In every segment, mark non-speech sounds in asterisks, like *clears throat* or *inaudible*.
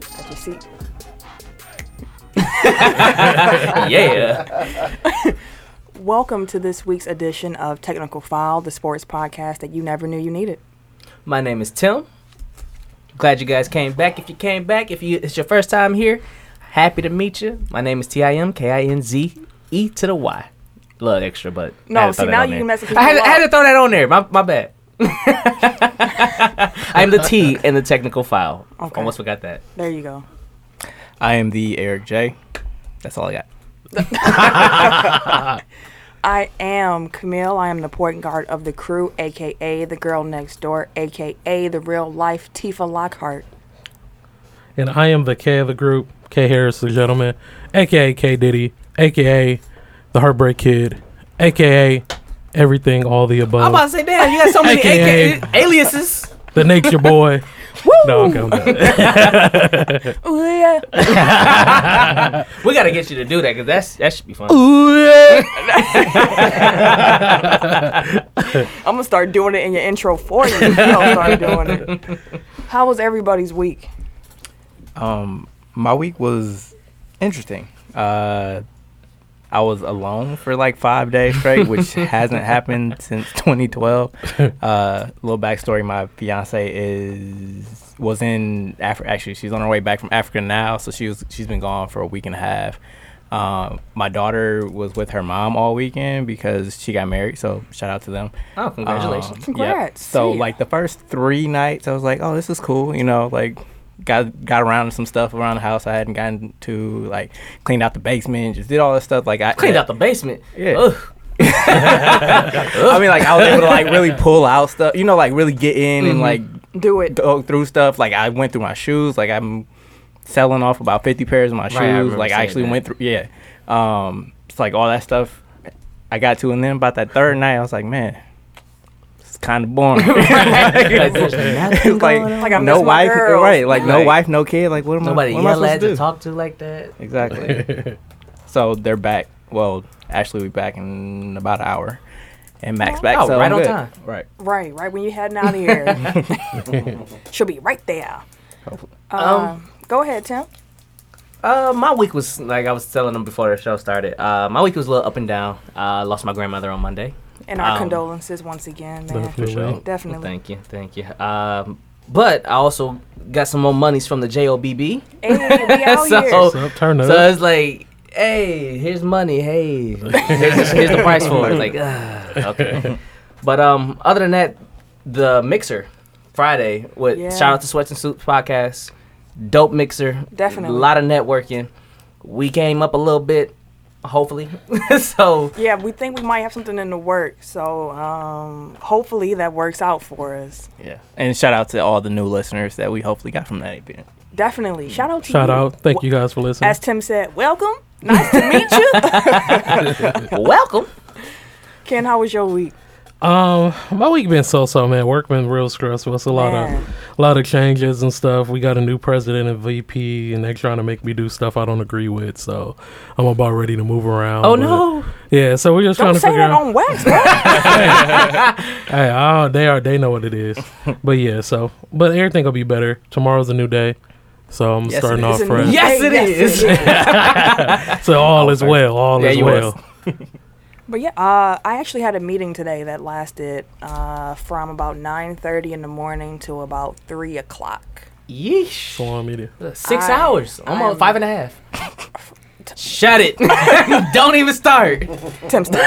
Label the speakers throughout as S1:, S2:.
S1: pussy.
S2: Oh,
S3: yeah.
S1: Welcome to this week's edition of Technical File, the sports podcast that you never knew you needed.
S3: *laughs* My name is Tim. Glad you guys came back. If you came back, if you it's your first time here, happy to meet you. My name is T I M K I N Z E to the Y. Love extra, but I had
S1: No,
S3: to
S1: see
S3: throw that
S1: now
S3: on
S1: you
S3: there.
S1: messing
S3: I had,
S1: people
S3: I had
S1: up.
S3: to throw that on there. My my bad. *laughs* I'm the T in the technical file.
S1: Okay.
S3: Almost forgot that.
S1: There you go.
S2: I am the Eric J.
S3: That's all I got.
S1: I am Camille. I am the point guard of the crew, aka the girl next door, aka the real life Tifa Lockhart.
S4: And I am the K of the group, K Harris the gentleman, aka K Diddy, aka the Heartbreak Kid, aka everything all the
S3: I'm
S4: above.
S3: about to say, damn, you got so many
S2: *laughs*
S4: AKA.
S3: AKA aliases.
S4: the Nake's your boy. No, okay, I'm done.
S1: Ooh, yeah.
S3: We gotta get you to do that because that's that should be fun.
S1: I'm gonna start doing it in your intro for you. if you don't start doing it. How was everybody's week?
S2: Um, my week was interesting. Uh, I was alone for like five days straight, *laughs* which hasn't happened since 2012. Uh, little backstory: my fiance is was in Africa. Actually, she's on her way back from Africa now, so she was she's been gone for a week and a half. Um, my daughter was with her mom all weekend because she got married. So shout out to them.
S3: Oh, congratulations.
S2: Um, Yep.
S1: Congrats.
S2: So
S1: See ya.
S2: like the first three nights, I was like, "Oh, this is cool," you know. Like, got got around to some stuff around the house I hadn't gotten to. Like, cleaned out the basement, just did all this stuff. Like, I
S3: Cleaned out the basement.
S2: Yeah. *laughs*
S3: Ugh.
S2: I mean, like I was able
S3: *laughs*
S2: to like really pull out stuff, you know, like really get in
S3: Mm-hmm.
S2: and like
S1: Do it.
S2: go through stuff. Like I went through my shoes. Like I'm selling off about 50 pairs of my shoes.
S3: I remember
S2: like I
S3: seeing
S2: actually
S3: that.
S2: went through. Yeah. Um. It's like all that stuff. I got to, and then about that third night, I was like, man. It's kind
S3: *laughs*
S2: of boring. *laughs*
S3: Like, there's nothing
S2: It's like,
S3: going on.
S1: Like, I miss
S2: no
S1: my
S2: wife,
S1: girls.
S2: right? Like no
S3: Right.
S2: wife, no kid. Like what am
S3: Nobody
S2: I? What am I
S3: yell
S2: supposed
S3: at
S2: to do?
S3: to talk to like that.
S2: Exactly.
S3: *laughs*
S2: so they're back. Well, Ashley will be back in about an hour, and Max back.
S3: Oh,
S2: so
S3: right
S2: I'm
S3: on
S2: good.
S3: time.
S2: Right.
S1: Right, right when you're heading out of here. She'll be right there.
S2: Hopefully.
S1: Uh, go ahead, Tim.
S3: Uh, my week was like I was telling them before the show started. Uh, my week was a little up and down. Uh, I lost my grandmother on Monday.
S1: And our
S3: Um,
S1: condolences once again, man.
S4: For sure.
S1: Definitely.
S3: Thank you, thank you. Um, but I also got some more monies from the JOBB.
S1: Hey,
S3: *laughs*
S1: we out
S3: So-
S1: here.
S4: What's up, turn
S3: So
S4: up.
S3: it's like, hey, here's money. Hey, here's, here's the price for it. Like, ah, okay. But um, other than that, the mixer Friday with
S1: Yeah.
S3: shout out to Sweats and Suits podcast, dope mixer.
S1: Definitely.
S3: a lot of networking. We came up a little bit, hopefully. *laughs* so
S1: Yeah, we think we might have something in the work. So um, hopefully that works out for us.
S2: Yeah. And shout out to all the new listeners that we hopefully got from that event.
S1: Definitely. Shout out to
S4: Shout
S1: you.
S4: out. Thank you guys for listening.
S1: As Tim said, welcome. Nice to meet
S4: *laughs*
S1: you. *laughs*
S3: welcome.
S1: Ken, how was your week?
S4: Um, my week been so so, man. Work been real stressful. It's a lot
S1: Man.
S4: of a lot of changes and stuff. We got a new president and VP, and they trying to make me do stuff I don't agree with. So I'm about ready to move around.
S3: Oh
S4: but-
S3: no.
S4: Yeah, so we're just
S1: Don't
S4: trying to
S1: say
S4: figure
S1: that
S4: out.
S1: on wax, bro.
S4: Hey, oh, they are. They know what it is. but yeah, so but everything will be better. Tomorrow's a new day, so I'm
S2: Yes, it
S4: starting
S2: is.
S4: off
S1: It's a
S4: fresh.
S1: new
S3: Yes,
S1: day.
S3: it is. *laughs*
S4: So all is well. All
S3: Yeah,
S4: is
S3: you
S4: well.
S1: But yeah, uh, I actually had a meeting today that lasted uh, from about nine thirty in the morning to about three o'clock.
S3: Yeesh.
S4: So I'm eating.
S3: Six
S1: I-
S3: hours. Almost
S1: I'm-
S3: five and a
S1: *laughs*
S3: half. Shut it. *laughs* Don't even start. *laughs*
S1: Tim, stop.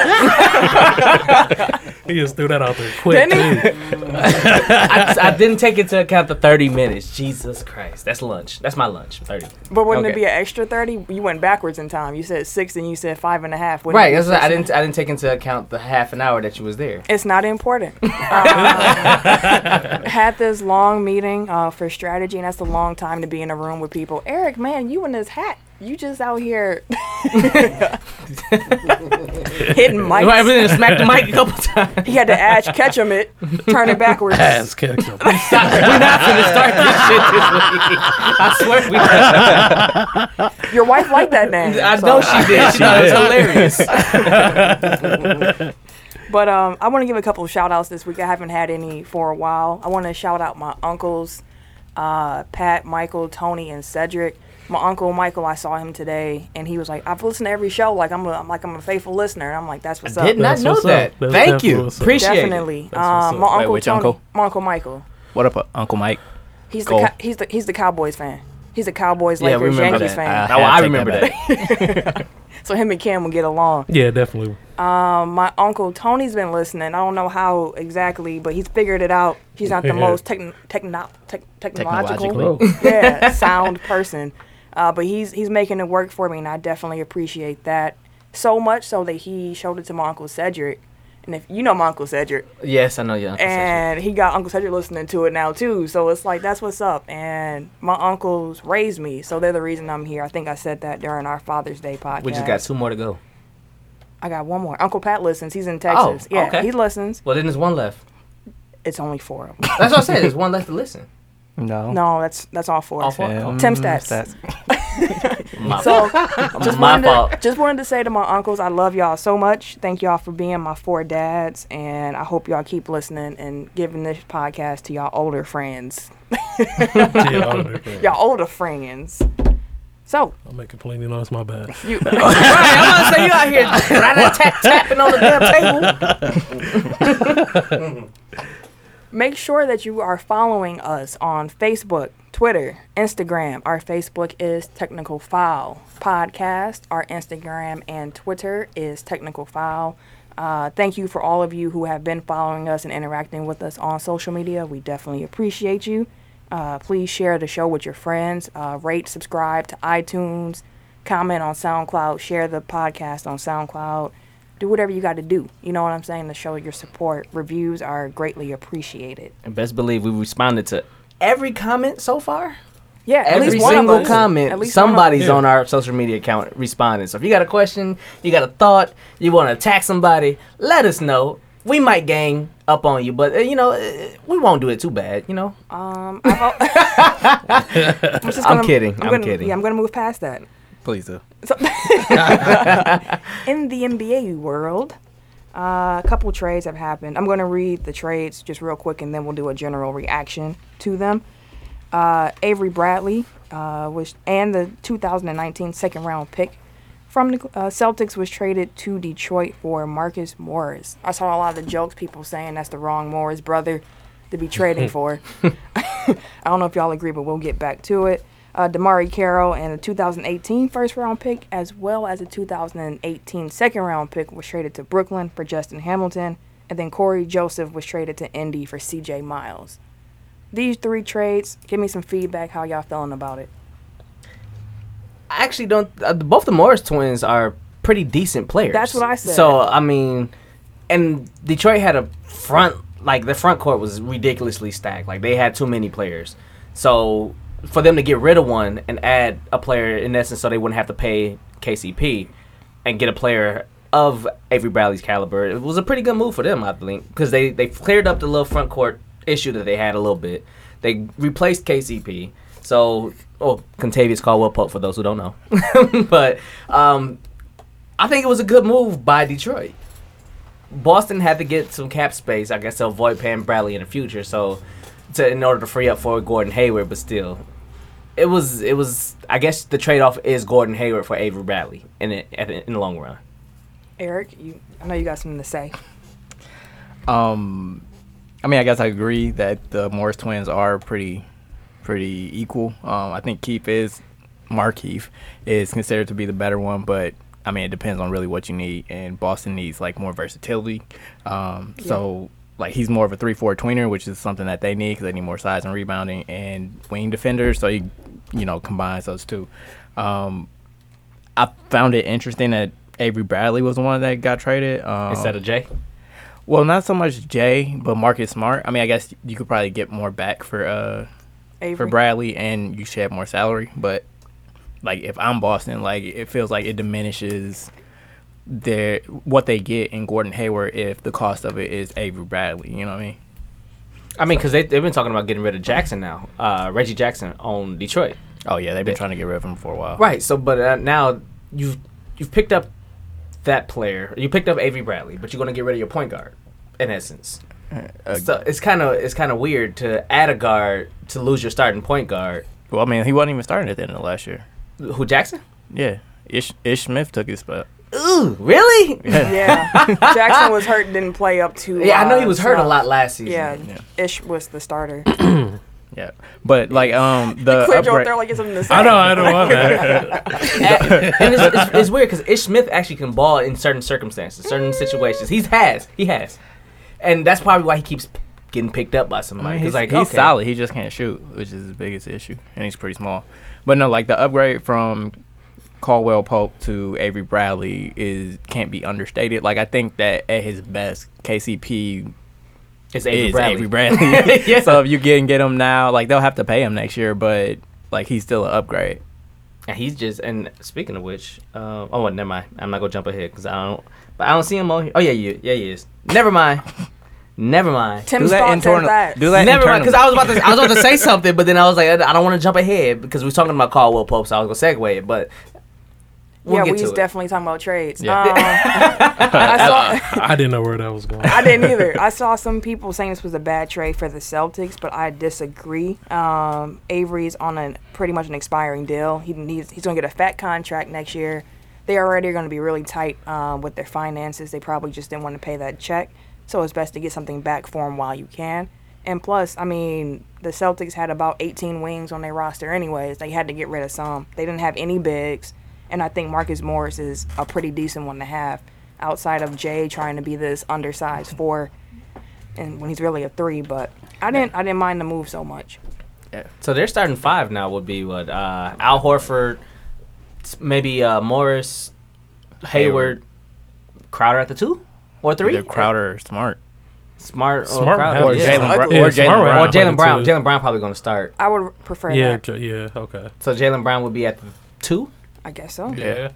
S4: He just threw that out there quick.
S1: Didn't
S4: too.
S3: I, I didn't take into account the 30 minutes. Jesus Christ. That's lunch. That's my lunch. 30.
S1: but wouldn't it
S2: Okay.
S1: be an extra thirty? You went backwards in time. You said six, and you said five and a half. Wouldn't it
S3: Right.
S1: be
S3: That's what I
S1: six
S3: didn't I didn't take into account the half an hour that you was there.
S1: It's not
S3: *laughs*
S1: important. Um, had this long meeting uh, for strategy, and that's a long time to be in a room with people. Eric, man, you in this hat. You just out here
S3: *laughs*
S1: hitting
S3: I
S1: mics.
S3: *laughs* really smacked the mic a couple times. *laughs*
S1: He had to ash catch him it, turn it backwards.
S4: Ass ketchup.
S3: We're not gonna start this shit this week. I swear we. *laughs*
S1: Your wife liked that name.
S3: I
S1: so-
S3: know she did. She thought it was hilarious.
S1: But um, I want to give a couple of shout outs this week. I haven't had any for a while. I want to shout out my uncles, uh, Pat, Michael, Tony, and Cedric. my uncle Michael, I saw him today, and he was like, "I've listened to every show. Like I'm, a, I'm like I'm a faithful listener." And I'm like, "That's what's
S3: I did
S1: up."
S3: not
S4: That's
S3: know
S4: what's
S3: that.
S4: up. That's
S3: Thank
S4: definitely
S3: you.
S4: what's up.
S3: Appreciate it.
S1: Definitely.
S4: That's what's
S1: Um, my
S4: up.
S1: uncle
S2: Wait, which
S1: Tony,
S2: uncle?
S1: my uncle Michael.
S2: What up, Uncle Mike?
S1: He's
S2: Cole.
S1: the co- he's the he's the Cowboys fan. He's a Cowboys
S3: Yeah, we
S1: Lakers
S3: remember
S1: Yankees
S2: that.
S1: fan.
S3: Oh,
S2: Yeah,
S3: I
S2: uh, take
S3: remember
S2: that
S3: that.
S2: back.
S1: so him and Cam will get along.
S4: Yeah, definitely.
S1: Um, my uncle Tony's been listening. I don't know how exactly, but he's figured it out. He's not the
S4: Yeah.
S1: most techn techno- tech- technological,
S3: Technologically.
S1: yeah, sound person. Uh, but he's he's making it work for me, and I definitely appreciate that so much so that he showed it to my uncle Cedric. And if you know my uncle Cedric,
S3: Yes, I know your uncle. Cedric.
S1: and he got Uncle Cedric listening to it now too. So it's like that's what's up. And my uncles raised me, so they're the reason I'm here. I think I said that during our Father's Day podcast.
S3: We just got two more to go.
S1: I got one more. Uncle Pat listens. He's in Texas. yeah,
S3: okay.
S1: he listens.
S3: Well, then there's one left.
S1: It's only four of them.
S3: That's what I said. There's one left to listen.
S2: No.
S1: no, that's that's all four.
S3: Oh. All four?
S2: Tim
S1: Tim Stats.
S3: My
S1: *laughs*
S3: *laughs*
S1: So
S3: fault. My
S1: wanted to-
S3: fault.
S1: just wanted to say to my uncles, I love y'all so much. Thank y'all for being my four dads, and I hope y'all keep listening and giving this podcast to y'all older friends.
S4: *laughs* Yeah, I'll make it.
S1: Y'all older friends. So
S4: I'll make a plain noise. My bad.
S1: you, *laughs* Right, I'm gonna say you out here rat-a-tat tapping on the damn table. Make sure that you are following us on Facebook, Twitter, Instagram. Our Facebook is Technical File Podcast. Our Instagram and Twitter is Technical File. Uh, thank you for all of you who have been following us and interacting with us on social media. We definitely appreciate you. Uh, please share the show with your friends. Uh, rate, subscribe to iTunes, comment on SoundCloud, share the podcast on SoundCloud do whatever you got to do. You know what I'm saying? To show your support. Reviews are greatly appreciated.
S3: And best believe we responded to every comment so far.
S1: Yeah, at
S3: Every
S1: least one
S3: single
S1: of us. At
S3: comment,
S1: least one of us.
S3: somebody's
S4: Yeah.
S3: on our social media account responding. So if you got a question, you got a thought, you want to attack somebody, let us know. We might gang up on you, but uh, you know uh, we won't do it too bad. You know,
S1: Um, I've *laughs* al- I'm, just
S3: I'm kidding. I'm
S1: gonna-
S3: kidding.
S1: Yeah, I'm gonna move past that.
S2: Please do.
S1: So- in the NBA world, uh, a couple trades have happened. I'm going to read the trades just real quick, and then we'll do a general reaction to them. Uh, Avery Bradley, uh, was and the 2019 second round pick from the uh, Celtics was traded to Detroit for Marcus Morris. I saw a lot of the jokes people saying that's the wrong Morris brother to be trading for. I don't know if y'all agree, but we'll get back to it. Uh, Damari Carroll and a 2018 first round pick, as well as a 2018 second round pick, was traded to Brooklyn for Justin Hamilton. And then Corey Joseph was traded to Indy for CJ Miles. These three trades, give me some feedback how y'all feeling about it.
S3: I actually don't. Uh, both the Morris twins are pretty decent players.
S1: That's what I said.
S3: So I mean, and Detroit had a front like the front court was ridiculously stacked. Like they had too many players. So for them to get rid of one and add a player in essence, so they wouldn't have to pay KCP and get a player of Avery Bradley's caliber, it was a pretty good move for them, I think, because they they cleared up the little front court issue that they had a little bit. They replaced KCP. So, oh, Contavious Caldwell Pope for those who don't know, *laughs* but um, I think it was a good move by Detroit. Boston had to get some cap space, I guess, to avoid paying Bradley in the future. So, to in order to free up for Gordon Hayward, but still, it was it was. I guess the trade off is Gordon Hayward for Avery Bradley in it, at the- in the long run.
S1: Eric, you, I know you got something to say.
S2: Um, I mean, I guess I agree that the Morris twins are pretty, pretty equal. Um, I think Keith is Markeith is considered to be the better one, but I mean, it depends on really what you need. And Boston needs like more versatility. Um, so like he's more of a three-four tweener, which is something that they need because they need more size and rebounding and wing defenders. So he, you know, combines those two. Um, I found it interesting that Avery Bradley was the one that got traded. Um,
S3: Instead of Jay,
S2: well, not so much Jay, but Marcus Smart. I mean, I guess you could probably get more back for uh for
S1: Avery,
S2: Bradley, and you should have more salary. But like, if I'm Boston, like it feels like it diminishes their what they get in Gordon Hayward if the cost of it is Avery Bradley. You know what I mean?
S3: I mean, because they they've been talking about getting rid of Jackson now, uh, Reggie Jackson on Detroit.
S2: Oh yeah, they've been trying to get rid of him for a while.
S3: Right. So, but uh, now you've you've picked up that player. You picked up Avery Bradley, but you're going to get rid of your point guard, in essence.
S1: Uh,
S3: so it's kind of it's kind of weird to add a guard to lose your starting point guard.
S2: Well, I mean, he wasn't even starting at the end of last year.
S3: Who Jackson?
S2: Yeah, Ish, Ish Smith took his spot.
S3: Ooh, really?
S1: Yeah, Jackson was hurt, and didn't play up to.
S3: Yeah, I know
S1: uh,
S3: he was hurt a
S1: Snell.
S3: lot last season.
S1: Yeah,
S2: Yeah.
S1: Ish was the starter.
S2: Yeah, but like um the
S1: Clear Joe
S2: upgrade,
S1: there like it's something to say.
S4: I know, I know, my bad.
S3: *laughs* and it's, it's, it's weird because Ish Smith actually can ball in certain circumstances, certain situations. He has, he has, and that's probably why he keeps p- getting picked up by
S2: I mean,
S3: somebody.
S2: he's,
S3: Because like
S2: he's
S3: okay.
S2: solid. He just can't shoot, which is his biggest issue, and he's pretty small. But no, like the upgrade from Caldwell Pope to Avery Bradley is can't be understated. Like I think that at his best, KCP
S3: It's Avery
S2: is
S3: Bradley.
S2: Avery
S1: *laughs*
S3: *laughs*
S2: Bradley. *laughs*
S3: Yeah.
S2: So if you can get him now, like they'll have to pay him next year, but like he's still an upgrade.
S3: And he's just. And speaking of which, uh, oh, well, never mind. I'm not gonna jump ahead because I don't. But I don't see him on here. Oh yeah, yeah, yeah, he is. Never mind. Never mind.
S1: Tim's
S2: that
S1: thoughts and
S2: internal-
S1: facts.
S2: do that-
S3: Never mind, because
S2: internally.
S3: I was about to I was about to say something, but then I was like, I don't want to jump ahead because we were talking about Caldwell Pope, so I was gonna segue it. But we'll
S1: yeah,
S3: get
S1: we
S3: to
S1: was
S3: it.
S1: definitely talking about trades.
S2: Yeah.
S3: *laughs*
S1: Um,
S3: Uh-uh.
S1: I, saw,
S4: I didn't know where that was going.
S1: I didn't either. I saw some people saying this was a bad trade for the Celtics, but I disagree. Um, Avery's on a pretty much an expiring deal. He needs, he's going to get a fat contract next year. They already are going to be really tight um, with their finances. They probably just didn't want to pay that check, so it's best to get something back for him while you can. And plus, I mean, the Celtics had about 18 wings on their roster, anyways. They had to get rid of some. They didn't have any bigs, and I think Marcus Morris is a pretty decent one to have, outside of Jay trying to be this undersized four, and when he's really a three. But I didn't, I didn't mind the move so much.
S3: So their starting five now would be what uh, Al Horford, s- maybe uh, Morris, Hayward, Crowder at the two or three.
S2: Either Crowder or Smart.
S3: Smart, or
S4: *laughs* Smart
S3: Crowder,
S4: or
S2: Or
S3: yeah.
S2: Jalen Brown.
S4: Yeah,
S2: Or
S4: Smart
S2: Jalen
S4: would
S3: Oh, or
S4: have
S2: Brown.
S3: Jalen Brown.
S4: Two.
S3: Jalen Brown probably going to start.
S1: I would prefer
S4: Yeah,
S1: that.
S4: J- yeah, okay.
S3: So Jalen Brown would be at the two,
S1: I guess so.
S2: Yeah.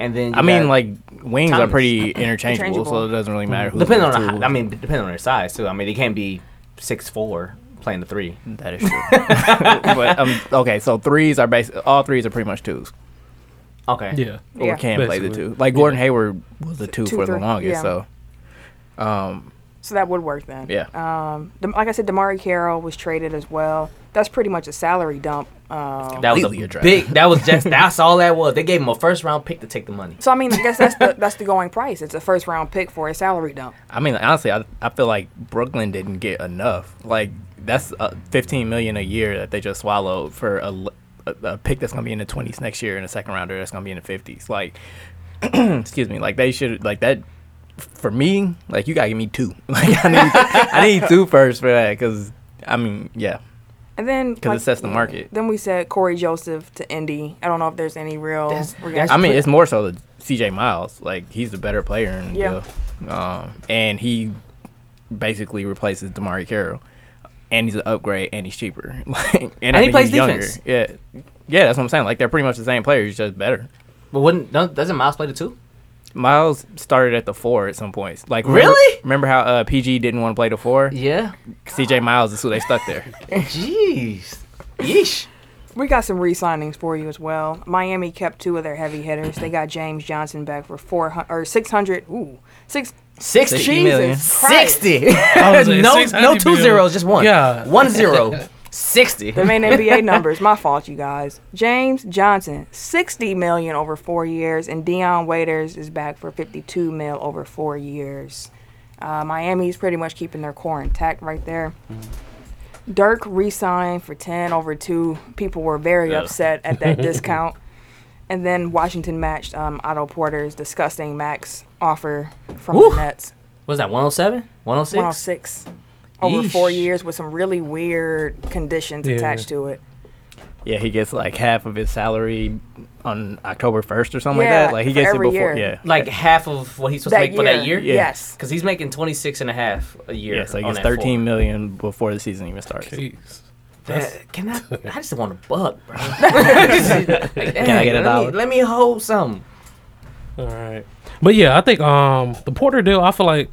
S3: and then you
S2: I mean,
S3: got-
S2: like wings are
S3: Thomas. *laughs*
S2: pretty interchangeable,
S1: Interchangeable.
S2: so it doesn't really matter. who
S3: Mm-hmm. depending
S2: the
S3: on the,
S2: two-
S3: hi- I mean depending on their size too. I mean they can't be six four playing the three.
S2: that is true. *laughs* but um, okay, so threes are basically all threes are pretty much twos.
S3: Okay.
S4: Yeah.
S2: But
S1: Yeah.
S2: We can't play the
S4: Basically.
S2: two. Like Gordon Hayward was a two,
S1: Two,
S2: for the
S1: three,
S2: longest.
S1: yeah.
S2: So, um,
S1: So that would work then.
S2: Yeah.
S1: Um, the, like I said, Damari Carroll was traded as well. That's pretty much a salary dump. Um,
S3: That was a
S2: Completely a draft.
S3: big. That was just. That's all that was. They gave him a first round pick to take the money.
S1: so I mean, I guess that's the *laughs* that's the going price. It's a first round pick for a salary dump.
S2: I mean, honestly, I, I feel like Brooklyn didn't get enough. Like that's uh, 15 million a year that they just swallowed for a, l- a- a pick that's gonna be in the 20s next year and a second rounder that's gonna be in the 50s. Like, *clears throat* excuse me, like they should like that. For me, like you gotta give me two. *laughs* Like I need, I need two first for that because I mean, yeah,
S1: And then
S2: because it sets the market.
S1: Then we said Corey Joseph to Indy. I don't know if there's any real.
S3: That's-
S1: we're
S3: that's-
S1: gonna-
S2: I mean, it's more so the C.J. Miles. Like he's the better player, in the
S1: Yeah.
S2: deal. um, and he basically replaces Damari Carroll. And he's an upgrade, and he's cheaper. *laughs* Like, and, I
S3: he
S2: think
S3: plays
S2: he's younger.
S3: defense.
S2: Yeah, yeah, that's what I'm saying. Like they're pretty much the same player. He's just better.
S3: But wouldn't don't- doesn't Miles play the two?
S2: Miles started at the four at some points. Like
S3: Really?
S2: Remember, remember how uh, PG didn't want to play the four?
S3: Yeah.
S2: C.J. Miles is who they stuck there. *laughs*
S3: Jeez. Yeesh.
S1: we got some re-signings for you as well. Miami kept two of their heavy hitters. They got James Johnson back for four hundred or six hundred. Ooh, six.
S3: 60
S2: 60 million.
S1: Christ.
S3: 60. *laughs*
S4: was like,
S3: no,
S4: 600
S3: no two
S4: million.
S3: zeros, just one.
S4: Yeah.
S3: One zero. 60.
S1: Them ain't NBA numbers. My fault, you guys. James Johnson, sixty million over four years, and Dion Waiters is back for fifty-two mil over four years. Uh, Miami's pretty much keeping their core intact right there. Dirk re-signed for ten over two. People were very upset at that discount. And then Washington matched um, Otto Porter's disgusting max offer from
S3: Woo.
S1: the Nets,
S3: Was that 107? 106?
S1: 106 over four
S3: Yeesh.
S1: years with some really weird conditions
S4: Yeah.
S1: attached to it.
S2: Yeah, he gets like half of his salary on October 1st or something
S1: Yeah,
S2: like that. Like he
S1: for
S2: gets it
S1: every
S2: before.
S1: year.
S2: Yeah,
S3: Like half of what he's supposed to make for that year?
S2: Yeah.
S1: Yes.
S3: Because he's making 26 and a half a year.
S2: yeah. So he
S3: on
S2: gets
S3: that
S2: thirteen million before the season even starts.
S4: Jeez.
S3: four.
S4: That's-
S3: That- can I? I just want a buck, *laughs* bro. can
S2: I get a
S3: let
S2: dollar?
S3: Me, let me hold some.
S4: All right. But yeah, I think um the Porter deal, I feel like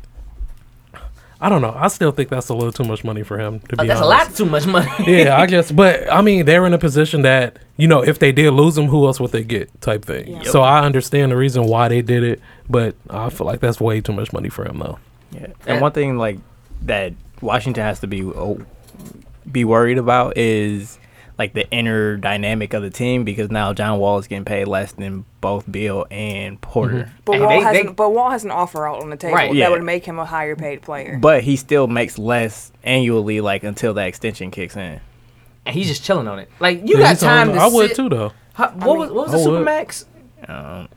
S4: I don't know. I still think that's a little too much money for him to be
S3: Oh, that's
S4: honest.
S3: a lot too much
S4: *laughs*
S3: money.
S4: yeah, I guess. But I mean, they're in a position that you know, if they did lose him, who else would they get? Type thing.
S1: Yeah.
S4: So I understand the reason why they did it, but I feel like that's way too much money for him, though.
S2: Yeah. And,
S3: And-
S2: one thing like that Washington has to be oh, be worried about is like the inner dynamic of the team because now John Wall is getting paid less than both Bill and Porter.
S1: But
S3: Hey,
S1: Wall
S3: they-
S1: has
S3: they-
S1: an, but Wall has an offer out on the table
S3: Right,
S1: that
S2: yeah.
S1: would make him a higher paid player.
S2: But he still makes less annually, like until that extension kicks in.
S3: and he's just chilling on it. Like you
S4: Yeah,
S3: got
S4: he's on-
S3: time to
S4: I would
S3: sit-
S4: too though.
S3: Huh, what, was, what was the
S4: I would.
S3: Supermax?
S2: Um,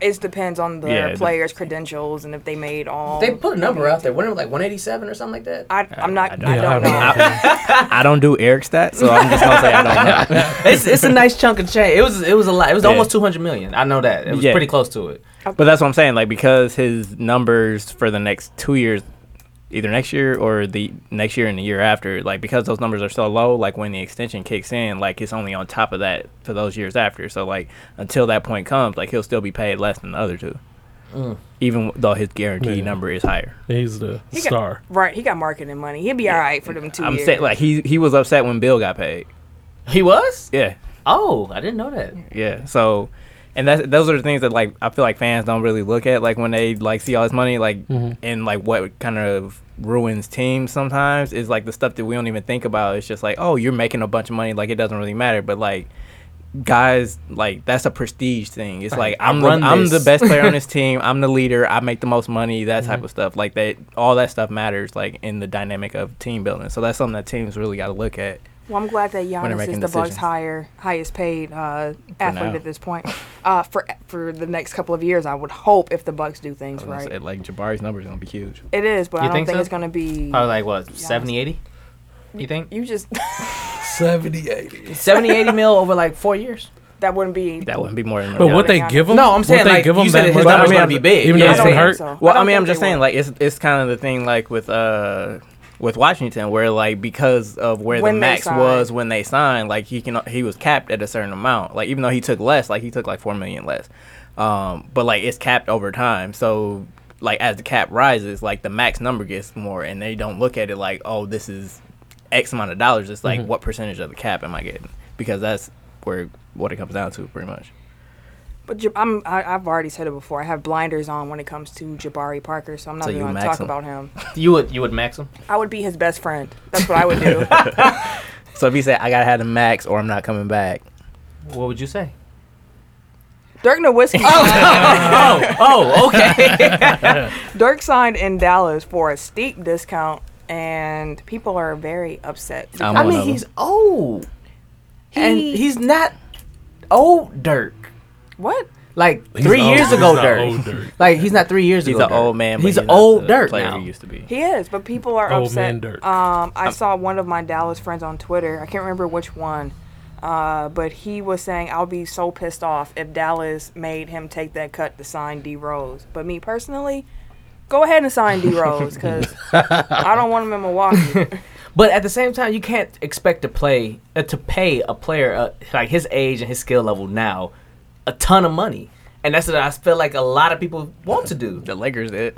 S1: it depends on the
S2: Yeah, it-
S1: player's credentials and if they made all.
S3: They put a number out there. Wasn't it like 187 or something like that?
S1: I, I'm not. I don't,
S4: Yeah, I
S1: know.
S4: don't know.
S2: I don't do Eric stats, so I'm just gonna say I
S3: *laughs*
S2: don't know.
S3: *laughs* it's, it's a nice chunk of change. It was it was a lot. It was
S2: Yeah.
S3: almost 200 million. I know that. It was
S2: Yeah.
S3: pretty close to it.
S2: But that's what I'm saying. Like because his numbers for the next two years, either next year or the next year and the year after, like because those numbers are so low, like when the extension kicks in, like it's only on top of that for those years after. So like until that point comes, like he'll still be paid less than the other two, even though his guaranteed
S4: Yeah.
S2: number is higher.
S3: *laughs*
S4: He's the
S1: He got-
S4: star.
S1: Right, he got marketing money. He'll be all right for them 2
S2: I'm
S1: years.
S2: saying like he he was upset when Bill got paid.
S3: He was?
S2: Yeah,
S3: Oh, I didn't know that.
S2: yeah. So. And that, those are the things that like I feel like fans don't really look at like when they like see all this money like
S3: Mm-hmm.
S2: and like what kind of ruins teams sometimes is like the stuff that we don't even think about. It's just like oh you're making a bunch of money like it doesn't really matter. But like guys like that's a prestige thing. It's like
S3: I
S2: I'm the,
S3: run
S2: I'm the
S3: this.
S2: best
S3: *laughs*
S2: player on this team. I'm the leader. I make the most money. That
S3: Mm-hmm.
S2: type of stuff like that. All that stuff matters like in the dynamic of team building. So that's something that teams really got to look at.
S1: Well, I'm glad that
S2: they're
S1: Giannis is
S2: making
S1: the Bucks'
S2: decisions.
S1: higher, highest paid uh, athlete
S2: now.
S1: at this point. Uh, for for the next couple of years, I would hope if the Bucks do things
S2: I was
S1: right.
S2: gonna say, like Jabari's numbers gonna be huge.
S1: It is, but
S3: You
S1: I don't
S3: think
S1: think,
S3: so?
S1: it's going to be.
S3: Probably like what, 70, 80? You think? *laughs*
S1: You just *laughs*
S4: 70, 80.
S3: 70, 80 mil over like four years?
S1: that wouldn't be.
S2: That wouldn't be more than.
S4: But
S1: Yeah,
S4: what
S1: they
S4: they
S1: got it.
S4: give him?
S3: No, I'm saying
S4: what they
S3: like
S4: give
S3: you
S4: him
S3: said
S4: that
S3: his
S4: much?
S2: I
S3: number's
S2: mean,
S3: gonna be big.
S4: even though
S1: I
S4: it's
S1: don't
S4: been
S1: think
S4: hurt.
S1: so.
S2: Well,
S1: I
S2: I,
S1: don't
S2: mean, I'm
S1: think
S2: just
S1: they
S2: saying,
S1: will.
S2: like, it's it's kind of the thing, like with uh with Washington, where like because of where
S1: When
S2: the
S1: they
S2: max
S1: signed.
S2: was when they signed, like he can he was capped at a certain amount. Like even though he took less, like he took like four million less, um, but like it's capped over time. So like as the cap rises, like the max number gets more, and they don't look at it like, oh, this is X amount of dollars. It's
S4: Mm-hmm.
S2: like what percentage of the cap am I getting? Because that's where what it comes down to, pretty much.
S1: But Jab- I'm, I, I've already said it before. I have blinders on when it comes to Jabari Parker, so I'm not
S2: So
S1: even
S2: you
S1: going to
S2: max
S1: talk
S2: him.
S1: about him.
S3: You would you would max him?
S1: I would be his best friend. That's what I would
S2: *laughs*
S1: do.
S2: So if he said, I gotta have the max, or I'm not coming back.
S3: What would you
S4: *laughs*
S3: say?
S1: Dirk Nowitzki.
S3: oh, oh, okay.
S1: Dirk signed in Dallas for a steep discount, and people are very upset.
S2: I'm
S3: I
S2: one
S3: mean,
S2: of 'em.
S3: he's old, and
S1: He-
S3: he's not old Dirk.
S1: what?
S3: Like
S4: He's
S3: three
S4: old.
S3: years
S4: He's
S3: ago,
S4: not
S3: Dirk.
S4: old Dirk.
S3: *laughs* Like he's not three years
S2: He's
S3: ago.
S2: an
S3: Dirk.
S2: old man. But
S3: He's an
S2: not
S3: old
S2: the
S3: Dirk
S2: player
S3: now.
S2: He used to be.
S1: He is, but people are
S4: Old
S1: upset.
S4: man Dirk.
S1: Um, I saw one of my Dallas friends on Twitter. I can't remember which one, uh, but he was saying, "I'll be so pissed off if Dallas made him take that cut to sign D Rose." But me personally, go ahead and sign
S4: *laughs*
S1: D Rose because I don't want him in Milwaukee.
S3: But at the same time, you can't expect to play uh, to pay a player uh, like his age and his skill level now a ton of money, and that's what I feel like a lot of people want to do.
S2: The Lakers *laughs* did.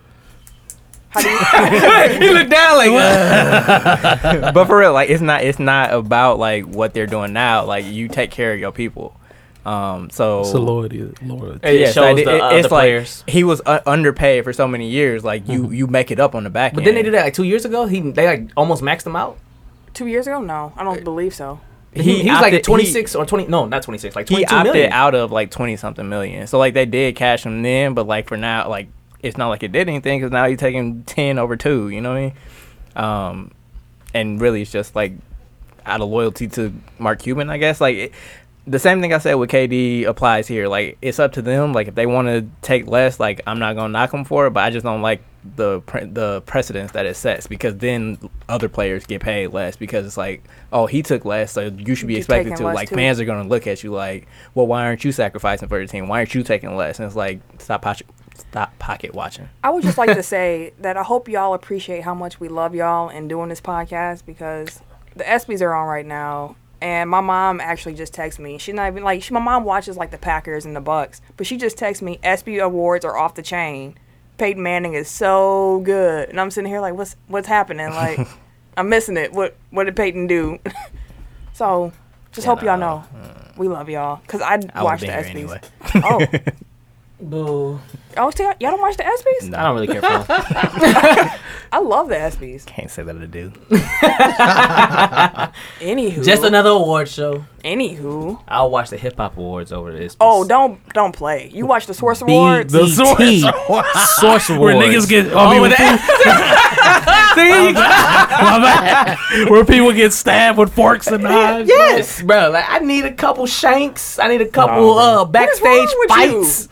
S1: How do you? *laughs*
S4: *laughs*
S3: he looked down like,
S2: *laughs* but for real, like it's not it's not about like what they're doing now. Like you take care of your people. Um so
S4: It's a loyalty. loyalty.
S3: It
S2: yeah, so
S3: shows the other
S2: it's like
S3: players.
S2: he was uh, underpaid for so many years. Like you, you make it up on the back.
S3: Mm-hmm. But then they did that like two years ago. He they like almost maxed him out.
S1: Two years ago? No, I don't believe so.
S3: He, he was
S2: opted-
S3: like 26 or 20. No, not 26. Like
S2: He, he
S3: 22
S2: opted
S3: million.
S2: out of like twenty something million. So like they did cash him then, but like for now, like it's not like it did anything because now you're taking ten over two. You know what I mean? Um, and really, it's just like out of loyalty to Mark Cuban, I guess. Like it, the same thing I said with KD applies here. Like it's up to them. Like if they want to take less, like I'm not gonna knock them for it, but I just don't like the pre- the precedence that it sets because then other players get paid less because it's like oh he took less so you should be
S1: You're
S2: expected
S1: taking
S2: to
S1: less
S2: like
S1: too.
S2: fans are gonna look at you like well why aren't you sacrificing for your team why aren't you taking less and it's like stop pocket stop pocket watching
S1: I would just like to say that I hope y'all appreciate how much we love y'all and doing this podcast because the ESPYS are on right now. And my mom actually just texted me. She's not even like she, my mom watches like the Packers and the Bucks, but she just texted me. ESPY awards are off the chain. Peyton Manning is so good, and I'm sitting here like, what's what's happening? Like, I'm missing it. What what did Peyton do? *laughs* so, just hope y'all know we love y'all because I,
S2: I
S1: watch
S2: would *laughs*
S1: the
S2: be here
S1: ESPYS.
S2: anyway
S1: Oh,
S3: Boo.
S1: Oh, t- y'all don't watch the ESPYS?
S3: I don't really care for them.
S1: I love the ESPYS.
S2: Can't say that I
S1: *laughs*
S2: do. *laughs*
S1: Anywho,
S3: Just another award show.
S1: Anywho,
S3: I'll watch the hip hop awards over this.
S1: oh, don't don't play. You watch the Source Awards.
S4: The
S3: BET Source
S4: *laughs* Where
S3: Awards.
S4: niggas get oh, with *laughs* where people get stabbed with forks and knives.
S3: Yes, bro. Like I need a couple shanks. I need a couple uh backstage
S1: wrong with
S3: fights.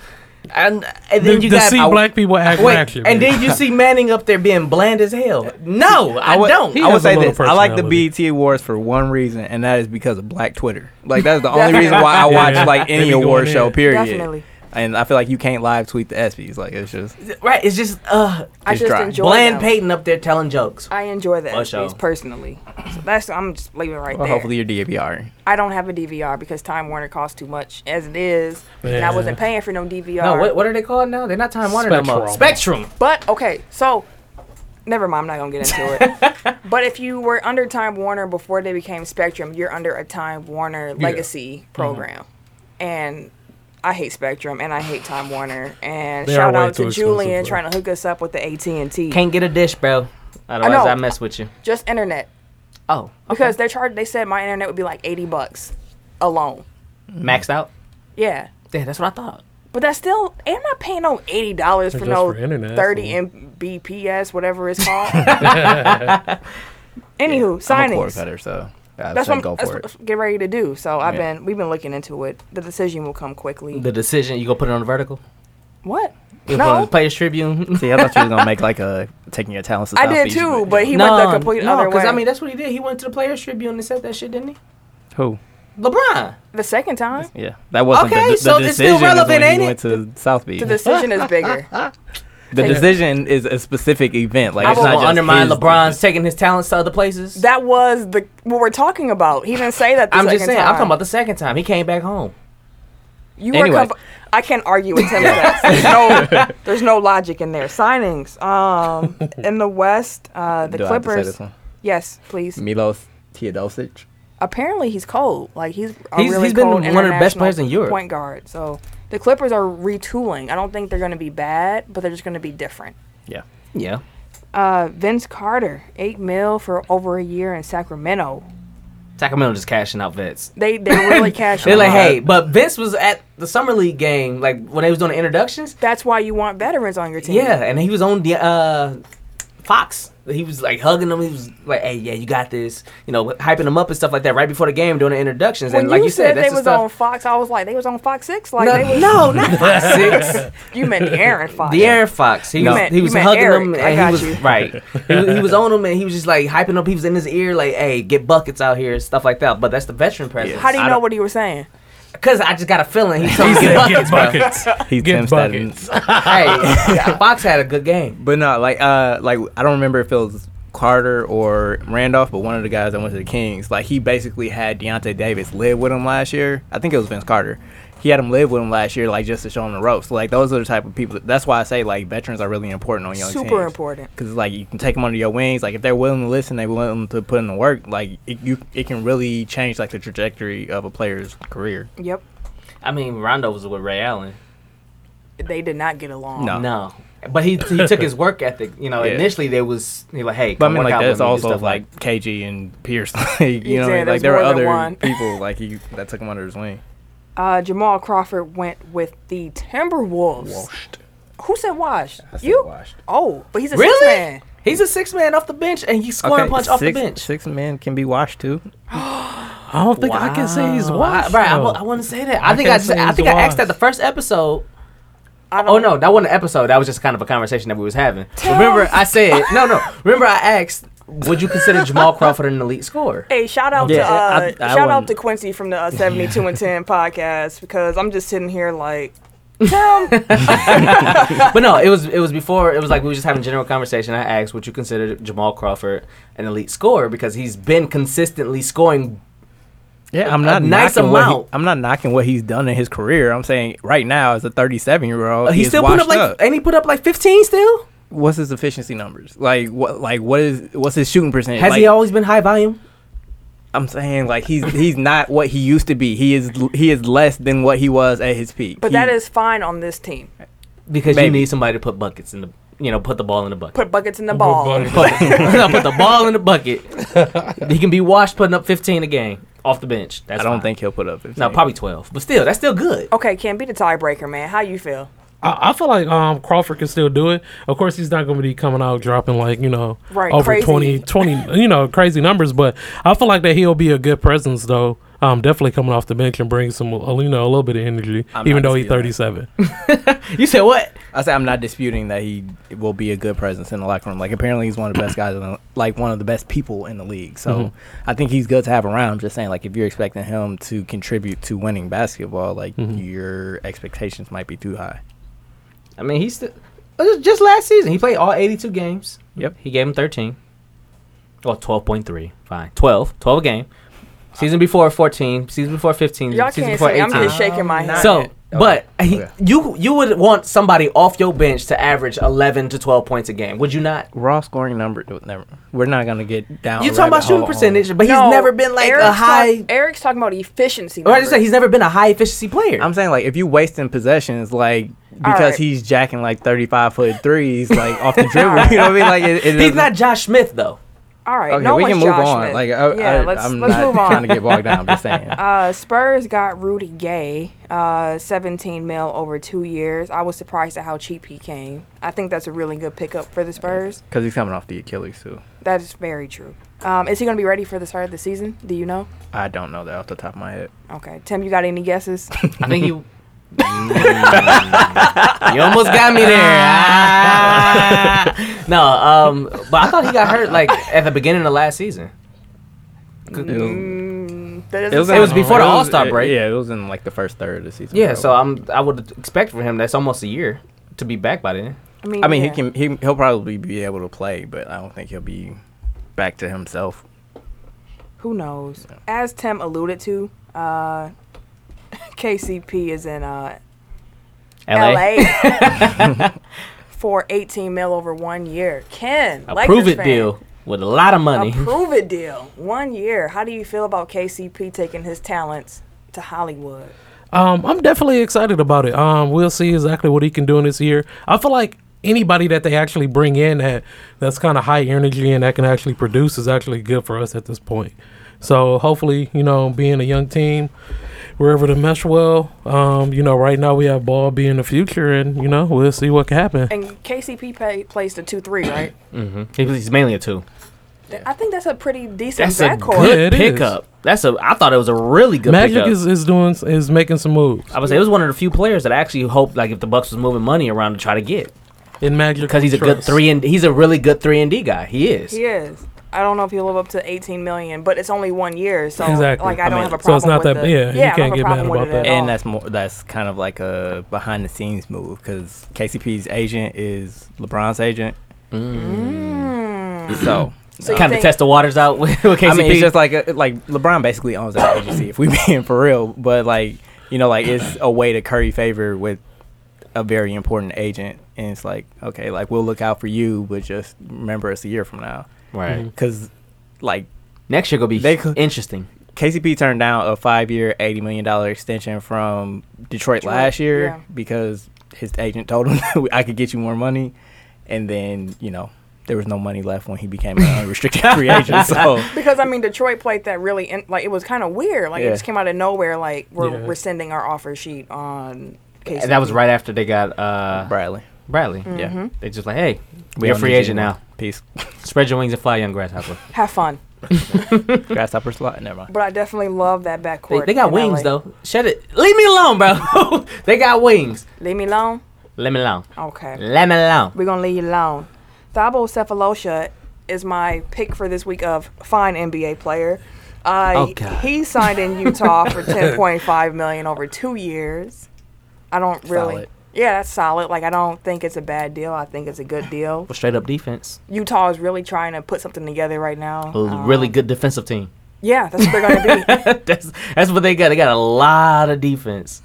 S3: And, and then
S4: To,
S3: you
S4: to
S3: got
S4: see
S3: I-
S4: black people act
S3: Wait,
S4: ratchet,
S3: and
S4: man.
S3: then you see Manning up there being bland as hell. No, I,
S2: would-
S3: don't.
S4: He
S2: I
S4: has
S2: would
S4: a
S2: say
S4: little
S2: this. I like the
S4: personality.
S2: BET Awards for one reason, and that is because of Black Twitter. Like that's the only reason why I watch
S4: Yeah.
S2: like
S4: They
S2: any
S4: be going
S2: award
S4: in.
S2: show. Period.
S1: Definitely.
S2: And I feel like you can't live tweet the ESPYS. Like it's just
S3: right? It's just uh,
S1: I
S2: It's
S1: just
S2: dry.
S1: enjoy
S3: bland
S1: them.
S3: Peyton up there telling jokes.
S1: I enjoy the
S3: For sure.
S1: ESPYS personally. So that's I'm just leaving it right
S2: well,
S1: there.
S2: hopefully your DVR.
S1: I don't have a DVR because Time Warner costs too much as it is, and I
S4: Yeah.
S1: wasn't paying for no DVR.
S3: No, what, what are they called now? They're not Time Warner no more. Spectrum.
S1: But okay, so never mind. I'm not gonna get into
S4: *laughs*
S1: it. but if you were under Time Warner before they became Spectrum, you're under a Time Warner legacy
S4: Mm-hmm.
S1: program, and. I hate Spectrum and I hate Time Warner and
S4: They are
S1: shout
S4: way
S1: out
S4: too
S1: to
S4: expensive
S1: Julian
S4: for
S1: trying to hook us up with the AT and T.
S3: Can't get a dish, bro.
S1: I
S3: Otherwise,
S1: know.
S3: I, mess with you.
S1: Just internet
S3: Oh,
S1: because they charged. They said my internet would be like eighty bucks alone.
S3: maxed out.
S1: Yeah,
S3: Yeah, that's what I thought.
S1: But that's still, am I paying no eighty dollars for
S4: Just
S1: no
S4: for internet,
S1: thirty
S4: so-
S1: Mbps, whatever it's
S4: *laughs*
S1: called?
S2: I'm
S1: Anywho,
S2: a
S1: signings.
S2: cord cutter, so I
S1: that's
S2: say
S1: what I'm
S2: go
S1: that's
S2: for it.
S1: what I'm getting ready to do. So I've
S2: Yeah.
S1: been, we've been looking into it. The decision will come quickly.
S3: The decision you gonna put it on the vertical.
S1: what?
S3: You gonna put it on the
S1: No,
S3: Players Tribune.
S2: See, I thought you was gonna make like a taking your talents. To
S1: I
S2: South
S1: did
S2: Beach,
S1: too, but he
S3: no,
S1: went the complete
S3: no,
S1: other way.
S3: I mean that's what he did. He went to the Players Tribune and said that shit, didn't he?
S2: who?
S3: LeBron.
S1: the second
S3: *laughs*
S1: time,
S2: Yeah, that wasn't
S3: Okay,
S2: the, the
S3: so it's still
S2: decision. is
S3: relevant,
S2: when he
S3: ain't it?
S2: went to South Beach.
S1: the decision is
S3: *laughs*
S1: bigger.
S2: The decision is a specific event. Like
S3: I
S2: it's
S3: was
S2: not
S3: gonna
S2: just
S3: undermine
S2: his
S3: LeBron's taking his talents to other places.
S1: That was the what we're talking about. He didn't say that. The
S3: I'm
S1: second
S3: just saying.
S1: Time.
S3: I'm talking about the second time he came back home.
S1: You
S2: Anyway.
S1: were conv- I can't argue with him. with that. There's
S3: *laughs*
S1: no, there's no logic in there. Signings. Um, in the West, uh, the
S2: Do I have to say
S1: Clippers.
S2: this one?
S1: Yes, please.
S2: Milos Teodosic.
S1: Apparently, he's cold. Like he's a
S3: He's-
S1: really
S3: he's been
S1: cold
S3: one of the best
S1: international
S3: players in Europe.
S1: Point guard. So the Clippers are retooling. I don't think they're going to be bad, but they're just going to be different.
S2: Yeah.
S3: Yeah.
S1: Uh, Vince Carter, eight mil for over a year in Sacramento.
S3: Sacramento just cashing out vets.
S1: They they
S3: *laughs*
S1: really cash.
S3: They're like, hey, but Vince was at the summer league game, like when they was doing the introductions.
S1: that's why you want veterans on your team.
S3: Yeah, and he was on the uh, Fox. He was like hugging them. He was like, "Hey, yeah, you got this," you know, hyping them up and stuff like that right before the game, doing the introductions.
S1: When
S3: and like
S1: you, said,
S3: that's
S1: they
S3: the
S1: was
S3: stuff.
S1: on Fox, I was like, they was on Fox Six. Like they
S3: No,
S1: was, *laughs*
S3: *laughs* no, not Fox *laughs* Six.
S1: You meant Aaron Fox.
S3: The Air Fox. He
S1: Oh, You
S3: was
S1: meant-
S3: he
S1: you
S3: was
S1: meant
S3: hugging
S1: Eric.
S3: him
S1: I
S3: and he
S1: got
S3: was
S1: you.
S3: right.
S1: *laughs*
S3: He, was- he was on him and he was just like hyping up. He was in his ear like, "Hey, get buckets out here," and stuff like that. But that's the veteran presence.
S1: How do you know what he was saying?
S3: Because I just got a feeling
S1: *laughs*
S3: he told me to get buckets, bro.
S4: buckets.
S2: He's
S4: Get
S2: Tim
S4: buckets.
S1: *laughs*
S2: Stebbins.
S3: hey, Fox had a good game.
S2: But no, like uh like I don't remember if it was Carter or Randolph, but one of the guys that went to the Kings, like he basically had Deontay Davis live with him last year. I think it was Vince Carter. He had him live with him last year, like just to show him the ropes. Like those are the type of people. That, that's why I say like veterans are really important on young teams.
S1: Super important.
S2: Because like you can take them under your wings. Like if they're willing to listen, they're willing to put in the work. Like it, you, it can really change like the trajectory of a player's career.
S1: Yep.
S3: I mean, Rondo was with Ray Allen.
S1: They did not get along.
S2: No.
S3: No. But he, he took his work ethic. You know,
S2: Yeah.
S3: initially they was he like, hey,
S2: But I
S3: come
S2: mean,
S3: work
S2: like
S3: out
S2: that's
S3: with me," and
S2: also
S3: stuff
S2: like KG and Pierce. *laughs* Like, you know, what
S1: Yeah,
S2: I mean?
S1: there's
S2: like there were
S1: more than
S2: other
S1: one.
S2: people like he that took him under his wing.
S1: Uh, Jamal Crawford went with the Timberwolves.
S2: Washed.
S1: Who said washed?
S2: I said
S1: you?
S2: washed.
S1: Oh, but he's a
S3: Really?
S1: six man.
S3: He's a six man off the bench and he scoring a punch off the
S2: six-
S3: bench.
S2: Six men can be washed too.
S4: I don't think I can say he's
S3: Wow.
S4: washed.
S3: Right, I, wa-
S4: though.
S3: I want to say that. I, think
S4: can't
S3: I, just,
S4: say
S3: I
S4: he's
S3: think I asked that
S4: washed.
S3: the first episode.
S1: I
S3: Oh no, that wasn't an episode. That was just kind of a conversation that we was having. Remember, I said no,
S2: *laughs*
S3: no. Remember, I asked, would you consider Jamal Crawford an elite scorer?
S1: Hey, shout out
S2: Yeah,
S1: to uh,
S2: I- I
S1: shout out
S2: wouldn't-
S1: to Quincy from
S3: *laughs*
S1: the uh, seventy two and ten podcast because I'm just sitting here
S3: *laughs*
S1: like, Tim,
S3: but no, it was it was before. It was like we were just having a general conversation. I asked, would you consider Jamal Crawford an elite scorer because he's been consistently scoring
S2: Yeah, I'm
S3: not
S2: not
S3: nice knocking
S2: knocking
S3: what he-
S2: what
S3: amount.
S2: I'm not knocking what he's done in his career. I'm saying right now as a 37 year old,
S3: Uh, he
S2: he's
S3: still put
S2: washed
S3: up like,
S2: up.
S3: and he put up like 15 still.
S2: What's his efficiency numbers? Like what? Like what is? What's his shooting percentage?
S3: Has
S2: like,
S3: he always been high volume?
S2: I'm saying like he's he's not what he used to be. He is he is less than what he was at his peak.
S1: But
S2: He-
S1: that is fine on this team.
S3: because you
S2: Maybe.
S3: need somebody to put buckets in the, you know, put the ball in the bucket.
S1: Put buckets in the ball.
S3: Put, no, put the *laughs* ball in the
S2: *laughs*
S3: bucket. he can be washed putting up 15 a game off the bench. That's
S2: I don't
S3: fine.
S2: think he'll put up. 15.
S3: No, probably 12, but still, that's still good.
S1: Okay, can't be the tiebreaker, man. How you feel?
S4: I, I feel like um, Crawford can still do it. Of course, he's not going to be coming out dropping like you know
S1: Right,
S4: over
S1: crazy.
S4: twenty, twenty, 20, 20, you know, crazy numbers. But I feel like that he'll be a good presence though. Um, definitely coming off the bench and bring some, uh, you know, a little bit of energy,
S2: I'm
S4: even
S2: not
S4: though he's
S2: disputing
S4: thirty-seven.
S3: You said what?
S2: I say I'm not disputing that he will be a good presence in the locker room. Like apparently he's one of the best guys, in the, like one of the best people in the league. So
S4: Mhm.
S1: Mm-hmm.
S2: I think he's good to have around. I'm just saying, like if you're expecting him to contribute to winning basketball, like
S1: Mm-hmm.
S4: Mhm.
S2: your expectations might be too high.
S3: I mean, he's still, just, just last season, he played all 82 games.
S2: Yep.
S3: He gave him 13. Well, 12.3. Fine. 12. 12 a game. Season before 14. Season before 15.
S2: Mm.
S1: Y'all
S3: season
S1: can't
S3: before
S1: see.
S3: 18.
S1: I'm just shaking my head.
S3: so,
S2: Okay.
S3: but he,
S2: Okay.
S3: you you would want somebody off your bench to average 11 to 12 points a game, would you not?
S2: Raw scoring number, no, never. We're not gonna get down.
S3: you talking
S2: rabbit
S3: about shooting
S2: hole on-
S3: percentage, but he's
S1: No,
S3: never been like
S1: Eric's
S3: a
S1: talk-
S3: high.
S1: Eric's talking about efficiency.
S3: or I just
S1: numbers.
S3: say he's never been a high efficiency player.
S2: I'm saying like if you wasting possessions, like because
S1: right.
S2: he's jacking like 35 foot threes, like off the dribble. *laughs* You know what I mean? Like it, it
S3: he's
S2: doesn't-
S3: not Josh Smith though.
S1: All right,
S2: Okay,
S1: no
S2: we
S1: one's
S2: can move
S1: Josh
S2: on.
S1: Smith.
S2: Like I,
S1: yeah,
S2: I,
S1: let's
S2: I'm
S1: let's
S2: not
S1: move
S2: trying to
S1: on.
S2: get bogged down. I'm just saying.
S1: *laughs* Uh, Spurs got Rudy Gay, uh, 17 mil over two years. I was surprised at how cheap he came. I think that's a really good pickup for the Spurs.
S2: Because he's coming off the Achilles too.
S1: That is very true. Um, is he going to be ready for the start of the season? Do you know?
S2: I don't know that off the top of my head.
S1: Okay, Tim, you got any guesses? *laughs*
S3: I think you. *laughs* you almost got me there. Ah. *laughs* no, um, but I thought he got hurt like at the beginning of last season.
S1: Mm, that doesn't
S3: It was
S1: sound-
S3: before the
S2: it was-
S3: All-Star
S2: it-
S3: break.
S2: Yeah, it was in like the first third of the season.
S3: Yeah, so
S2: probably.
S3: I'm I would expect for him that's almost a year to be back by then.
S1: I mean,
S2: I mean,
S1: yeah.
S2: he can he, he'll probably be able to play, but I don't think he'll be back to himself.
S1: Who knows? As Tim alluded to, uh, *laughs* KCP is in uh,
S3: LA.
S1: LA
S3: *laughs*
S1: *laughs* for 18 mil over one year. Ken,
S3: A
S1: Lakers
S3: prove it
S1: fan.
S3: deal with a lot of money. *laughs*
S1: A prove it deal. One year. How do you feel about KCP taking his talents to Hollywood?
S4: Um, I'm definitely excited about it. Um, we'll see exactly what he can do in this year. I feel like anybody that they actually bring in that that's kind of high energy and that can actually produce is actually good for us at this point. So hopefully, you know, being a young team, we're able to mesh well. Um, you know, right now we have Ball being the future, and you know, we'll see what can happen.
S1: And KCP pay, plays the 2 3, right?
S3: hmm *laughs* He's mainly a two.
S1: Th- I think that's a pretty decent
S3: That's a
S1: backcourt.
S4: Yeah,
S3: good
S4: it is.
S3: pickup. That's a. I thought it was a really good
S4: Magic
S3: pickup.
S4: is, is doing is making some moves,
S3: I would say it was one of the few players that I actually hoped like if the Bucks was moving money around to try to get
S4: and Magic
S3: because he's a good
S4: trusts.
S3: three and he's a really good three and D guy. He is.
S1: He is. I don't know if he'll live up to 18 million, but it's only one year, so
S4: Exactly.
S1: like I
S4: I
S1: don't
S4: mean,
S1: have a
S4: so
S1: problem.
S4: it's not
S1: with
S4: that-
S1: the-
S4: yeah, you
S1: I don't
S4: can't
S1: have a
S4: get
S1: problem
S4: mad
S1: with
S4: about
S1: it at
S4: that.
S1: all.
S2: And that's more that's kind of like a behind the scenes move because KCP's agent is LeBron's agent.
S1: Mm.
S2: So
S1: So you
S3: kind of
S1: think-
S3: test the waters out *laughs* with, with KCP.
S2: I mean, it's just like a, like LeBron basically owns that agency if we *laughs* being for real. But like you know, like it's a way to curry favor with a very important agent, and it's like okay, like we'll look out for you, but just remember us a year from now
S3: right.
S2: because Mm-hmm. like
S3: mm-hmm. Next year gonna be
S2: They could-
S3: interesting.
S2: KCP turned down a five year, eighty million dollar extension from Detroit,
S1: Detroit,
S2: last year
S1: yeah.
S2: because his agent told him *laughs* I could get you more money, and then you know. There was no money left when he
S1: *laughs*
S2: became an unrestricted free agent. So
S1: Because I mean, Detroit played that really in, like it was kind of weird. Like it
S2: Yeah.
S1: just came out of nowhere. Like we're
S4: Yeah.
S1: rescinding our offer sheet on. KCP.
S3: And that was right after they got uh,
S2: Bradley,
S3: Bradley.
S1: Mm. Mm-hmm.
S2: yeah,
S3: They just like, hey,
S2: We
S3: you're
S2: don't
S3: free
S2: need you
S3: agent
S2: anymore.
S3: now.
S2: Peace. *laughs*
S3: Spread your wings and fly, young
S1: *laughs*
S3: grasshopper.
S1: Have fun.
S2: Grasshopper slot. Never mind.
S1: But I definitely love that
S3: They,
S1: backcourt.
S3: they got
S1: in
S3: wings
S1: LA.
S3: though. Shut it. Leave me alone, bro. *laughs* they got wings.
S1: Leave me alone.
S3: Let me alone.
S1: Okay,
S3: Let me alone.
S1: we're gonna leave you alone. Thabo Cephalosha is my pick for this week of fine NBA player. Uh,
S3: Oh, God.
S1: He signed in Utah
S3: *laughs*
S1: for ten point five million over two years. I don't really.
S2: Solid.
S1: Yeah, that's solid. Like I don't think it's a bad deal. I think it's a good deal.
S3: Well, straight up defense.
S1: Utah is really trying to put something together right now.
S3: A really
S1: Um,
S3: good defensive team. *laughs*
S1: Yeah, that's what they're gonna be.
S3: that's that's what they got. They got a lot of defense.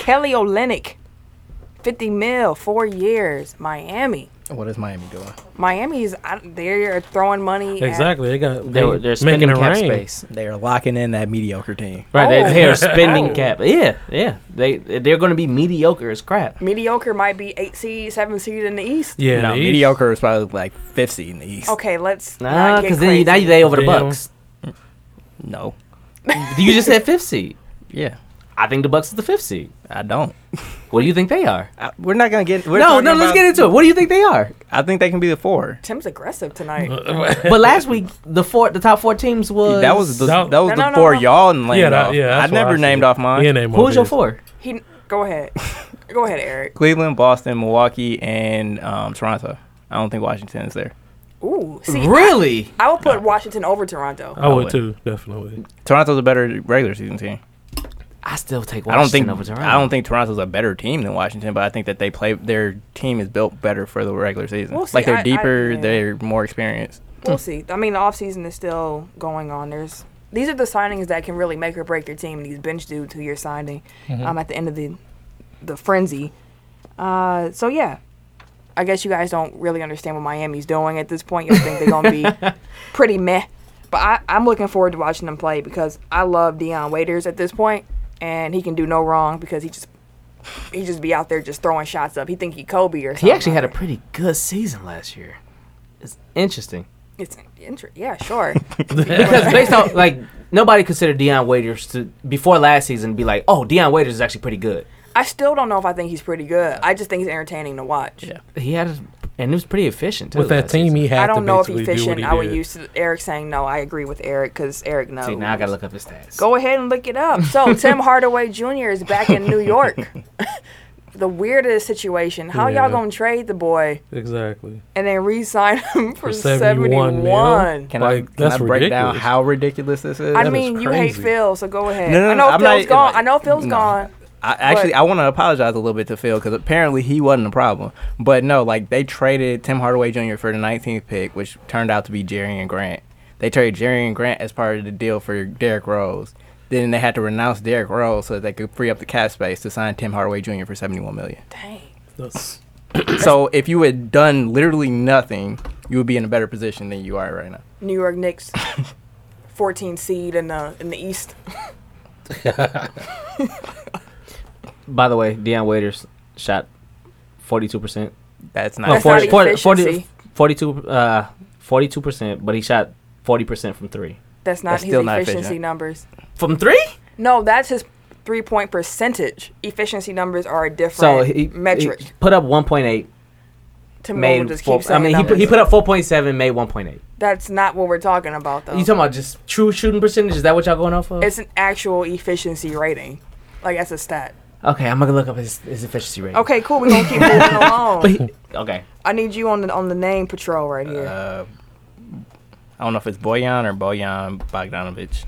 S1: Kelly Olynyk, 50 mil, four years, Miami.
S2: What is Miami doing?
S1: Miami's I- they're throwing money. at-
S4: Exactly. They got
S3: They
S4: they
S3: were they're
S4: are
S3: spending
S4: making it
S3: cap
S4: rain.
S3: space.
S2: They are locking in that mediocre team.
S3: Right, they,
S1: Oh.
S3: they are spending
S1: Oh. *laughs*
S3: cap. Yeah, yeah. They they're going to be mediocre as crap.
S1: mediocre might be eight seed, seven seed in the East.
S4: Yeah,
S2: no,
S4: the East- *laughs*
S2: mediocre is probably like fifth seed in the East.
S1: Okay, let's
S3: Nah,
S1: not get
S3: because then you, now
S1: crazy.
S3: you they over the
S4: Damn.
S3: Bucks.
S2: No.
S3: You just said fifth seed.
S2: Yeah,
S3: I think the Bucks is the fifth seed.
S2: I don't.
S3: What do you think they are?
S2: I, Uh, we're not gonna get. We're
S3: no,
S2: talking
S3: no. Let's
S2: about-
S3: get into it. What do you think they
S2: *laughs*
S3: are?
S2: I think they can be the four.
S1: Tim's aggressive tonight.
S4: Uh.
S3: but last week the four the top four teams was
S2: that was the,
S4: That-
S2: that, was
S1: No,
S2: the
S1: no, no,
S2: four
S1: no.
S2: y'all named
S4: Yeah, that-
S2: off.
S4: yeah.
S2: I
S4: that's what
S2: never
S4: said.
S2: named off mine.
S4: Yeah, name
S3: who was your
S4: his.
S3: four?
S1: he go
S3: *laughs*
S1: ahead, go ahead, Eric.
S2: Cleveland, Boston, Milwaukee, and um, Toronto. I don't think Washington is there.
S1: Ooh, see,
S3: really?
S1: I, I would put Washington over Toronto.
S4: I would
S2: would.
S4: too, definitely.
S2: Toronto's a better regular season team.
S3: I still take
S2: I don't
S3: Washington
S2: think
S3: over Toronto.
S2: I don't think Toronto's a better team than Washington, but I think that they play their team is built better for the regular season.
S1: Well, see,
S2: like they're
S1: I- I-
S2: deeper,
S1: yeah.
S2: they're more experienced.
S3: Hmm.
S1: We'll see. I mean, the offseason is still going on. There's these are the signings that can really make or break your team. These bench dudes who you're signing
S3: Mm-hmm.
S1: um, at the end of the the frenzy. Uh, so yeah, I guess you guys don't really understand what Miami's doing at this point. You think they're gonna
S3: *laughs*
S1: be pretty meh, but I, I'm looking forward to watching them play because I love Deion Waiters at this point, and he can do no wrong because he just he just be out there just throwing shots up. He think he Kobe or something.
S3: He actually had a
S1: like-
S3: pretty good season last year. It's interesting
S1: It's inter- yeah,
S3: *laughs*
S1: sure.
S3: because
S2: *laughs*
S3: based on like nobody considered Deion Waiters to before last season to be like, oh, Deion Waiters is actually pretty good.
S1: I still don't know if I think he's pretty good. I just think he's entertaining to watch.
S3: He had, a, and it was pretty efficient too
S4: With that
S3: last
S4: team,
S3: season.
S4: he had
S1: I don't
S4: to
S1: know if
S4: basically
S1: he's
S4: do what
S1: fishing.
S4: he
S1: I would
S4: did.
S1: use Eric saying no. I agree with Eric because Eric knows.
S3: See, now I gotta look up his stats.
S1: Go ahead and look it up. So Tim Hardaway Jr. is back in New York. *laughs* the weirdest situation. How
S4: Yeah.
S1: y'all gonna trade the boy
S4: exactly.
S1: and then re-sign him for,
S4: For 71
S1: seventy-one?
S4: mil?
S2: Can I,
S4: Like,
S2: can
S4: that's
S2: I break down
S4: ridiculous.
S2: how ridiculous this is?
S1: I
S4: is
S1: mean, you hate
S4: crazy.
S1: Phil, so go ahead.
S2: No, no,
S1: I
S2: no,
S1: know
S2: I'm
S1: Phil's
S2: not-
S1: gone.
S2: like,
S1: I know Phil's
S2: no.
S1: gone.
S2: I, actually,
S1: But-
S2: I want to apologize a little bit to Phil because apparently he wasn't the problem. But no, like they traded Tim Hardaway Jr. for the 19th pick, which turned out to be Jerry and Grant. They traded Jerry and Grant as part of the deal for Derrick Rose. Then they had to renounce Derrick Rose so that they could free up the cap space to sign Tim Hardaway Jr. for 71 million.
S1: Dang.
S4: That's,
S2: so if you had done literally nothing, you would be in a better position than you are right now.
S1: New York Knicks, fourteen seed in the in the East.
S3: By the way, Deion Waiters shot forty-two percent.
S2: That's not.
S3: No,
S1: That's
S2: That's
S1: not
S3: 40,
S1: even
S3: 40, 40,
S1: efficiency.
S3: 42 uh, 42%, but he shot 40% from three.
S1: That's not
S2: That's
S1: his
S2: still not
S1: efficiency
S2: efficient.
S1: numbers.
S3: From three?
S1: No, that's his three point percentage. Efficiency numbers are a different
S3: So he,
S1: metric.
S3: he put up 1.8,
S1: Tim Nolan
S3: made
S1: just
S3: four,
S1: keeps
S3: I
S1: saying
S3: mean, he put, he
S1: numbers.
S3: put up 4.7, made 1.8.
S1: that's not what we're talking about though.
S3: You talking about just true shooting percentage? Is that what y'all going off of?
S1: Oh. it's an actual efficiency rating. Like that's a stat.
S3: okay, I'm going to look up his, his efficiency rate.
S1: Okay, cool. We're
S3: *laughs*
S1: gonna keep moving
S3: But
S1: along.
S3: he- okay.
S1: I need you on the on the name patrol right here.
S2: uh, I don't know if it's Boyan or Boyan Bogdanovich.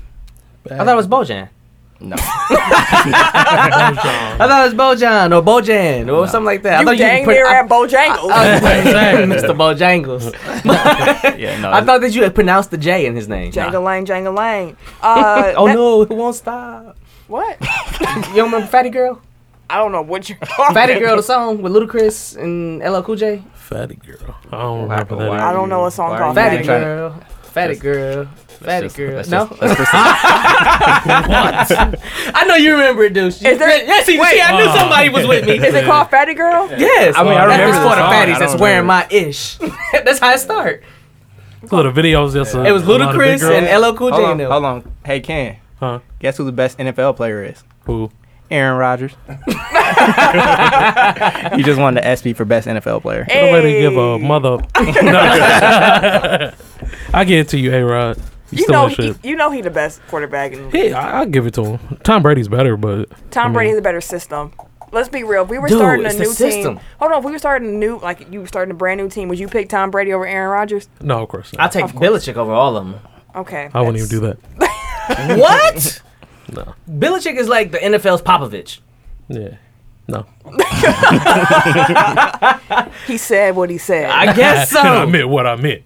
S3: I thought it was Bojan.
S2: No. *laughs*
S3: I thought it was Bojan or Bojan or something like that. I
S1: you
S3: thought
S1: dang
S3: put-
S1: near
S3: I- *laughs*
S1: at Bojangles. *laughs*
S3: Mr. Bojangles. *laughs*
S2: yeah, no.
S3: I thought that you had pronounced the J in his name.
S1: Jangle Lane, Jangle Lane. Uh,
S3: *laughs* Oh
S1: that-
S3: no, it won't stop.
S1: What?
S3: You don't remember Fatty Girl?
S1: I don't know what you're talking.
S3: Fatty *laughs* Girl, the song with Ludacris and LL Cool J.
S4: Fatty girl. I don't
S2: Wow,
S4: remember that.
S2: wow.
S4: either.
S1: I don't know a song
S2: Why are
S1: called
S2: you
S3: Fatty
S1: Fatty
S2: Thank trying-
S1: Girl.
S3: Girl.
S2: you.
S3: Fatty
S2: Just-
S3: Girl. Fatty
S2: just-
S3: Girl.
S2: let's
S3: No?
S2: just- let's *laughs* proceed.
S3: I know you remember it, dude.
S1: Is there-
S3: yes, see, see, I knew
S4: Oh.
S3: somebody was with *laughs* me.
S1: Is it called Fatty Girl?
S3: Yes.
S2: I mean, I
S3: That
S2: remember
S3: is
S2: the
S3: for the
S2: song,
S3: fatties
S2: I
S3: that's
S2: don't
S3: wearing
S2: remember
S3: my ish. *laughs* that's how it started.
S4: So the video was just. A,
S3: It was
S4: a lot of big
S3: Ludacris and
S4: girls.
S3: LL Cool
S2: hold,
S3: J.
S2: on,
S3: in there.
S2: hold on. Hey, Ken,
S4: Huh?
S2: guess who the best NFL player is?
S4: Who?
S2: Aaron *laughs* Rodgers. he just won the SB for best NFL player.
S1: Hey.
S4: Nobody give a mother. *laughs* No. I give it to you, A Rod. You,
S1: You
S4: still
S1: know,
S4: ain't
S1: he,
S4: shit.
S1: you know he the best quarterback in the league.
S4: Yeah, I, I give it to him. Tom Brady's better, but
S1: Tom
S4: I mean-
S1: Brady has a better system. Let's be real. If we were
S3: Dude,
S1: starting a
S3: it's
S1: new
S3: the
S1: team,
S3: system.
S1: hold on. If we were starting a new, like you were starting a brand new team, would you pick Tom Brady over Aaron Rodgers?
S4: no, of course
S3: I'll
S4: not.
S3: take Belichick over all of them.
S1: Okay.
S4: I wouldn't even do
S3: *laughs*
S4: that.
S3: what?
S4: No.
S3: Belichick is like the NFL's Popovich.
S4: Yeah. No.
S1: He said what he said.
S3: *laughs* I guess so.
S4: And I meant what I meant.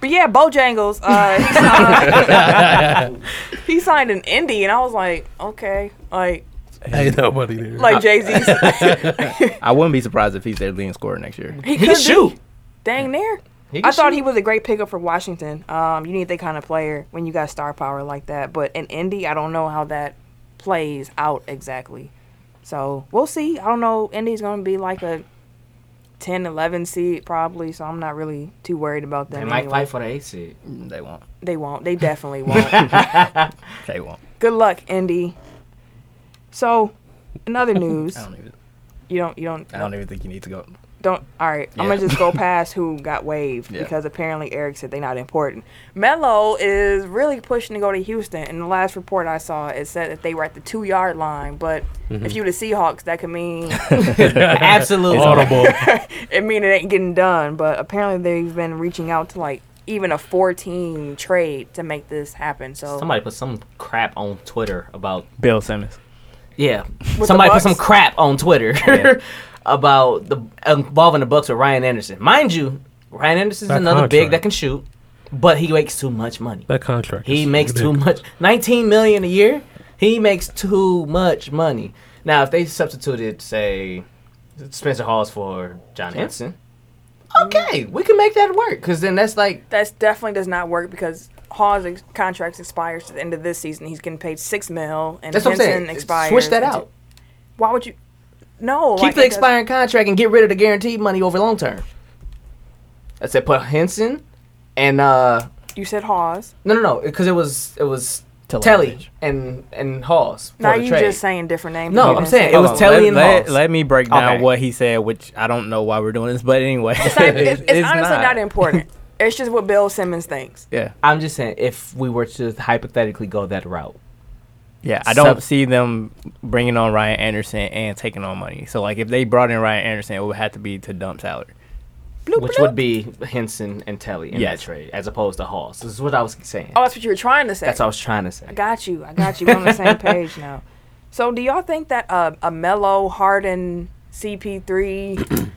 S1: but yeah, Bojangles. Uh, he, *laughs* signed, he signed an indie, and I was like, okay, like
S4: Ain't nobody there.
S1: Like Jay Z,
S2: I wouldn't be surprised if he's their leading scorer next year.
S1: he
S3: He
S1: could
S3: can
S1: be.
S3: shoot.
S1: Dang near.
S3: He can
S1: I thought
S3: shoot.
S1: he was a great pickup for Washington. Um, you need that kind of player when you got star power like that. But in Indy, I don't know how that plays out exactly. So we'll see. I don't know. Indy's going to be like a 10, 11 seed probably. So I'm not really too worried about
S3: They
S1: them.
S3: might
S1: anyway.
S3: fight for the A *laughs* seed.
S2: They won't.
S1: They won't. They definitely won't.
S2: They won't.
S1: Good luck, Indy. So, in other news,
S2: I don't even.
S1: you don't you don't
S2: I don't even think you need to go.
S1: Don't. All right. I'm gonna
S2: Yeah.
S3: *laughs*
S1: just go past who got waived
S2: Yeah.
S1: because apparently Eric said they're not important. Melo is really pushing to go to Houston. And the last report I saw, it said that they were at the two yard line. But
S3: Mm-hmm.
S1: if you the Seahawks, that could mean *laughs*
S3: Absolutely.
S4: Audible.
S1: it mean it ain't getting done. But apparently they've been reaching out to like even a 14 trade to make this happen. So
S3: Somebody put some crap on Twitter about
S2: Bill Simmons.
S3: yeah.
S1: the
S3: Somebody
S1: Bucks?
S3: put some crap
S1: *laughs*
S3: on Twitter *laughs* about the involving the Bucks with Ryan Anderson. Mind you, Ryan Anderson's
S4: That
S3: another big
S4: contract.
S3: that can shoot, but he makes too much money. *laughs*
S4: that contract.
S3: He
S4: is
S3: makes too
S4: ridiculous.
S3: much. Nineteen million a year. He makes too much money. Now, if they substituted, say, Spencer Hawes for John Henson, okay, we can make that work. Cause then that's like
S1: that's definitely does not work because. Hawes' ex- contract expires to the end of this season. He's getting paid six mil, and
S3: that's what I'm
S1: Henson
S3: saying.
S1: expires.
S3: Switch that
S1: into-
S3: out.
S1: Why would you? No. like,
S3: Keep the
S1: it doesn't-
S3: expiring contract and get rid of the guaranteed money over long term. I said put Henson and uh
S1: You said Hawes.
S3: no no no because it was it was
S2: Telly.
S3: Telly and and Hawes for
S1: Now
S3: the
S1: you
S3: trade.
S1: just saying different names.
S3: No,
S1: than
S3: I'm
S1: you
S3: saying
S1: said.
S3: it was
S2: Hold on,
S3: Telly
S2: let,
S3: and
S2: let,
S3: Hawes.
S2: let me break down
S3: Okay.
S2: what he said, which I don't know why we're doing this, but anyway,
S1: *laughs* It's, like-
S2: *laughs*
S1: it's- it's honestly not, *laughs* important. It's just what Bill Simmons thinks.
S2: Yeah,
S3: I'm just saying if we were to hypothetically go that route.
S2: yeah. I don't
S3: Sub-
S2: see them bringing on Ryan Anderson and taking on money. So like, if they brought in Ryan Anderson, it would have to be to dump salary.
S3: Which would be Henson and Telly in
S2: Yes.
S3: that trade, as opposed to Hawes. This is what I was saying.
S1: Oh, that's what you were trying to say.
S3: That's what I was trying to say.
S1: I got you. I got you. We're on the same page
S3: *laughs*
S1: now. So, do y'all think that uh, a mellow, hardened
S3: *clears throat*
S1: CP3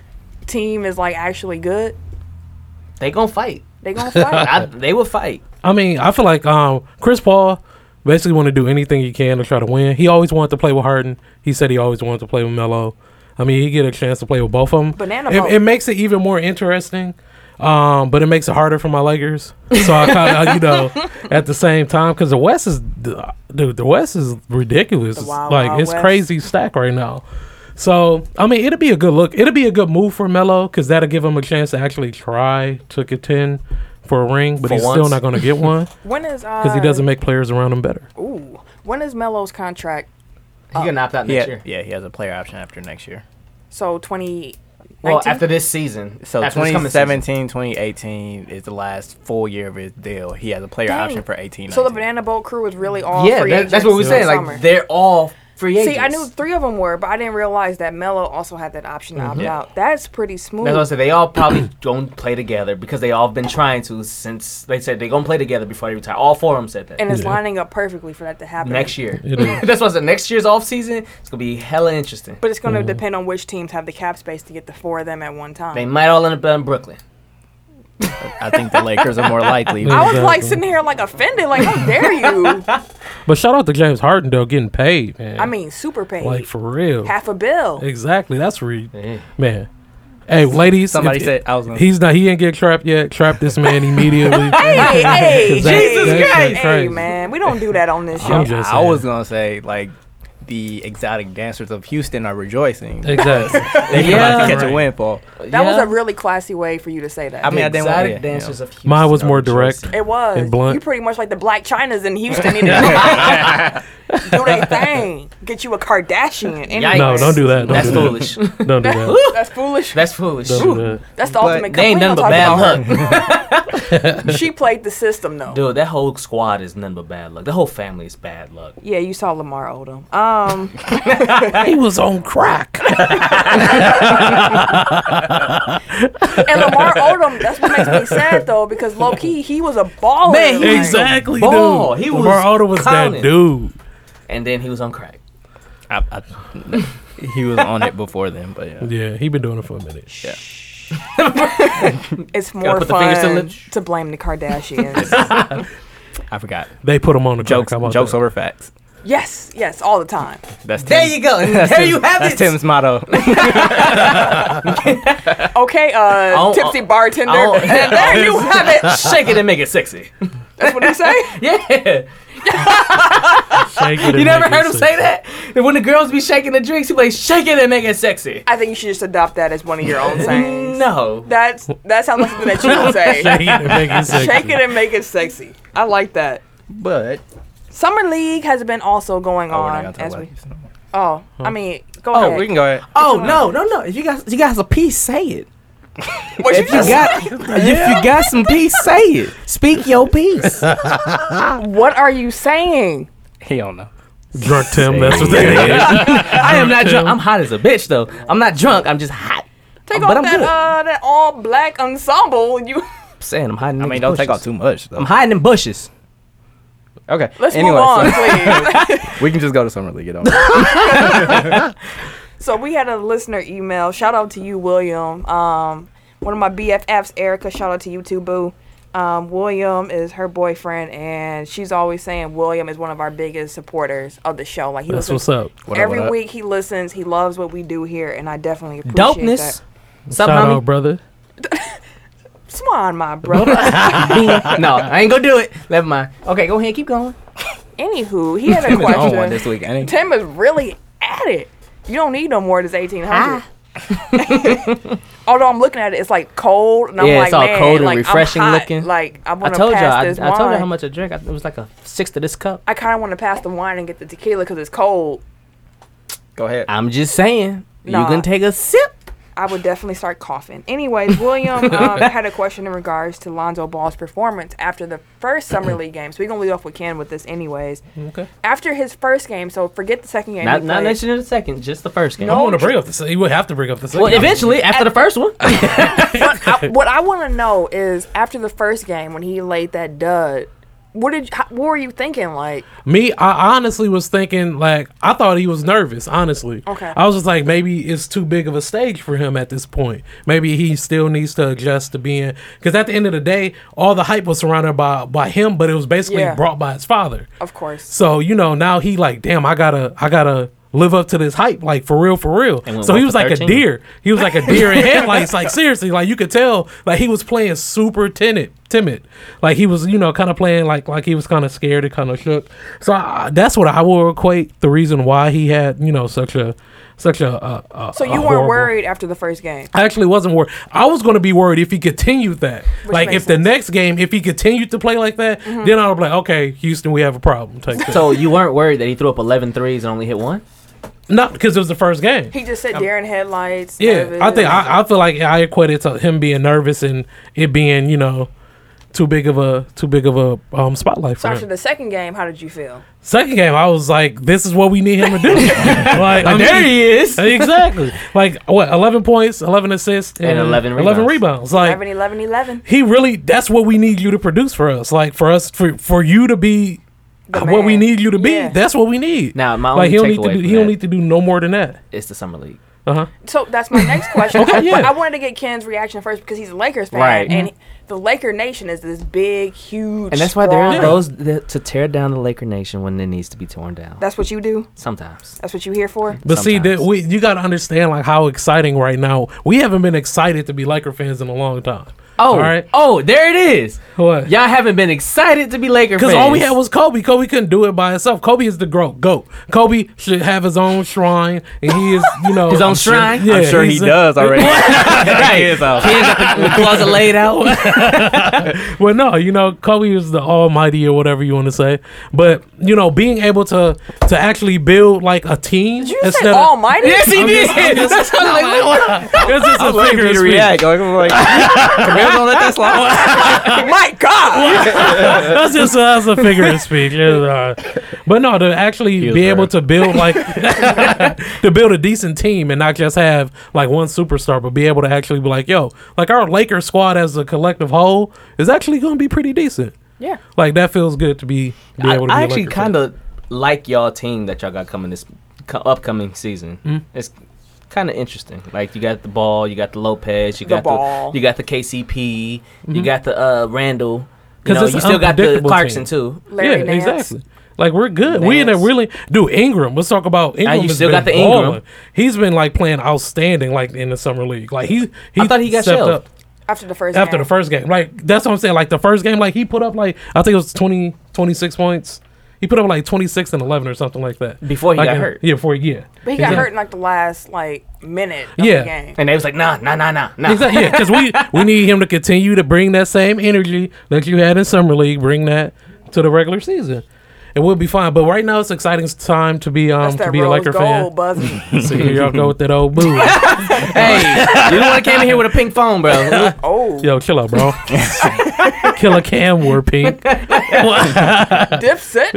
S1: team is like actually good?
S3: They gonna fight.
S1: They
S3: *laughs*
S1: gonna fight?
S3: I, they will fight.
S4: I mean, I feel like um, Chris Paul basically want to do anything he can to try to win. He always wanted to play with Harden. He said he always wanted to play with Melo. I mean, he get a chance to play with both of them.
S1: Banana boat.
S4: It, it makes it even more interesting, um, but it makes it harder for my Lakers. So I
S1: *laughs*
S4: kind of, you know, at the same time, because the West is, the- dude, the West is ridiculous.
S1: The Wild
S4: like
S1: Wild
S4: it's
S1: West.
S4: crazy stack right now. So I mean, it'll be a good look. It'll be a good move for Melo because that'll give him a chance to actually try to contend for a ring, but
S3: For
S4: he's still
S3: once.
S4: not going to get one
S1: when is uh?
S4: because he doesn't make players around him better.
S1: Ooh, when is Melo's contract? Oh.
S3: He can opt out next
S2: Yeah,
S3: year.
S2: yeah. He has a player option after next year.
S1: So twenty.
S3: Well, after this season,
S2: So
S3: after this coming season.
S2: 2017, 2018 is the last full year of his deal. He has a player
S1: Dang.
S2: option for 18.
S1: So the
S2: 19.
S1: Banana Boat crew is really all
S3: yeah,
S1: free
S3: that, that's what we
S1: are
S3: were saying. Like they're all free agents.
S1: See, I knew three of them were, but I didn't realize that Mello also had that option to opt
S4: Mm-hmm.
S2: Yeah.
S1: out. That's pretty smooth.
S3: That's what I said. They all probably *clears throat* don't play together because they all been trying to since they said they gonna play together before they retire. All four of them said that.
S1: and it's
S4: Yeah.
S1: lining up perfectly for that to happen
S3: next year, *laughs*
S4: It is.
S3: that's what I said. Next year's off season, it's gonna be hella interesting.
S1: But it's going to
S4: Mm-hmm.
S1: depend on which teams have the cap space to get the four of them at one time.
S3: They might all end up in Brooklyn.
S2: I think the Lakers are more likely.
S1: I was
S4: Exactly.
S1: like sitting here like offended, like how dare
S4: *laughs*
S1: you?
S4: But shout out to James Harden though, getting paid, man.
S1: I mean, super paid,
S4: like for real.
S1: half a bill.
S4: Exactly. That's re
S3: Yeah.
S4: man. Hey, ladies.
S2: Somebody
S4: if-
S2: said I was. Gonna,
S4: he's not. He ain't get trapped yet. Trap this man immediately.
S1: *laughs*
S4: *laughs*
S1: Hey, hey,
S4: That-
S1: Jesus
S4: that shit
S1: Christ, hey
S4: crazy.
S1: man, we don't do that on this show.
S4: I'm just
S2: I
S4: saying.
S2: was gonna say like the exotic dancers of Houston are rejoicing.
S1: *laughs*
S2: They
S4: Exactly.
S2: about to
S3: Yeah.
S2: catch a windfall.
S1: that was a really classy way for you to say that.
S2: I mean,
S3: the
S2: I didn't want-
S3: exotic
S2: yeah,
S3: dancers of Houston.
S4: Mine was
S3: are
S4: more
S3: rejoicing.
S4: direct.
S1: it was.
S4: And blunt.
S1: You pretty much like the Black Chinas in
S3: *laughs*
S1: Houston. They didn't- do their thing. Get you a Kardashian. Anyway.
S4: No, don't do that. Don't
S3: That's
S4: do that.
S3: foolish.
S4: *laughs*
S1: *laughs*
S4: Don't do that.
S1: That's foolish.
S3: That's foolish.
S4: Don't do that.
S1: That's the
S2: But
S1: ultimate.
S3: They ain't
S1: complaint
S3: nothing
S1: I'm
S3: but
S1: talking about.
S3: bad luck.
S1: She played the system though.
S3: *laughs* Dude, that whole squad is nothing but bad luck. The whole family is bad luck.
S1: Yeah, you saw Lamar Odom. Um,
S4: He was on crack.
S1: and Lamar Odom. That's what makes me sad though, because low key he was a baller.
S3: Man, he
S1: like,
S3: was a-
S4: exactly,
S3: Ball.
S4: dude.
S3: He was
S4: Lamar Odom was
S3: counting.
S4: that dude.
S3: And then he was on crack.
S2: I, I, *laughs* he was on it before then, but yeah.
S4: Yeah, he been doing it for a minute.
S1: It's more
S3: Gotta put the fingers to
S1: fun
S3: lips.
S1: to, blame the Kardashians.
S2: I forgot.
S4: They put him on the
S2: Jokes,
S4: How about
S2: jokes
S4: that?
S2: over facts.
S1: Yes, yes, all the time.
S2: That's
S3: There
S2: Tim's-
S3: you *laughs* go. And
S2: that's
S3: there
S2: Tim-
S3: you have
S2: That's
S3: it. *laughs*
S2: Tim's motto.
S1: Okay, uh,
S3: don't-
S1: tipsy bartender.
S3: I don't-
S1: and *laughs* there
S3: *laughs*
S1: you have it.
S3: Shake it and make it sexy.
S1: That's what he say.
S3: *laughs* Yeah.
S4: Shake
S3: *laughs*
S4: it
S3: You
S4: and
S3: never
S4: make it
S3: heard him
S4: sexy.
S3: say that? And when the girls be shaking the drinks, he be like, shake it and make it sexy.
S1: I think you should just adopt that as one of your
S2: *laughs*
S1: own sayings.
S3: No.
S1: That's that sounds like something that you would
S2: *laughs*
S1: say.
S4: Shake it and make it sexy.
S1: Shake it and make it sexy. I like that.
S2: but
S1: Summer league has been also going
S2: oh, we're not
S1: on
S2: gonna talk
S1: as
S2: about
S1: we.
S2: this.
S1: Oh, I mean, go
S2: Oh,
S1: ahead.
S2: we can go ahead.
S3: Oh, no, no, no. If you guys, you guys a piece, say it.
S1: What you
S2: If you
S1: just-
S2: got, if you got some peace, say it.
S3: Speak your *laughs* piece.
S1: what are you saying?
S2: He don't know.
S4: Drunk Tim, that's what they did.
S3: I am not drunk. I'm hot as a bitch, though. I'm not drunk. I'm just hot.
S1: Take
S3: But
S1: off
S3: I'm
S1: that
S3: good.
S1: uh that all black ensemble. and You *laughs*
S3: I'm saying I'm hiding.
S2: I
S3: in
S2: mean,
S3: these
S2: don't take
S3: bushes.
S2: off too much. Though.
S3: I'm hiding in bushes.
S2: Okay.
S1: let's
S2: anyway,
S1: move on,
S2: so
S1: please.
S2: *laughs* we can just go to summer league. It don't.
S1: So we had a listener email. Shout out to you, William. Um, one of my BFFs, Erica. Shout out to you too, Boo. Um, William is her boyfriend, and she's always saying William is one of our biggest supporters of the show. Like he
S4: That's
S1: listens
S4: what's up.
S2: What up,
S1: every
S2: what up?
S1: week. He listens. He loves what we do here, and I definitely appreciate
S3: Dopeness.
S1: that.
S3: What's up,
S4: Shout out,
S3: homie?
S4: brother.
S1: Swan, my brother.
S3: *laughs* no, I ain't gonna do it. Never mind. Okay, go ahead. Keep going.
S1: Anywho, he had a
S2: Tim is on one this
S1: question.
S2: week. Ain't he?
S1: Tim is really at it. You don't need no more of this eighteen hundred. *laughs* Although I'm looking at it, it's like cold, and I'm
S3: Yeah,
S1: like,
S3: it's all
S1: man,
S3: cold and
S1: like, I'm
S3: refreshing
S1: hot.
S3: looking.
S1: Like I
S3: I
S1: want to
S3: told
S1: pass
S3: y'all. I, I
S1: this wine.
S3: told you how much I drank. I, it was like a sixth of this cup.
S1: I kind of want to pass the wine and get the tequila because it's cold.
S2: Go ahead.
S3: I'm just saying.
S1: Nah.
S3: You can take a sip.
S1: I would definitely start coughing. Anyways, William
S3: *laughs*
S1: um, had a question in regards to Lonzo Ball's performance after the first summer league game. So we're gonna lead off with Ken with this, anyways.
S4: Okay.
S1: After his first game, so forget the second game.
S3: Not
S1: he
S3: not
S1: played.
S3: mentioning the second, just the first game.
S4: I
S1: No.
S4: want to bring up the. You would have to bring up the.
S3: Well,
S4: second one.
S3: eventually after the first
S4: *laughs*
S3: one.
S1: I- what I want to know is after the first game when he laid that dud, what did how, what were you thinking? Like,
S4: Me, I honestly was thinking like I thought he was nervous. Honestly,
S1: Okay.
S4: I was just like maybe it's too big of a stage for him at this point. Maybe he still needs to adjust to being because at the end of the day, all the hype was surrounded by by him, but it was basically
S1: Yeah.
S4: brought by his father.
S1: of course,
S4: So you know now he like damn, I gotta I gotta live up to this hype like for real for real.
S3: And went
S4: So
S3: one
S4: he was
S3: for
S4: like
S3: 13.
S4: a deer. He was like a deer in headlights. Like seriously, like you could tell like he was playing super timid, timid. Like he was you know kind of playing like like he was kind of scared and kind of shook. So I, that's what I will equate the reason why he had you know such a such a, a, a
S1: so
S4: a
S1: you weren't
S4: horrible-
S1: worried after the first game.
S4: I actually wasn't worried. I was going to be worried if he continued that. like
S1: makes Mm-hmm.
S4: if the next game, if he continued to play like that, then I would be like, okay, Houston, we have a problem. Take that.
S3: so you weren't worried that he threw up 11 threes and only hit one?
S4: No, because it was the first game.
S1: He just said Darren headlights.
S4: Yeah,
S1: nervous.
S4: I think I, I feel like I equate it to him being nervous and it being you know too big of a too big of a um, spotlight
S1: So
S4: for
S1: after
S4: him.
S1: the second game, how did you feel?
S4: Second game, I was like, this is what we need him to
S1: *laughs*
S4: do. like I mean,
S3: there he is.
S4: exactly. Like what? Eleven points, eleven assists,
S3: And 11
S4: rebounds. Like
S1: 11 11 11.
S4: he really that's what we need you to produce for us like for us for for you to be
S1: The
S4: what we
S1: man.
S4: need you to be
S1: Yeah.
S4: that's what we need
S3: Now, my only
S4: like he don't
S3: takeaway
S4: need to do
S3: from
S4: he don't
S3: that-
S4: need to do no more than that
S3: It's the summer league.
S4: uh-huh
S1: So that's my
S4: *laughs*
S1: next question.
S4: Okay, yeah.
S1: I wanted to get Ken's reaction first because he's a Lakers fan.
S3: Right.
S1: And the Laker Nation is this big, huge.
S3: And that's why there
S1: strong-
S3: are those that, to tear down the Laker Nation when it needs to be torn down.
S1: That's what you do?
S3: Sometimes.
S1: That's what you here for?
S4: but see that
S3: Sometimes.
S4: we you got to understand like how exciting right now we haven't been excited to be Laker fans in a long time
S3: Oh,
S4: all right
S3: oh, there it is.
S4: What?
S3: Y'all haven't been excited to be Laker fans.
S4: because all we had
S3: *laughs*
S4: was Kobe. Kobe couldn't do it by himself. Kobe is the GOAT. Goat. Kobe should have his own shrine, and he is,
S3: *laughs*
S4: you know,
S3: His own shrine?
S4: Yeah,
S2: I'm sure he
S4: he's a-
S3: *laughs*
S2: does already.
S3: Right.
S2: He is, uh,
S3: Kids got the, the closet laid
S4: *laughs*
S3: out.
S4: Well, no, you know, Kobe is the almighty or whatever you want to say. But you know, being able to to actually build like a team
S1: You
S4: instead
S1: said
S4: of
S1: almighty?
S3: yes, he
S4: I'm
S3: did.
S4: just- I'm just-
S3: That's what I'm like, what? *laughs*
S4: *laughs* it's just a
S2: Wait for
S4: figure
S2: you
S4: of
S2: to
S4: speech.
S2: react. Like, I'm like, *laughs* Camille,
S3: *laughs*
S2: don't let
S4: *laughs*
S2: that slide.
S1: My God!
S4: That's just that's a figure of speech. It's, uh, but no, to actually
S2: was
S4: be able
S2: right.
S4: to build like *laughs* to build a decent team and not just have like one superstar, but be able to actually be like, yo, like our Lakers squad as a collective whole is actually going to be pretty decent.
S1: yeah.
S4: Like that feels good to be, be
S3: I,
S4: able to.
S3: I
S4: be a
S3: actually
S4: Laker fan.
S3: kind of like y'all team that y'all got coming this co- upcoming season.
S4: Hmm.
S3: It's kind of interesting. Like you got the ball, you got the Lopez, you
S1: The
S3: got
S1: ball.
S3: the you got the KCP, you got the uh, Randall. You
S4: 'Cause
S3: know,
S4: Hmm. it's
S3: you
S4: an
S3: still got the
S4: unpredictable
S3: Clarkson
S4: team.
S3: too.
S1: Larry Nance.
S4: exactly. Like we're good. We in there
S3: Nance.
S4: really do Ingram. Let's talk about Ingram.
S3: you
S4: has
S3: still got
S4: been
S3: the Ingram.
S4: balling. He's been like playing outstanding, like in the summer league. Like he, he
S3: I thought he got
S4: stepped
S3: shelved.
S4: up
S1: after the first
S4: after
S1: game.
S4: the first game. Like that's what I'm saying. Like the first game, like he put up like I think it was 20, 26 points. He put up like twenty six and eleven or something like that
S3: Before he
S4: Like,
S3: got
S4: uh,
S3: hurt.
S4: Yeah, before yeah.
S1: But he got
S4: Exactly.
S1: hurt in like the last like minute of
S4: Yeah.
S1: the game.
S3: And they was like, nah, nah, nah, nah, nah.
S4: Exactly. Yeah, because we we need him to continue to bring that same energy that you had in summer league. Bring that to the regular season, and we'll be fine. But right now, it's exciting time to be um
S1: That's
S4: to
S1: that
S4: be a
S1: rose
S4: Laker
S1: gold
S4: *laughs* fan.
S1: buzzer.
S4: So here y'all go with that old boo.
S3: hey, you know what came in here with a pink phone, bro?
S1: oh,
S4: Yo, chill
S1: *laughs*
S4: out, bro. Killer Cam wore pink.
S1: Dipset.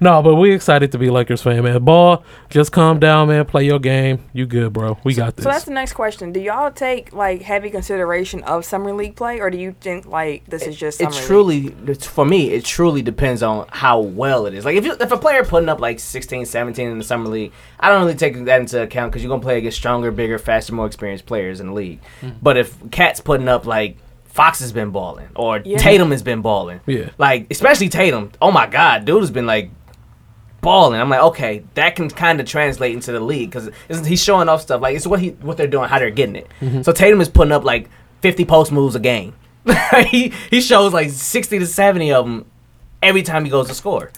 S4: No, but we excited to be Lakers fan, man. Ball, just calm down, man. Play your game. You good, bro? We got this.
S1: So that's the next question. Do y'all take like heavy consideration of summer league play, or do you think like this is just
S3: It
S1: summer league?
S3: truly, it's, for me, it truly depends on how well it is. Like, if you, if a player putting up like 16, 17 in the summer league, I don't really take that into account because you're going to play against stronger, bigger, faster, more experienced players in the league.
S1: Mm-hmm.
S3: But if Cat's putting up like Fox has been balling or
S1: Yeah.
S3: Tatum has been balling,
S4: Yeah.
S3: like, especially Tatum, oh my God, dude has been like balling. I'm like, okay, that can kind of translate into the league because he's showing off stuff. Like it's what he what they're doing, how they're getting it.
S4: Mm-hmm.
S3: So Tatum is putting up like 50 post moves a game. *laughs* he he shows like 60 to 70 of them every time he goes to score.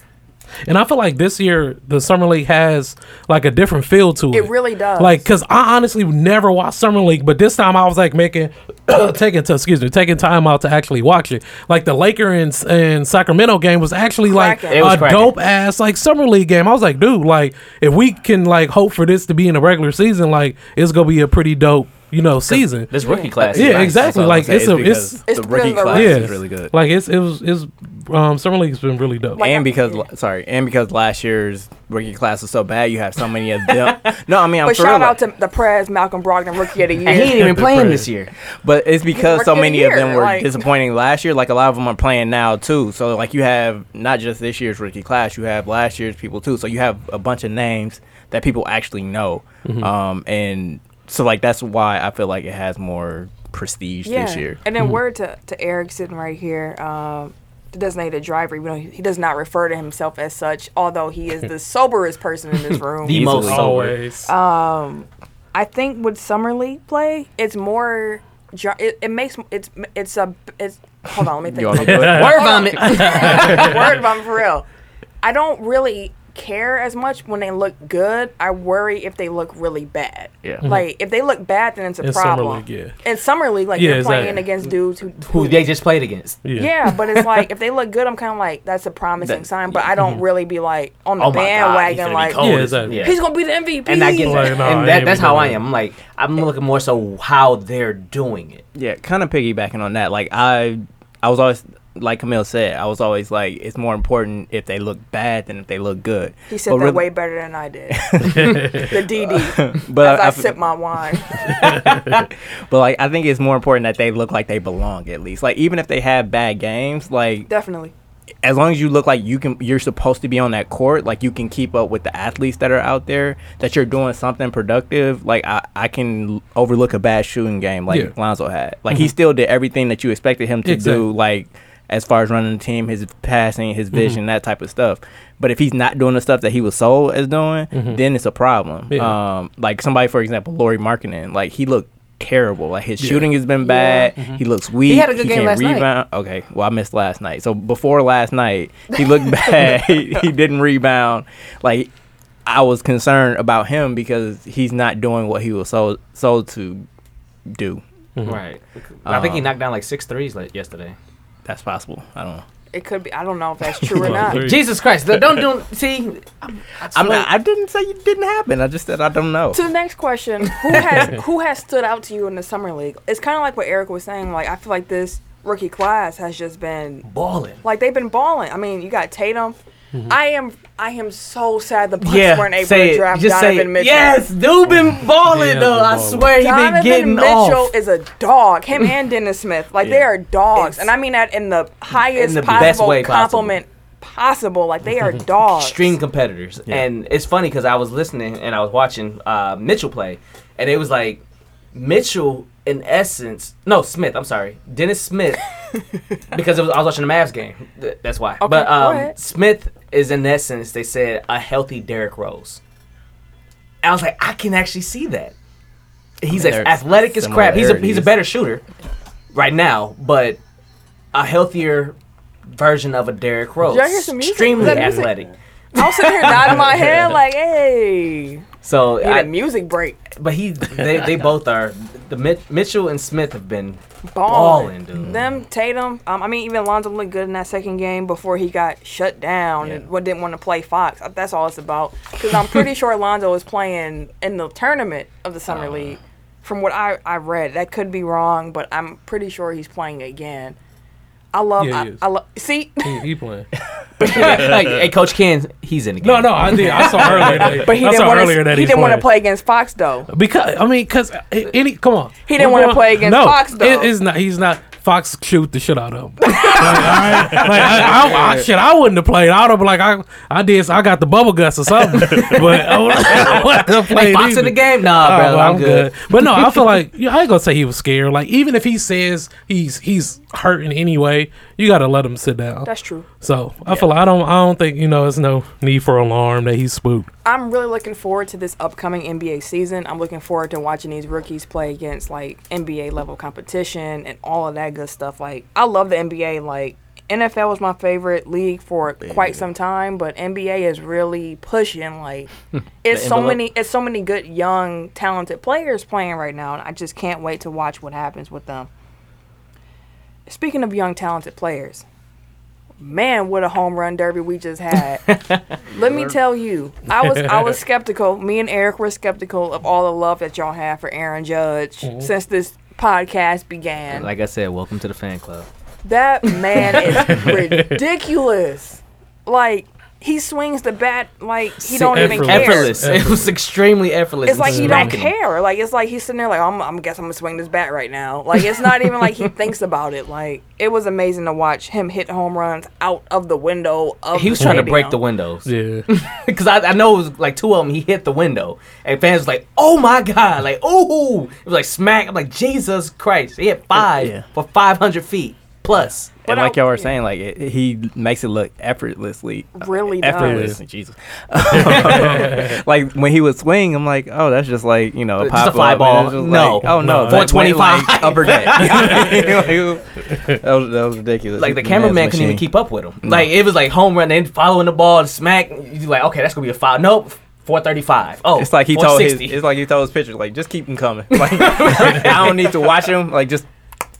S4: And I feel like this year the summer league has like a different feel to it.
S1: It really does.
S4: Like, cause I honestly never watched summer league, but this time I was like making *coughs* taking to excuse me taking time out to actually watch it. Like the Laker and, and Sacramento game was actually like
S1: Cracking. It
S3: was
S4: a
S3: cracking.
S4: dope ass like summer league game. I was like, dude, like if we can like hope for this to be in the regular season, like it's gonna be a pretty dope you know season.
S3: This rookie class. is
S4: Yeah,
S3: nice.
S4: exactly. Like,
S2: That's all I'm
S4: it's
S2: saying,
S4: a- it's-
S2: because
S1: It's
S2: the
S1: because
S2: rookie
S1: of the
S2: class
S1: rookie.
S4: Yeah,
S2: is really good.
S4: Like it's it was is um, summer league's been really dope.
S1: Like,
S2: and because
S1: yeah.
S2: sorry, and because last year's rookie class was so bad, you have so many of
S1: *laughs*
S2: them. no, I mean I'm
S1: But
S2: for
S1: shout
S2: real,
S1: out to the Prez Malcolm Brogdon Rookie of the
S3: And he ain't
S1: Year.
S3: even playing this year.
S2: But it's because so
S1: Rookie of the
S2: many of them
S1: year,
S2: were
S1: like-
S2: disappointing last year. Like a lot of them are playing now too. So like you have not just this year's rookie class, you have last year's people too. So you have a bunch of names that people actually know.
S4: Mm-hmm.
S2: Um, and so like that's why I feel like it has more prestige this year.
S1: And then word to, to Eric sitting right here, um, the designated driver, even though he, he does not refer to himself as such, although he is the soberest person in this room.
S3: The most
S2: Easily.
S3: sober.
S1: Um, I think with summer league play, it's more. dr- It, it makes it's it's a it's. Hold on, let me
S2: You
S1: think.
S2: want me to do it?
S3: Word
S1: Hold on.
S3: vomit.
S1: *laughs* Word vomit for real. I don't really care as much when they look good. I worry if they look really bad.
S3: Yeah. Mhm.
S1: Like if they look bad, then it's a
S4: In summer
S1: problem.
S4: league, yeah.
S1: In summer league, like
S4: Yeah,
S1: you're playing
S4: exactly.
S1: against dudes who
S3: *laughs* Who they just played against.
S1: *laughs* yeah. but it's like if they look good, I'm kind of like that's a promising
S2: That-
S1: sign. But I don't really be like on the
S3: Mm-hmm. Oh my God.
S1: bandwagon like
S3: He's like, cold.
S4: Yeah, exactly.
S3: Yeah.
S1: he's gonna be the MVP.
S3: and I get that.
S4: Like, nah, I
S3: and that,
S4: ain't
S3: that's how I
S4: doing
S3: am. I'm like, I'm looking more so how they're doing it.
S2: Yeah, kind of piggybacking on that. Like I, I was always like Camille said, I was always like it's more important if they look bad than if they look good.
S1: He said
S2: But
S1: that
S2: really-
S1: way better than I did. the
S3: *laughs*
S1: DD.
S2: *laughs*
S1: as
S2: But
S1: I,
S2: I,
S1: sip my wine.
S2: but like I think it's more important that they look like they belong at least. Like even if they have bad games, like
S1: Definitely.
S2: as long as you look like you can you're supposed to be on that court like you can keep up with the athletes that are out there that you're doing something productive like i, I can l- overlook a bad shooting game like
S4: Yeah. Mm-hmm.
S2: lonzo had like he still did everything that you expected him to
S4: Exactly. Mm-hmm.
S2: do like as far as running the team his passing his vision that type of stuff but if he's not doing the stuff that he was sold as doing then it's a problem
S4: Mm-hmm. Yeah.
S2: um like somebody for example Laurie markkinen like he looked terrible like his
S4: Yeah.
S2: shooting has been bad he looks weak
S3: had a good game
S2: can't
S3: last night.
S2: rebound. Okay, well I missed last night. So before last night, he looked *laughs* bad. he, he didn't rebound. Like I was concerned about him because he's not doing what he was sold sold to do.
S4: Mm-hmm.
S3: Right. I think he
S2: Um,
S3: knocked down like six threes like yesterday.
S2: That's possible. I don't know.
S1: It could be. I don't know if that's true or not.
S4: Three.
S3: Jesus Christ! Don't
S4: *laughs*
S3: don't see.
S2: I'm not, I didn't say it didn't happen. I just said I don't know.
S3: *laughs*
S1: To the next question, who has who has stood out to you in the summer league? It's kind of like what Eric was saying. Like I feel like this rookie class has just been
S3: balling.
S1: like they've been balling. I mean, you got Tatum. I am I am so sad the Bucks weren't able
S3: say
S1: to
S3: it.
S1: draft
S3: Just say
S1: Donovan
S3: it.
S1: Mitchell.
S3: Yes, dude been balling
S4: Yeah,
S3: though.
S4: been
S3: I
S4: balling.
S3: swear he
S1: Donovan
S3: been getting
S1: Mitchell
S3: off.
S1: is a dog. Him and Dennis Smith, like they
S2: Yeah.
S1: are dogs,
S3: It's-
S1: and I mean that in the highest
S3: In the best
S1: possible
S3: way possible.
S1: compliment possible. Like they
S3: *laughs*
S1: are dogs.
S3: Extreme competitors, and it's funny because I was listening and I was watching uh, Mitchell play, and it was like Mitchell, in essence, no Smith. I'm sorry,
S1: *laughs*
S3: Dennis Smith, because it was, I was watching the Mavs game. Th- That's why. but
S1: go
S3: um,
S1: ahead.
S3: Smith is in essence they said a healthy Derrick Rose. I was like, I can actually see that. He's
S2: I mean,
S3: as
S2: there's
S3: athletic as crap. He's a he's a
S2: similarities.
S3: better shooter right now, but a healthier version of a Derrick Rose.
S1: y'all hear some music?
S3: Extremely
S1: Is that music?
S3: athletic.
S1: I was sitting here nodding
S3: *laughs*
S1: my head like, hey,
S3: So,
S1: need a
S3: I,
S1: music break.
S3: but he they,
S1: *laughs*
S3: they both are the Mit- Mitchell and Smith have been balling,
S1: Balling.
S3: dude.
S1: Them Tatum, um, I mean even Lonzo looked good in that second game before he got shut down
S3: Yeah.
S1: and what didn't want to play Fox. Uh, That's all it's about. Because I'm
S4: *laughs*
S1: pretty sure Lonzo is playing in the tournament of the
S4: Uh.
S1: summer league. From what I, I read, that could be wrong, but I'm pretty sure he's playing again. I love.
S4: Yeah,
S1: I,
S4: he is.
S1: I love. See,
S4: He, he playing.
S3: hey, *laughs* hey, Coach Ken, he's in the game.
S4: No, no, I did. I *laughs* saw earlier. That,
S1: but he
S4: I
S1: didn't
S4: saw
S1: want
S4: earlier
S1: to.
S4: that
S1: He
S4: he's
S1: didn't want to
S4: playing.
S1: play against Fox though.
S4: Because I mean, because any come on,
S1: He didn't wanna
S4: Well,
S1: play against
S4: no,
S1: Fox, though.
S4: It is not. He's not. Fox shoot the shit out *laughs* of him. like, all right? Like, I, I, I, shit, I wouldn't have played. I'd have been like, I, I did. I got the bubble guts or *laughs* something. but I would- I wouldn't have
S3: Hey,
S4: played.
S3: Fox in
S4: either.
S3: the game? Nah,
S4: Oh,
S3: bro,
S4: well,
S3: I'm, good.
S4: But no, I feel like yeah, I ain't gonna say he was scared. Like even if he says he's he's hurting anyway, you gotta let him sit down.
S1: That's true.
S4: So I feel like I don't I don't think you know it's no need for alarm that he's spooked.
S1: I'm really looking forward to this upcoming NBA season. I'm looking forward to watching these rookies play against like NBA level competition and all of that good stuff. Like I love the NBA. Like NFL was my favorite league for quite some time, but NBA is really pushing like it's so
S2: envelope.
S1: many it's so many good young talented players playing right now and I just can't wait to watch what happens with them. Speaking of young talented players, man, what a home run derby we just
S3: *laughs*
S1: had. Let me tell you, I was I was skeptical. Me and Eric were skeptical of all the love that y'all have for Aaron Judge since this podcast began.
S3: Like I said, welcome to the fan club.
S1: that man
S3: *laughs*
S1: is ridiculous. Like he swings the bat like he don't even care.
S3: Effortless. It was extremely effortless.
S1: It's like he don't
S3: Smacking him.
S1: care. Like it's like he's sitting there like I'm I'm guess I'm gonna swing this bat right now. Like it's not even like he
S3: *laughs*
S1: thinks about it. Like it was amazing to watch him hit home runs out of the window of
S3: He was trying to break the
S1: stadium.
S3: windows. *laughs*
S4: Yeah.
S3: Because I, I know it was like two of them, he hit the window. And fans was like, oh my God. Like, ooh. It was like smack. I'm like, Jesus Christ. He hit five
S2: Yeah.
S3: for 500 feet plus.
S1: But
S2: and like
S1: I-
S2: y'all were
S1: yeah.
S2: saying, like it, he makes it look effortlessly.
S1: Really does.
S2: effortless. Jesus. *laughs* like when he would swing, I'm like, oh, that's just like you know, a
S3: Just
S2: pop
S3: a fly
S2: up, and
S3: ball.
S2: it's just
S3: No.
S2: like, oh no,
S3: No.
S2: it's like way,
S3: 125.
S2: like, upper
S3: *laughs*
S2: deck. *laughs* Like, that, was, that was ridiculous.
S3: Like, the
S2: He's man's
S3: cameraman couldn't even
S2: machine.
S3: keep up with him. Like, it was like home run, then following the ball, smack. You're like, okay, that's going to be a foul. Nope. 435. Oh,
S2: *laughs* It's like he told his.
S3: 460.
S2: It's like he told his pitcher, like just keep him coming. *laughs* Like I don't need to watch him. Like just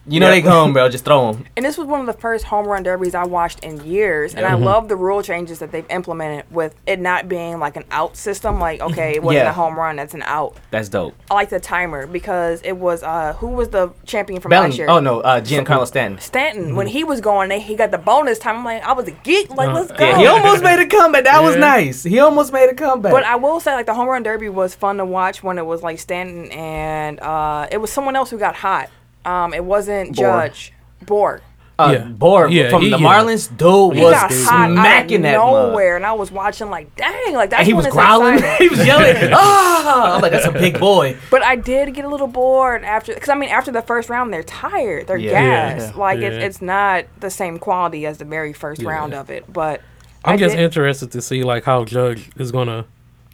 S3: you know
S2: Yeah.
S3: they home, bro. Just throw him.
S1: And this was one of the first home run derbies I watched in years. And I love the rule changes that they've implemented with it not being like an out system. Like, okay, it wasn't
S3: Yeah.
S1: a home run, that's an out.
S3: That's dope.
S1: I like the timer because it was uh who was the champion from last
S3: Belling.
S1: year?
S3: Oh Mm-hmm. no, uh, Giancarlo Stanton.
S1: Stanton. When he was going, they, he got the bonus time. I'm like, I was a geek. Like, let's go.
S3: Uh, Yeah, he almost made a comeback. That was
S4: Yeah.
S3: nice. He almost made a comeback.
S1: Oh. *laughs* But I will say, like the home run derby was fun to watch when it was like Stanton and uh, it was someone else who got hot. Um, it wasn't
S3: Bohr.
S1: Judge Borg.
S3: uh,
S4: Yeah.
S3: Borg
S4: Yeah,
S3: from
S4: he-
S3: the
S4: yeah.
S3: Marlins, dude
S1: He
S3: was
S1: got hot out
S3: smacking
S1: of
S3: that
S1: nowhere,
S3: mug.
S1: and I was watching like, dang, like that's
S3: And he
S1: when
S3: was
S1: it's
S3: growling. *laughs*
S1: exciting.
S3: he was
S2: *laughs*
S3: yelling. Ah! I'm like, that's a big boy.
S1: But I did get a little bored after, because I mean, after the first round, they're tired, they're
S3: Yeah.
S4: Yeah.
S1: gassed. Like it's
S4: Yeah.
S1: it's not the same quality as the very first round of it. But
S4: *laughs* I'm
S1: I
S4: just
S1: did
S4: interested to see like how Judge is gonna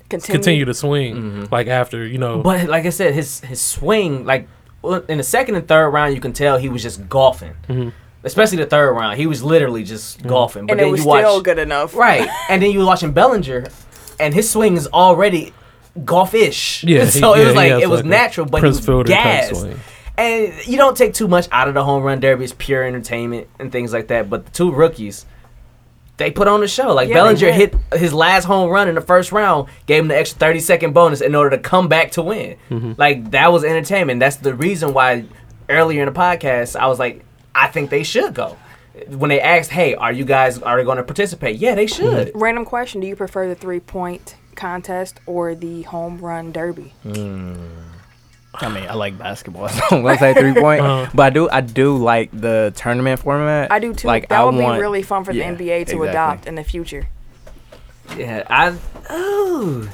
S1: continue.
S4: continue to swing
S3: Mm-hmm.
S4: like after you know.
S3: But like I said, his his swing, like well, in the second and third round, you can tell he was just golfing.
S4: Mm-hmm.
S3: Especially the third round, he was literally just golfing. But
S1: and
S3: then
S1: it was
S3: you watch,
S1: still good enough.
S3: Right. And then you were watching Bellinger, and his swing is already golf-ish.
S4: *laughs* Yeah, he-
S3: So it
S4: yeah,
S3: was
S4: he
S3: like
S4: has
S3: it was
S4: like a
S3: natural, but
S4: Prince
S3: he was
S4: Fielder type
S3: gassed.
S4: swing.
S3: And you don't take too much out of the home run derby. It's pure entertainment and things like that. But the two rookies, they put on a show.
S1: Yeah,
S3: Like
S1: they
S3: Bellinger
S1: did.
S3: hit his last home run in the first round, gave him the extra thirty second bonus in order to come back to win. Like that was entertainment. That's the reason why earlier in the podcast I was like, I think they should go. When they asked, "Hey, are you guys are going to participate?" Yeah, they should.
S1: Random question: Do you prefer the three point contest or the home run derby?
S3: Mm.
S2: I mean, I like basketball. *laughs* So I'm gonna say three point,
S3: Uh-huh.
S2: but I do, I do like the tournament format.
S1: I do too.
S2: Like
S1: that
S2: I
S1: would
S2: want-
S1: be really fun for the
S2: yeah,
S1: NBA to
S2: exactly.
S1: adopt in the future.
S3: Yeah, I. Oh,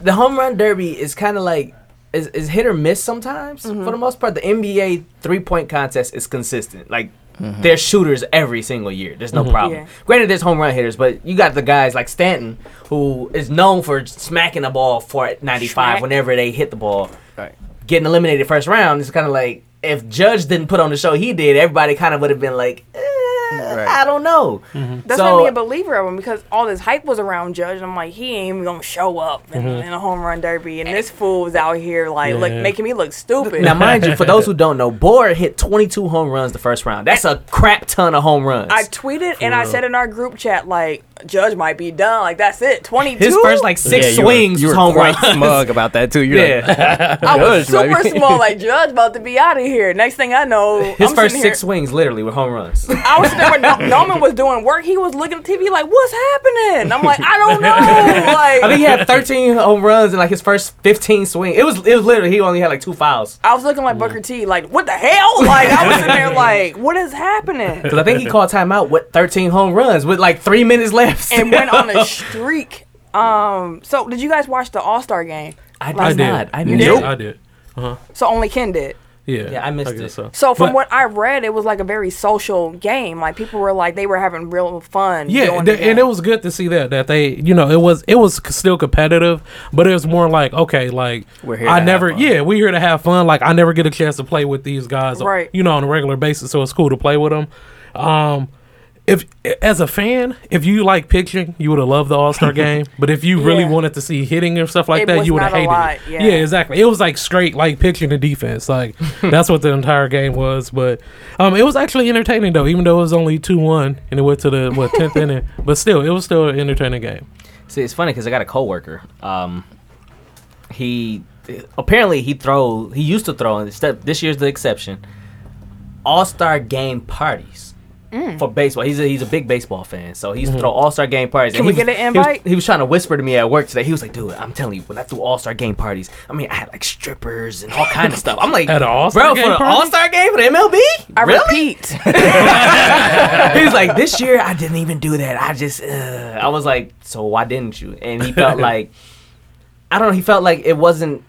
S3: the home run derby is kind of like
S1: Mm-hmm.
S3: is, is hit or miss sometimes. For the most part, the NBA three point contest is consistent. Like There's shooters every single year. There's no problem.
S1: Yeah.
S3: Granted, there's home run hitters, but you got the guys like Stanton, who is known for smacking the ball for 95
S1: Smack.
S3: whenever they hit the ball.
S2: Right.
S3: Getting eliminated first round is kind of like if Judge didn't put on the show he did, everybody kind of would have been like, eh, I don't know.
S1: That's
S3: So-
S1: made me a believer of him because all this hype was around Judge, and I'm like, he ain't even gonna show up in,
S3: Mm-hmm.
S1: in a home run derby, and this fool was out here like look,
S4: Yeah.
S1: making me look stupid.
S3: Now, mind you, for those *laughs* who don't know, Bohr hit 22 home runs the first round. That's a crap ton of home runs.
S1: I tweeted and I said in our group chat like Judge might be done, like that's it, 22.
S3: His first like six
S2: Yeah, you were-
S3: swings
S2: you were
S3: was home
S2: quite
S3: runs.
S2: smug about that too. You're like,
S3: Yeah,
S1: I was
S2: Judge might
S1: super
S2: be-
S1: small, like Judge about to be out of here. Next thing I know,
S3: *laughs* his
S1: I'm
S3: first
S1: sitting here-
S3: six swings literally were home runs.
S1: I
S3: *laughs*
S1: was sitting there when Nor- Norman was doing work. He was looking at TV like, "What's happening?" I'm like, "I don't know." Like,
S3: *laughs* I think he had 13 home runs in like his first 15 swing. It was it was literally he only had like two fouls
S1: I was looking like Booker T. Like, what the hell? Like, I was
S3: *laughs*
S1: sitting there like, what is happening?
S3: because I think he called timeout with 13 home runs with like three minutes left.
S1: And
S3: *laughs*
S1: went on
S4: *laughs*
S1: a streak. Um, so did you guys watch the All Star game?
S3: I did
S4: I did.
S3: not. I
S4: Yeah,
S3: missed
S4: I
S3: it.
S4: did.
S1: So only Ken did.
S4: Yeah.
S3: Yeah, I missed
S4: guess
S3: it.
S4: So,
S1: So from
S4: But-
S1: what I read, it was like a very social game. Like people were like they were having real fun.
S4: Yeah,
S1: doing
S4: th-
S1: the
S4: and it
S1: game.
S4: was good to see that that they, you know, it was it was c- still competitive, but it was more like okay, like
S2: We're here
S4: I
S2: to
S4: never,
S2: have fun.
S4: yeah, we here to have fun. Like I never get a chance to play with these guys,
S1: Right.
S4: You know, on a regular basis, so it's cool to play with them. Um, if as a fan, if you like pitching, you would have loved the All Star game, but if you really
S1: Yeah.
S4: wanted to see hitting or stuff like
S1: It
S4: that,
S1: was
S4: you would have
S1: not a
S4: hated
S1: lot,
S4: it.
S1: yeah.
S4: exactly. It was like straight like pitching and
S1: *laughs*
S4: defense, like that's what the entire game was. But um, it was actually entertaining though, even though it was only two one and it went to the what
S1: *laughs*
S4: tenth inning, but still, it was still an entertaining game.
S3: See, it's funny because I got a coworker. Um, he apparently he throw he used to throw. and Step this year's the exception. All Star Game parties
S1: Mm.
S3: for baseball. He's a, he's a big baseball fan, so he used to
S4: Mm-hmm.
S3: throw All Star Game parties.
S1: Can
S3: and
S1: we
S3: he was-
S1: get an
S3: he was-
S1: invite?
S3: He was, trying to whisper to me at work today. He was like, "Dude, I'm telling you, when I threw All Star Game parties, I mean, I had like strippers and all kind of stuff. I'm like,
S4: At an All-Star
S3: bro,
S4: Game
S3: for an
S4: party?
S3: All Star Game for the MLB?
S1: I
S3: really?
S4: *laughs*
S1: repeat.
S3: he was like, this year I didn't even do that. I just, uh. I was like, so why didn't you? And he
S2: *laughs*
S3: felt like, I don't know. He felt like it wasn't.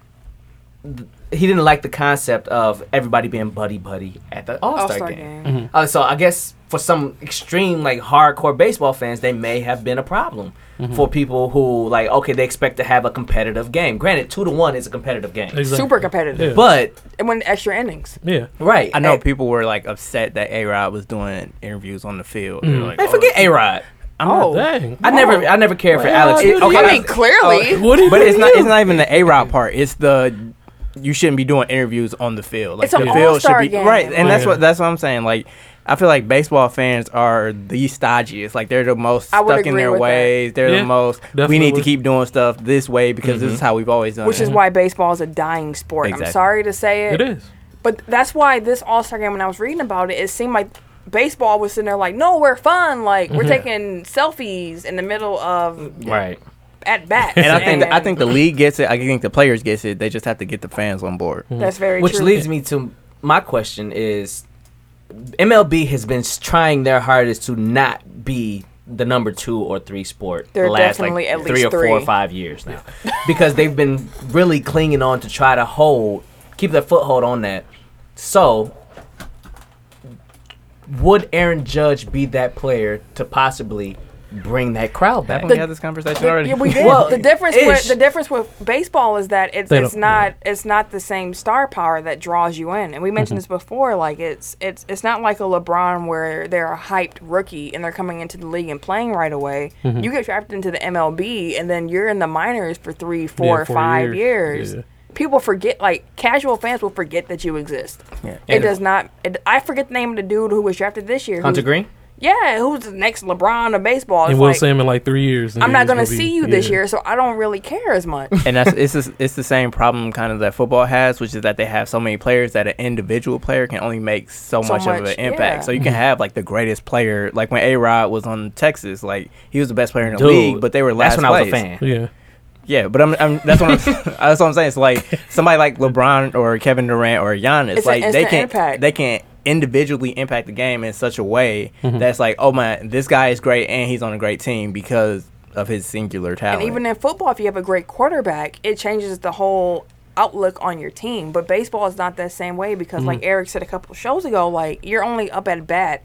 S3: He didn't like the concept of everybody being buddy buddy at the All Star
S1: All-Star
S3: game.
S4: Mm-hmm.
S1: game.
S2: Mm-hmm.
S3: Uh, so I guess for some extreme like hardcore baseball fans, they may have been a problem
S2: Mm-hmm.
S3: for people who like okay they expect to have a competitive game. Granted, two to one is a competitive game,
S4: Exactly.
S1: Super competitive.
S3: but
S1: It went extra innings.
S4: Yeah,
S3: right,
S2: I know
S3: People
S2: people were like upset that A Rod was doing interviews on the field.
S1: Mm.
S2: They were like, "Oh,
S3: they forget A Rod.
S2: I'm not
S1: Oh,
S4: dang.
S3: I never, I never cared for
S4: Well,
S3: Alex.
S4: dude,
S1: I
S4: yeah.
S1: mean, clearly.
S4: What do you
S2: *laughs* But it's
S4: do?
S2: not. It's not
S1: *laughs*
S2: even the A Rod part. It's the you shouldn't be doing interviews on the field. Like
S1: It's an
S2: the field
S1: all-star game.
S2: right, and that's
S4: Yeah.
S2: what that's what I'm saying. Like I feel like baseball fans are the stodgiest. Like they're the most
S1: I would
S2: stuck in
S1: agree
S2: their
S1: with that.
S2: ways. They're
S4: Yeah,
S2: the most.
S4: definitely Mm-hmm.
S2: We need to
S4: would.
S2: keep doing stuff this way because this is how we've always done.
S1: Which
S2: it.
S1: is why baseball is a dying sport. I'm
S2: Exactly.
S1: sorry to say
S4: It is.
S1: But that's why this All Star game, when I was reading about it, it seemed like baseball was sitting there like, no, we're fun. Like,
S4: Mm-hmm.
S1: we're taking selfies in the middle of
S3: Right.
S1: at bats.
S2: And I think the, I think the league gets it. I think the players gets it. They just have to get the fans on board.
S4: Mm.
S1: that's very
S3: Which
S1: true.
S3: leads me to my question is MLB has been s- trying their hardest to not be the number two or three sport
S1: They're
S3: the last
S1: definitely
S3: like
S1: at
S3: three
S1: least
S3: or four or
S1: three.
S3: five years now *laughs* because they've been really clinging on to try to hold keep their foothold on that. So would Aaron Judge be that player to possibly bring that crowd back?
S2: Haven't we had this conversation
S1: Yeah,
S2: already?
S1: yeah, we
S2: *laughs*
S1: did.
S3: Well,
S1: the difference with
S3: ish.
S1: the difference with baseball is that it's
S4: They
S1: it's
S4: don't-
S1: not it's not the same star power that draws you in. And we mentioned
S2: Mm-hmm.
S1: this before. Like it's it's it's not like a LeBron where they're a hyped rookie and they're coming into the league and playing right away.
S2: Mm-hmm.
S1: You get drafted into the MLB and then you're in the minors for three, four,
S4: four
S1: five years.
S4: years. Yeah.
S1: People forget, like casual fans will forget that you exist. It does not. It, I forget the name of the dude who was drafted this year.
S3: Hunter
S1: who's-
S3: Green?
S1: Yeah, who's the next LeBron of baseball?
S4: And
S1: It's
S4: we'll
S1: like-
S4: see him in like three years. and
S1: I'm not
S4: he's
S1: going to
S4: be-
S1: see you this
S4: yeah.
S1: year, so I don't really care as
S4: *laughs*
S1: much.
S2: and that's it's just, it's the same problem kind of that football has, which is that they have so many players that an individual player can only make so,
S1: So
S2: much, of
S1: much,
S2: an impact.
S1: yeah.
S2: So you
S3: Mm-hmm.
S2: can have like the greatest player, like when A Rod was on Texas, like he was the best player in the league, but they were last
S3: That's when I was a fan.
S2: place.
S4: Yeah,
S2: Yeah, but I'm, I'm that's what I'm, *laughs* that's what I'm saying. It's like somebody like LeBron or Kevin Durant or Giannis,
S1: It's an
S2: like they
S1: instant
S2: can
S1: impact.
S2: they can individually impact the game in such a way
S3: Mm-hmm.
S2: that's like, oh my, this guy is great and he's on a great team because of his singular talent.
S1: and even in football, if you have a great quarterback, it changes the whole outlook on your team. But baseball is not that same way because, like
S4: Mm.
S1: Eric said a couple of shows ago, like you're only up at bat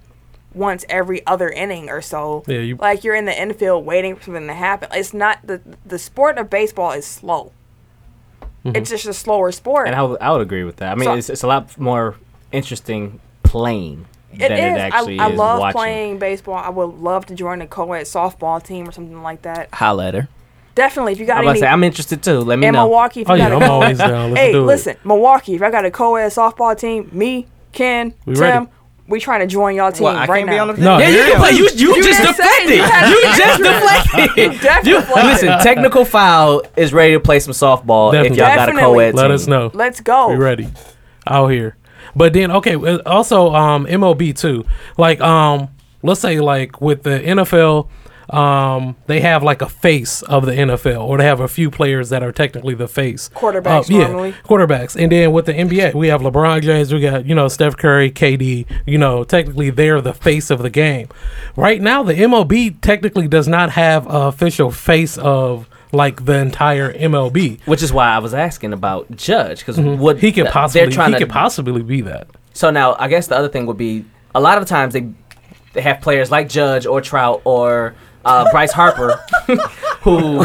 S1: once every other inning or so.
S4: Yeah, you-
S1: like you're in the infield waiting for something to happen. It's not the the sport of baseball is slow.
S4: Mm-hmm.
S1: It's just a slower sport.
S3: And I would, I would agree with that. I mean,
S1: So-
S3: it's, it's a lot more interesting playing
S1: It
S3: than
S1: is.
S3: it actually
S1: I, I
S3: is
S1: love
S3: watching.
S1: playing baseball. I would love to join a co-ed softball team or something like that.
S3: Holla at her.
S1: Definitely, if you got
S3: I'm about to
S1: any
S3: say, I'm interested too. Let me
S1: in
S3: know.
S1: Milwaukee, if you
S4: Oh,
S1: got
S4: yeah,
S1: a
S4: I'm
S1: co- *laughs*
S4: always down. Let's
S1: hey,
S4: do it.
S1: listen, Milwaukee, if I got a co-ed softball team, me, Ken,
S4: We
S1: Tim,
S4: ready.
S1: we trying to join y'all team
S2: Well, I
S1: right
S2: can't
S1: now.
S2: be on
S1: *laughs*
S2: the
S4: No,
S3: yeah, you
S4: you're-
S3: can play. You, you,
S1: You
S3: just
S1: didn't say
S3: deflected.
S1: you had
S3: You
S1: an
S3: just
S1: You *laughs*
S3: deflected.
S1: definitely
S4: *laughs*
S3: Listen, technical foul is ready to play some softball if y'all got a
S1: Definitely.
S3: co-ed
S4: Let
S3: team.
S4: us know.
S1: Let's go.
S4: We ready out here. But then okay, well, also um MLB too. Like um let's say like with the NFL um they have like a face of the NFL or they have a few players that are technically the face. Uh,
S1: Quarterbacks
S4: yeah,
S1: normally.
S4: Quarterbacks. And then with the NBA, we have LeBron James, we got, you know, Steph Curry, KD, you know, technically they're the face of the game. Right now the MLB technically does not have a official face of like the entire MLB.
S3: Which is why I was asking about Judge because what
S4: Mm-hmm. He could
S3: they're
S4: possibly
S3: trying
S4: he
S3: to
S4: could possibly be that.
S3: So now, I guess the other thing would be a lot of the times they they have players like Judge or Trout or uh, Bryce Harper who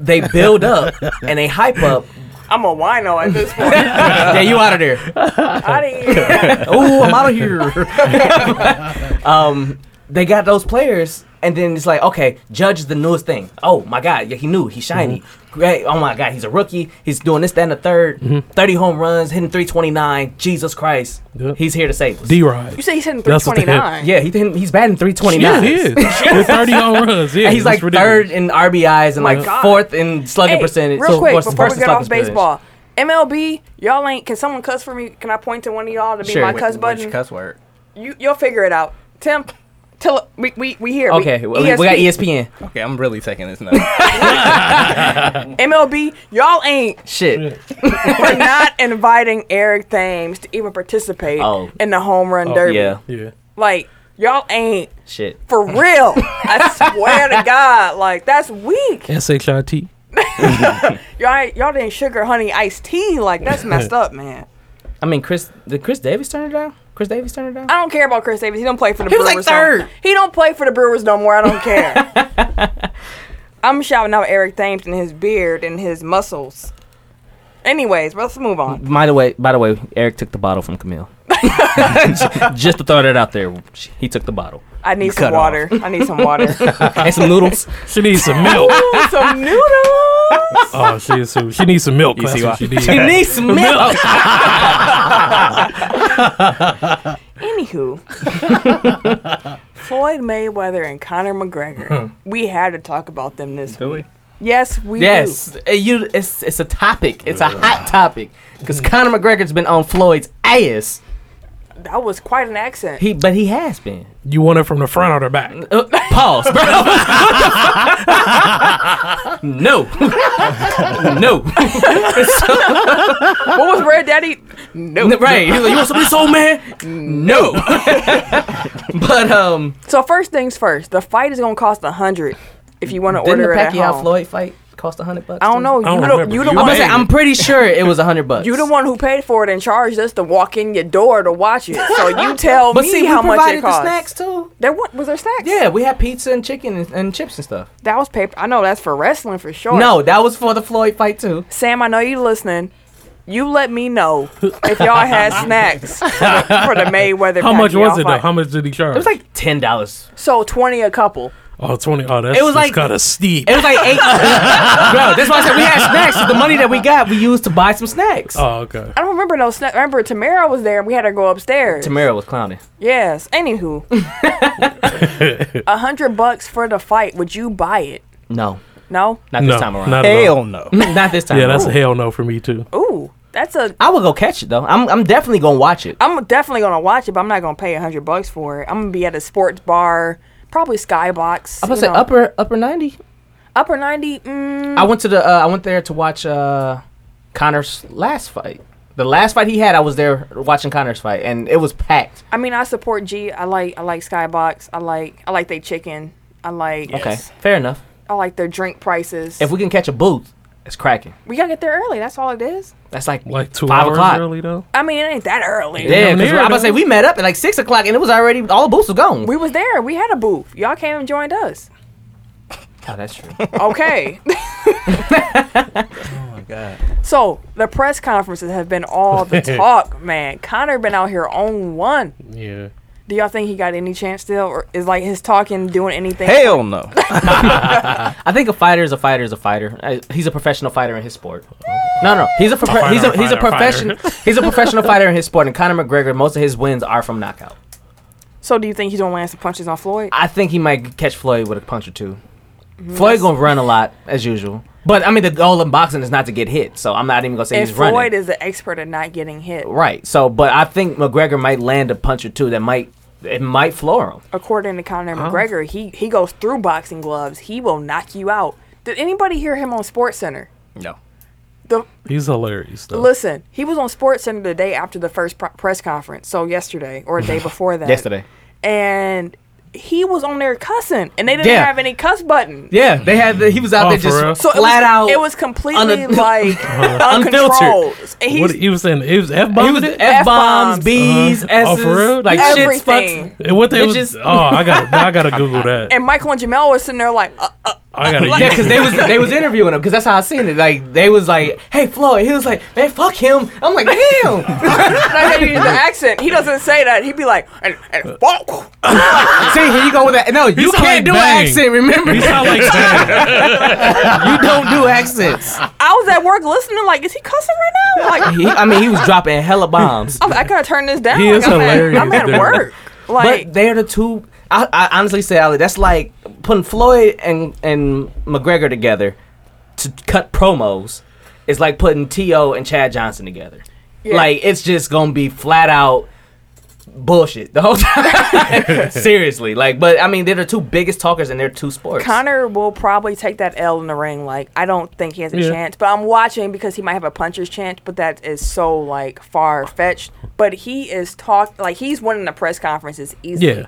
S3: they build up and they hype up.
S1: I'm a wino at this
S4: *laughs*
S1: point.
S3: yeah, you out of there.
S1: I didn't even-
S3: Oh, I'm out of here. *laughs* um, they got those players, and then it's like, okay, Judge is the newest thing. Oh my God, yeah, he knew he's shiny. Great. Oh my God, he's a rookie. He's doing this, that, and the 3rd Thirty home runs, hitting three twenty nine. Jesus Christ,
S4: Yep.
S3: he's here to save us.
S4: D Rod.
S1: You say he's hitting
S4: That's what they hit.
S1: 329.
S3: Yeah, he didn't, he's batting 329.
S4: Yeah, he is.
S3: *laughs*
S4: With 30 home runs. Yeah,
S3: And he's
S4: that's
S3: like
S4: ridiculous.
S3: third in RBIs and like
S1: God.
S3: fourth in slugging percentage.
S1: Real
S3: so
S1: quick,
S3: versus-
S1: before we
S3: versus
S1: get off
S3: slugging percentage.
S1: baseball, MLB, y'all ain't. Can someone cuss for me? Can I point to one of y'all to be
S3: Sure.
S1: my
S3: Wh-
S1: cuss
S2: Which
S1: button?
S2: cuss word?
S1: You, you'll figure it out. Tim, tell we we, we E here.
S3: Okay, well, we, we got E ESPN.
S2: Okay, I'm really taking
S4: *laughs*
S2: this now.
S1: MLB, y'all
S3: *laughs*
S1: ain't.
S3: Shit.
S1: We're not inviting Eric Thames to even participate
S3: Oh.
S1: in the home run derby.
S3: Yeah.
S4: Yeah.
S1: Like y'all ain't
S3: Shit.
S1: for real. I swear
S3: *laughs*
S1: to God, like that's weak.
S4: S-H-I-T.
S1: Y'all ain't- y'all didn't sugar honey iced tea. Like that's
S3: *laughs*
S1: messed up, man.
S3: I mean, Chris, did Chris Davis turn it down? Chris Davis turn it down?
S1: I don't care about Chris Davis. He don't play for the
S3: He was,
S1: Brewers.
S3: like,
S1: no-
S3: third.
S1: He don't play for the Brewers no more. I don't care.
S3: *laughs*
S1: I'm shouting out Eric Thames and his beard and his muscles. Anyways, let's move on.
S3: By the way, by the way, Eric took the bottle from Camille. *laughs* Just to throw that out there, he took the bottle
S1: I need some
S2: cut off.
S1: water. I need some
S3: *laughs*
S1: water. *laughs*
S3: and some
S4: *laughs*
S3: noodles.
S4: She needs
S3: *laughs*
S4: some milk.
S1: Ooh, some noodles.
S4: oh, she is so, She needs some milk. That's
S2: see
S4: what
S2: why?
S4: she needs.
S3: He needs some milk. *laughs*
S1: Anywho, Floyd Mayweather and Conor
S3: Hmm.
S1: McGregor. we had to talk about them this week. Yes, we do.
S3: *laughs* yes, uh, you. It's it's a topic. It's a hot topic because Conor McGregor's been on Floyd's ass.
S1: That was quite an accent.
S3: He but he has been.
S4: You want it from the front or the back?
S3: Uh, pause, bro. *laughs* no, no.
S1: what was Red Daddy? No.
S3: right? He's like, you want somebody soul man? No. *laughs* but um,
S1: So first things first, the fight is gonna cost a hundred if you want to
S3: didn't the
S1: order it at
S3: Pacquiao
S1: home.
S3: Floyd fight cost a hundred bucks?
S1: I don't
S3: too?
S1: know. You
S4: don't
S1: the,
S4: remember.
S1: you the
S4: You
S3: I'm
S1: one.
S3: gonna say I'm pretty sure it was a hundred bucks.
S1: you the one who paid for it and charged us to walk in your door to watch it. So you tell
S3: But
S1: me
S3: see,
S1: how
S3: we
S1: much
S3: provided
S1: it costs.
S3: the snacks too.
S1: There wa- was there snacks?
S3: Yeah, we had pizza and chicken and, and chips and stuff.
S1: that was paper. I know that's for wrestling for sure.
S3: No, that was for the Floyd fight too.
S1: Sam, I know you listening. You let me know if y'all had snacks for the Mayweather.
S4: How much
S1: Pacquiao
S4: was it, though?
S1: fight.
S4: How much did he charge?
S3: It was like ten dollars.
S1: so twenty a couple.
S4: oh, 20. Oh, that's,
S3: It was
S4: that's
S3: like-
S4: kind of steep.
S3: It was like
S1: *laughs*
S3: eight. Bro, that's why I said we had snacks. The money that we got, we used to buy some snacks.
S4: oh, okay.
S1: I don't remember no snack. I remember Tamara was there and we had to go upstairs.
S3: Tamara was clowning.
S1: Yes. Anywho, a hundred bucks for the fight. Would you buy it?
S3: No,
S1: No.
S3: not
S4: No,
S3: this time around.
S4: not at all. Oh
S2: Hell no.
S3: *laughs* not this time.
S4: Yeah, that's
S3: around.
S4: a hell no for me, too.
S3: Oh,
S1: Ooh, that's a.
S3: I would go catch it though. I'm, I'm definitely gonna watch it.
S1: I'm definitely gonna watch it, but I'm not gonna pay a hundred bucks for it. I'm gonna be at a sports bar, probably Skybox.
S3: I'm gonna
S1: you
S3: say
S1: know.
S3: upper upper ninety.
S1: upper ninety. Mm,
S3: I went to the uh, I went there to watch uh, Connor's last fight. The last fight he had, I was there watching Connor's fight, and it was packed.
S1: I mean, I support G. I like I like Skybox. I like I like they chicken. I like
S3: Okay, fair enough.
S1: I like their drink prices.
S3: If we can catch a booth, It's cracking.
S1: We gotta get there early. That's all it is.
S3: That's like
S4: Like two
S3: Five
S4: hours
S3: o'clock.
S4: early though.
S1: I mean, it ain't that early.
S3: yeah.
S4: damn
S3: 'cause
S4: near,
S3: I was
S4: though.
S3: say we met up at like six o'clock and it was already all the booths were gone.
S1: We was there. We had a booth. Y'all came and joined us.
S3: oh, that's true. *laughs*
S1: Okay.
S2: Oh my god.
S1: so the press conferences have been all
S3: *laughs*
S1: the talk, man. Connor been out here on one.
S4: Yeah.
S1: Do y'all think he got any chance still, or is like his talking doing anything?
S2: Hell *laughs* no.
S3: I think a fighter is a fighter is a fighter. Uh, He's a professional fighter in his sport. No, no, he's a, profe-
S4: fighter,
S3: he's a he's a
S4: fighter,
S3: professional he's a professional fighter in his sport. And Conor McGregor, most of his wins are from knockout.
S1: So do you think he's gonna land some punches on Floyd?
S3: I think he might catch Floyd with a punch or 2
S1: Mm-hmm.
S3: Floyd gonna run a lot as usual, but I mean the goal in boxing is not to get hit, so I'm not even gonna say
S1: and
S3: he's
S1: Floyd
S3: running.
S1: is the expert at not getting hit,
S3: right. So, but I think McGregor might land a punch or two that might it might floor him.
S1: according to Conor McGregor. He he goes through boxing gloves. He will knock you out. Did anybody hear him on Sports Center?
S3: No.
S1: The
S4: He's hilarious though.
S1: Listen, he was on Sports Center the day after the first pr- press conference, so yesterday or
S3: *laughs*
S1: the day before that.
S3: Yesterday.
S1: and he was on there cussing, and they didn't
S3: Yeah.
S1: have any cuss button.
S3: Yeah, they had the, he was out
S4: Oh,
S3: there
S4: for real?
S3: just
S1: So it
S3: flat
S1: was,
S3: out.
S1: it was completely
S3: un- *laughs*
S1: like uncontrolled. And he's
S4: What he was saying? It was f
S3: He was
S4: bombed. It
S3: f bombs,
S1: F-bombs.
S3: b's,
S4: Uh-huh. Oh,
S3: s's,
S4: for real?
S3: like shits, fucks.
S1: everything.
S4: And what they was?
S3: Bitches.
S4: Oh, I got. I gotta Google
S3: *laughs*
S4: that.
S1: And Michael and Jamel was sitting there like, uh, uh,
S4: I gotta.
S3: Yeah, *laughs* because
S4: YouTube
S3: they was they was interviewing him because that's how I seen it. Like they was like, "Hey Floyd," he was like, "Man, fuck him." I'm like, "Damn." *laughs*
S1: and I hate the
S4: *laughs*
S1: accent. He doesn't say that. He'd be like, and,
S4: Uh,
S1: and fuck.
S3: See, here you go with that. No, you
S4: sound like
S3: can't do
S4: Bang.
S3: an accent. Remember,
S4: You
S3: you *laughs*
S4: sound like that.
S3: don't do accents.
S1: I was at work listening, like, is he cussing right now? Like,
S3: He, I mean, he was dropping hella bombs,
S1: I'm, I could have turned this down.
S4: He
S1: like,
S4: is
S1: I'm
S4: hilarious,
S1: At, I'm at
S4: dude.
S1: work. Like,
S3: but they're the two. I, I honestly say, Ali, that's like putting Floyd and and McGregor together to cut promos. Is like putting To and Chad Johnson together.
S1: Yeah.
S3: Like it's just gonna be flat out bullshit the whole *laughs* time. Seriously, like, but I mean, they're the two biggest talkers in their two sports.
S1: Connor will probably take that L in the ring. Like, I don't think he has a
S4: Yeah.
S1: chance, but I'm watching because he might have a puncher's chance, but that is so, like, far fetched. But he is talk like, he's winning the press conferences easily.
S4: Yeah,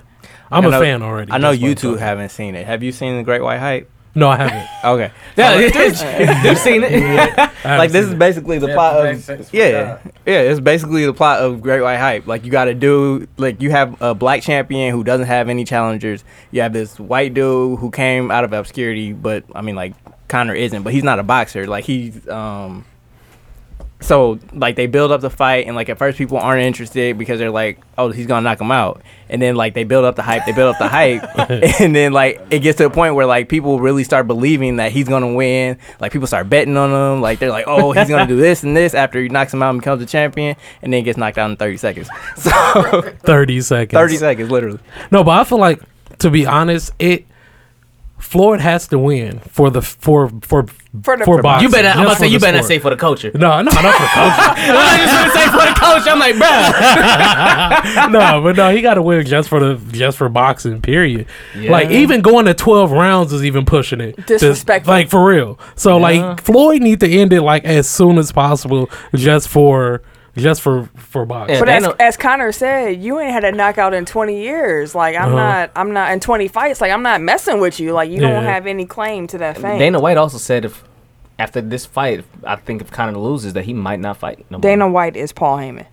S4: I'm
S2: I
S4: a
S2: know-
S4: fan already.
S2: I know
S4: That's why
S2: you
S4: I'm
S2: two
S4: talking.
S2: haven't seen it. Have you seen the Great White Hype?
S4: No, I haven't.
S2: Okay.
S3: yeah, *laughs*
S2: *laughs*
S3: you've seen it.
S4: I
S2: like
S4: haven't
S2: this
S4: seen
S2: is
S4: it.
S2: basically the plot
S5: makes sense
S2: of
S5: for
S2: yeah yeah it's basically the plot of great white hype like you got a dude like you have a black champion who doesn't have any challengers you have this white dude who came out of obscurity but i mean like connor isn't but he's not a boxer like he's um so like they build up the fight and like at first people aren't interested because they're like oh he's gonna knock him out and then like they build up the hype they build up the *laughs* hype and then like it gets to a point where like people really start believing that he's gonna win like people start betting on him like they're like oh he's *laughs* gonna do this and this after he knocks him out and becomes the champion and then gets knocked out in 30 seconds *laughs* so
S4: 30 seconds.
S2: 30 seconds literally
S4: No, but I feel like to be honest, it Floyd has to win for the for for
S1: For the-
S4: for boxing.
S3: You better. I'm
S4: just
S3: about to
S4: for
S3: say *laughs* you
S4: the
S3: better not
S4: sport.
S3: say for the culture.
S4: No, no, not for coach.
S3: I was gonna say for the coach. I'm like, bro.
S4: no, but no, he got to win just for the just for boxing. Period.
S3: Yeah.
S4: Like even going to twelve rounds is even pushing it. Just-
S1: Disrespectful.
S4: like for real. So like Floyd need to end it like as soon as possible, just for just for for boxing.
S3: Yeah.
S1: But
S3: They
S1: as,
S3: know-
S1: as Connor said, you ain't had a knockout in 20 years. Like, I'm
S4: Uh-huh.
S1: not, I'm not, in 20 fights, like, I'm not messing with you. Like, you don't
S4: Yeah.
S1: have any claim to that fame.
S3: Dana White also said if after this fight, I think if Conor loses, that he might not fight. No more.
S1: Dana White is Paul Heyman.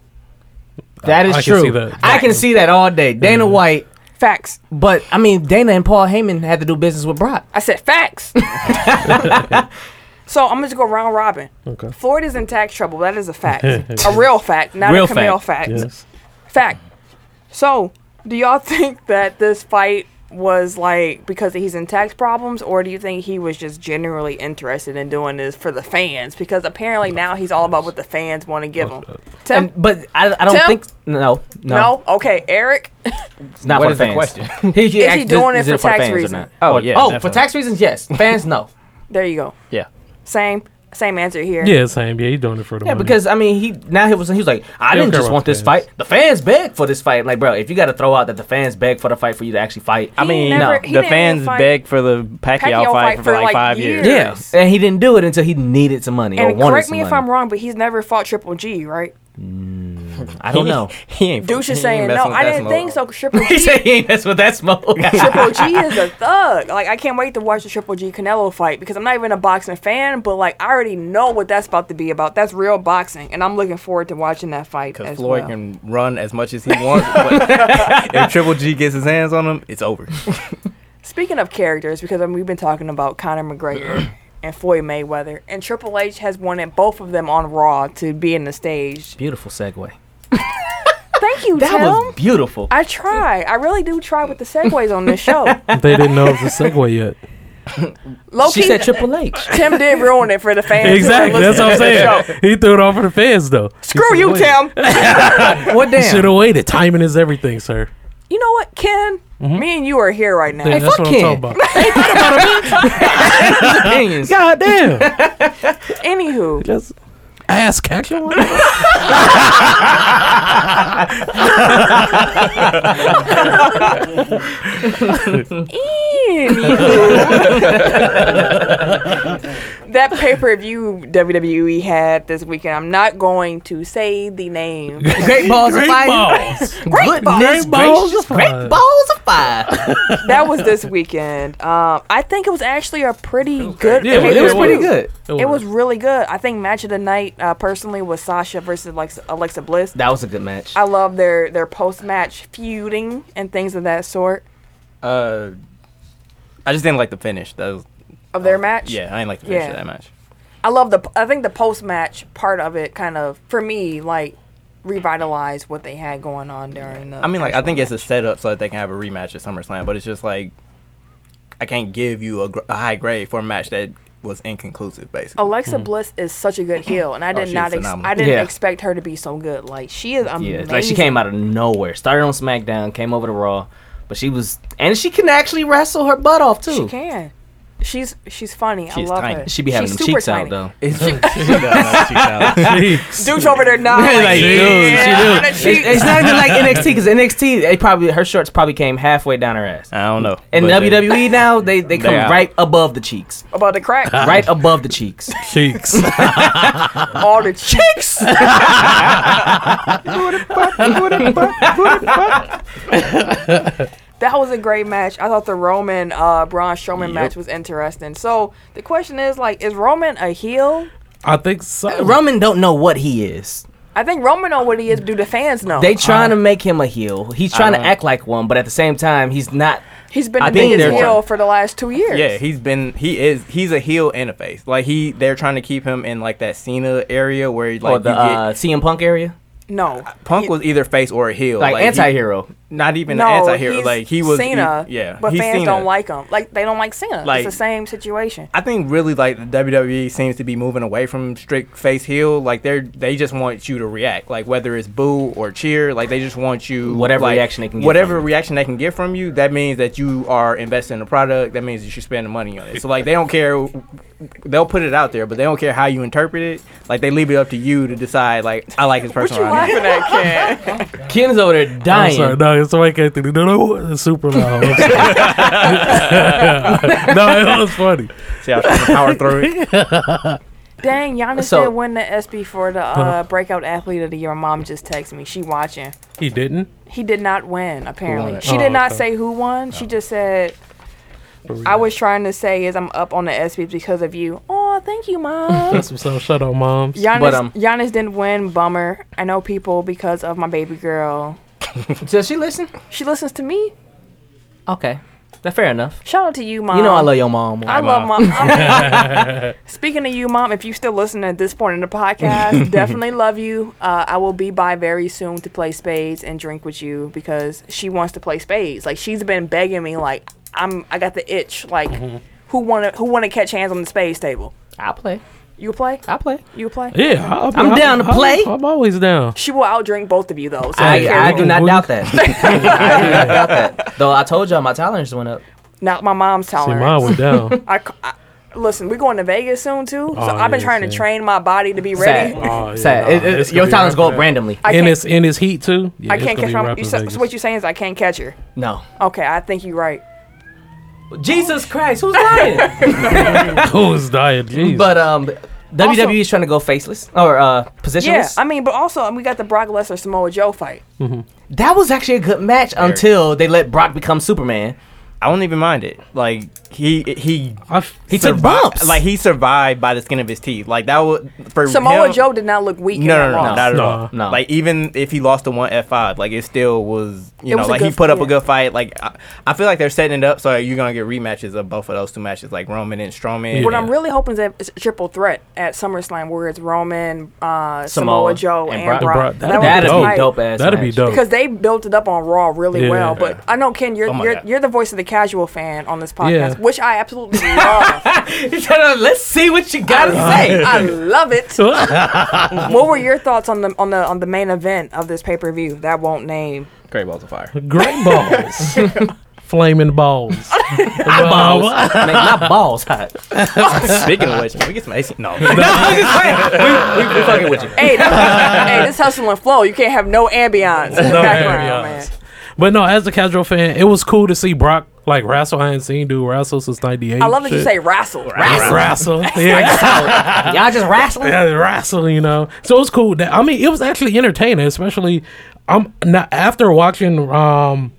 S3: that is
S4: I can
S3: true.
S4: see that. Mm-hmm.
S3: I can see that all day. Dana White,
S1: Facts.
S3: but I mean, Dana and Paul Heyman had to do business with Brock.
S1: I said facts. *laughs* so I'm gonna just go round robin. Okay. Floyd is in tax trouble. That is a fact. a real fact, not
S3: Real
S1: a Camille fact.
S4: Yes.
S1: Fact. So, do y'all *laughs* think that this fight was like because he's in tax problems, or do you think he was just generally interested in doing this for the fans? Because apparently now he's all about what the fans want to give him. Tim,
S3: And, but I, I don't
S1: Tim?
S3: think no, no,
S1: no. Okay, Eric. *laughs*
S3: it's not
S2: What
S3: for
S2: is
S3: the fans.
S2: the question?
S3: *laughs* he,
S1: Is he
S3: asked,
S1: doing it for tax
S3: fans or
S1: reasons?
S3: not?
S2: Oh,
S3: Or-
S2: yeah,
S3: Oh, for
S2: definitely.
S3: tax
S1: *laughs*
S3: reasons, yes. Fans, no.
S1: There you go.
S2: yeah
S1: Same. Same answer here.
S4: Yeah, same. Yeah, he's doing it for the
S3: Yeah,
S4: money.
S3: because I mean, he now he was he was like, I
S4: They Mm-hmm. don't
S3: didn't
S4: care
S3: just
S4: about
S3: want
S4: the
S3: this
S4: fans.
S3: fight. The fans beg for this fight. Like, bro, if you got to throw out that the fans beg for the fight for you to actually fight, I
S1: He
S3: mean,
S1: never-
S3: no.
S1: he
S2: the
S1: didn't
S2: fans
S1: fight-
S2: begged for the Pacquiao,
S1: Pacquiao
S2: fight, for, like, five years.
S1: years.
S3: Yeah, and he didn't do it until he needed some money or
S1: And
S3: wanted
S1: correct
S3: some
S1: me
S3: money.
S1: if I'm wrong, but he's never fought Triple G, right?
S3: I
S1: *laughs*
S3: don't know.
S2: Oh, he ain't.
S1: Douche is
S2: he
S1: saying
S2: ain't messing
S1: no.
S2: with
S1: I
S2: that
S1: didn't
S2: smoke.
S1: think so. 'cause
S2: *laughs*
S1: Triple
S3: he said
S1: G,
S3: he ain't messing with
S1: *laughs*
S3: that smoke.
S1: Triple G is a thug. Like I can't wait to watch the Triple G Canelo fight because I'm not even a boxing fan, but like I already know what that's about to be about. That's real boxing, and I'm looking forward to watching that fight
S2: Because
S1: as
S2: Floyd
S1: well.
S2: can run as much as he wants, *laughs* but if Triple G gets his hands on him, it's over.
S1: Speaking of characters, because I mean, we've been talking about Conor
S2: *clears throat*
S1: McGregor and Floyd Mayweather, and Triple H has wanted both of them on Raw to be in the stage.
S3: beautiful segue.
S1: Thank you,
S3: *laughs* That
S1: Tim.
S3: was beautiful.
S1: I try. I really do try with the segues on this
S3: *laughs*
S1: show.
S4: They didn't know it was a segue yet.
S1: Loki,
S3: she said Triple H.
S1: *laughs* Tim did ruin it for the fans. who
S3: *laughs*
S1: are
S4: Exactly. That's what I'm
S1: listening to the show.
S4: saying. He threw it on for the fans, though.
S1: Screw you, Tim.
S3: what
S4: Should have waited. Timing is everything, sir.
S1: You know what, Ken?
S2: Mm-hmm.
S1: Me and you are here right now.
S4: Yeah, that's
S3: fuck
S4: what I'm
S3: him.
S4: talking about.
S3: opinions?
S4: God damn. *laughs*
S1: Anywho,
S4: Just ass catching one.
S1: that pay per view WWE E had this weekend. I'm not going to say the name.
S3: *laughs*
S4: *laughs*
S3: Great balls
S4: Great
S3: of fire. *laughs*
S4: balls.
S3: Great balls.
S4: Great balls
S3: gracious,
S4: of
S3: Great
S4: fire.
S3: balls
S1: *laughs*
S3: of fire.
S1: that was this weekend. Um, I think it was actually a pretty good.
S4: Yeah,
S3: it was
S1: pay-per-view.
S3: pretty good.
S1: It was really good. I think match of the night uh, personally was Sasha versus Alexa, Alexa Bliss.
S3: That was a good match.
S1: I love their their post match feuding and things of that sort
S2: Uh, I just didn't like the finish. That was,
S1: of
S3: Uh,
S1: their match.
S2: yeah, I didn't like the finish
S1: Yeah.
S2: of that match.
S1: I love the. I think the post match part of it kind of for me like revitalized what they had going on during the.
S2: I mean, like, I think it's a setup so that they can have a rematch at SummerSlam, but it's just like I can't give you a, gr- a high grade for a match that was inconclusive, basically.
S1: Alexa
S3: Mm-hmm.
S1: Bliss is such a good heel, and I did
S2: she's
S1: not. Ex-
S2: phenomenal.
S1: I didn't
S3: Oh, Yeah.
S1: expect her to be so good. Like she is
S3: yeah,
S1: amazing.
S3: like she came out of nowhere. Started on SmackDown, came over to Raw, but she was, and she can actually wrestle her butt off too.
S1: She can. She's she's funny.
S2: She's
S1: I love
S2: tiny.
S1: her.
S3: She be having
S1: she's
S3: them
S1: super
S3: cheeks out though.
S1: *laughs*
S2: It's- she got no cheeks out.
S4: Jeez.
S1: Dude's over
S3: *laughs*
S1: there now.
S3: Like, dude,
S1: yeah,
S3: It's,
S1: she do.
S3: it's
S1: *laughs*
S3: not even like NXT because NXT, they probably her shorts probably came halfway down her ass.
S2: I don't know.
S3: And
S2: but uh, they-
S3: WWE E now, they they come
S2: out.
S3: right above the cheeks,
S1: about the
S3: *laughs*
S1: crack.
S3: right above the cheeks.
S4: Cheeks.
S1: All the
S2: *laughs*
S1: cheeks. That was a great match. I thought the Roman uh, Braun Strowman
S2: Yep.
S1: match was interesting. So the question is, like, is Roman a heel?
S4: I think so.
S3: Roman don't know what he is.
S1: I think Roman know what he is. Do the fans know?
S3: They trying to make him a heel. He's trying to act like one, but at the same time, he's not.
S1: Uh, He's been
S3: I
S1: the
S3: think
S1: biggest
S3: they're-
S1: heel for the last two years.
S2: Yeah, he's been he is he's a heel and a face. Like he they're trying to keep him in like that Cena area where like
S3: or the
S2: you get,
S3: uh, CM Punk area,
S1: no.
S2: Punk was either face or a heel.
S3: like,
S2: he-
S3: anti-hero.
S2: not even
S1: No,
S2: an anti-hero.
S1: he's
S2: Like he was he-
S1: Cena.
S2: yeah,
S1: but
S2: he's
S1: fans
S2: Cena.
S1: don't like him. Like they don't like Cena.
S2: Like-
S1: it's the same situation.
S2: I think really like the WWE seems to be moving away from strict face heel. Like they're they just want you to react. Like whether it's boo or cheer, like they just want you
S3: Whatever
S2: like,
S3: reaction they can get
S2: Whatever
S3: from you.
S2: reaction they can get from you, that means that you are invested in the product. That means that you're spending money on it. So like they don't care. They'll put it out there, but they don't care how you interpret it. Like they leave it up to you to decide. Like I like this
S1: What
S2: person.
S1: you
S2: or I don't.
S1: laughing at, Ken?
S3: Ken's over there
S4: I'm
S3: dying.
S4: sorry. No, it's somebody came through. No, no, it's super loud. I'm sorry. no, it was funny.
S2: *laughs* See how I try to power through it.
S1: Dang, Giannis
S3: So-
S1: did win the SB for the uh, breakout athlete of the year. My mom just texted me. She watching.
S4: He didn't.
S1: He did not win. Apparently,
S2: it?
S1: she
S4: Oh,
S1: did not
S4: okay.
S1: say who won. She just said, "I was trying to say is I'm up on the SB because of you." Oh, thank you,
S3: *laughs*
S1: mom.
S4: That's what's up. Shut up, moms.
S1: Giannis,
S3: But, um,
S1: Giannis didn't win. Bummer. I know people because of my baby girl.
S3: Does she listen?
S1: She listens to me.
S3: Okay, that fair enough.
S1: Shout out to you, mom.
S3: You know I love your mom.
S1: Um, I love mom.
S4: *laughs*
S1: *laughs* Speaking of you, mom, if you still listen at this point in the
S4: *laughs*
S1: podcast, definitely love you. Uh, I will be by very soon to play spades and drink with you because she wants to play spades. Like she's been begging me, like I'm, I got the itch. Like
S4: Mm-hmm.
S1: who wanna who wanna catch hands on the spades table?
S3: I play.
S1: You play?
S3: I play.
S1: You play?
S4: Yeah, I'll be-
S3: I'm
S4: I'll-
S3: down to
S4: I'll-
S3: play.
S4: I'm always down.
S1: She will outdrink both of you though. So
S3: I,
S1: who
S3: I
S1: cares?
S3: do not doubt that. *laughs* I do not doubt that. Though I told y'all my tolerance went up.
S1: not my mom's
S4: See,
S1: tolerance.
S4: mine went down.
S1: I c I listen, we're going to Vegas soon too, so
S4: Oh,
S1: I've been
S4: yeah,
S1: trying to
S4: see.
S1: train my body to be ready.
S3: Sad.
S4: Oh, yeah,
S1: *laughs*
S3: Sad.
S4: nah,
S3: It- it-
S4: it's gonna
S3: your
S4: be
S3: tolerance
S4: right
S3: go up
S4: back.
S3: randomly.
S1: I
S4: And
S1: can't-
S4: it's in his heat too. Yeah,
S1: I
S4: it's
S1: can't
S4: gonna
S1: catch
S4: be
S1: my.
S4: rap
S1: You,
S4: in
S1: so,
S4: Vegas.
S1: so what
S4: *laughs*
S1: you're saying is I can't catch her.
S3: No.
S1: Okay, I think you're right.
S3: *laughs* Jesus Christ, who's lying?
S4: Who's dying? Jeez.
S3: but um, WWE is trying to go faceless or uh, positionless.
S1: Yeah, I mean, but also we got the Brock Lesnar Samoa Joe fight.
S3: that was actually a good match until they let Brock become Superman.
S2: I don't even mind it. Like he he
S4: I've,
S3: He took
S2: survi-
S3: bumps.
S2: Like he survived by the skin of his teeth. Like that was for
S1: Samoa
S2: him-
S1: Joe did not look weak. in
S2: No, no,
S1: that loss.
S2: no, no, not at
S4: No.
S2: all.
S3: No.
S2: Like even if he lost the one F five, like it still was. You
S1: It
S2: know,
S1: was a
S2: like he
S1: good-
S2: put up
S1: yeah.
S2: a good fight. Like I, I feel like they're setting it up so you're gonna get rematches of both of those two matches, like Roman and Strowman.
S1: What I'm really hoping is that it's a triple threat at SummerSlam where it's Roman, uh, Samoa,
S3: Samoa
S1: Joe,
S2: and
S1: and
S2: Brock.
S1: Brock.
S4: Brock,
S1: That
S4: that'd
S1: would
S3: That'd
S1: be
S3: be
S1: tight.
S3: dope ass.
S4: That'd be
S3: match. *laughs*
S4: dope.
S1: Because they built it up on Raw really
S4: Yeah.
S1: well, but I know Ken, you're
S2: Oh my
S1: you're,
S2: God.
S1: you're the voice of the casual fan on this podcast,
S4: Yeah.
S1: which I absolutely love.
S3: uh, Let's see what you gotta
S4: Uh, *laughs*
S3: say.
S1: I love it. what were your thoughts on the on the on the main event of this pay per view that won't name?
S2: Great balls of fire.
S4: Great balls.
S1: *laughs*
S4: *laughs* Flaming balls.
S3: Balls. Make my balls hot.
S2: *laughs* Speaking of which, can we get some AC. No, *laughs*
S3: I'm just saying, *laughs* we, we, we fucking with you.
S1: Hey, this, hey, this hustle and flow. You can't have no ambiance in the
S4: No
S1: background,
S4: ambiance.
S1: man.
S4: But no, as a casual fan, it was cool to see Brock like wrestle. I hadn't seen dude wrestle since '98.
S1: I love that you say wrestle.
S4: Yeah, wrestle. Yeah,
S3: Y'all just wrestling.
S4: yeah, wrestle. You know, so it was cool. That I mean, it was actually entertaining, especially I'm now after watching um,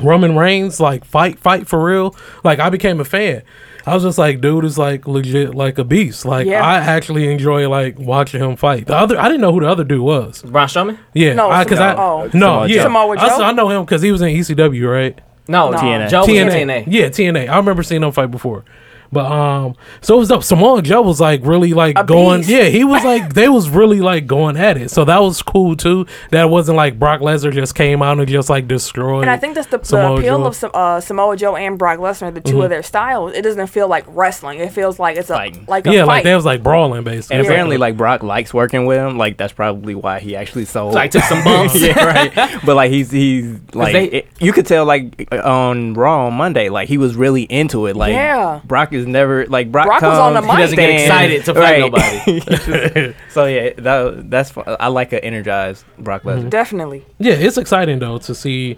S4: Roman Reigns like fight, fight for real. Like I became a fan. I was just like, dude is like legit, like a beast. Like
S1: Yeah.
S4: I actually enjoy like watching him fight. The other, I didn't know who the other dude
S3: *laughs*
S4: was.
S3: Braun Strowman?
S4: Yeah,
S1: No,
S4: I, cause I,
S1: Samoa-
S4: no,
S2: Samoa
S4: yeah,
S2: Joe.
S1: Samoa
S4: I, s-
S1: Joe?
S4: I know him because he was in ECW, right?
S3: No,
S1: No.
S3: TNA.
S1: TNA.
S3: Joe was in TNA.
S4: Yeah, TNA. I remember seeing them fight before. But um, so it was up. Samoa Joe was like really like
S1: A
S4: going.
S1: beast.
S4: Yeah,
S1: *laughs*
S4: he was like they was really like going at it. So that was cool too. That wasn't like Brock Lesnar just came out and just like destroyed.
S1: And I think that's the, the
S4: Samoa
S1: appeal
S4: Joe. Mm-hmm.
S1: of Sam- uh, Samoa Joe and Brock Lesnar, the 2 of their styles. It doesn't feel like wrestling. It feels like it's a
S2: Fighting.
S1: like a
S4: yeah, like
S1: fight.
S4: they was like brawling basically.
S2: and apparently like Brock likes working with him. Like that's probably why he
S4: *laughs*
S2: actually sold.
S3: So I took some *laughs* bumps.
S2: *laughs* yeah, right. But like he's he's like
S3: they-
S2: it- you could tell like on Raw on Monday, like he was really into it. Like
S1: Yeah.
S2: Brock is never like Brock.
S1: Brock was on the
S2: comes,
S1: mic. He
S3: doesn't get
S2: stands,
S3: excited to fight
S4: *laughs*
S3: nobody.
S2: *laughs*
S3: *laughs*
S2: so yeah, that that's fun. I like an energized Brock
S3: Mm-hmm.
S2: Lesnar.
S1: Definitely.
S4: yeah, it's exciting though to see.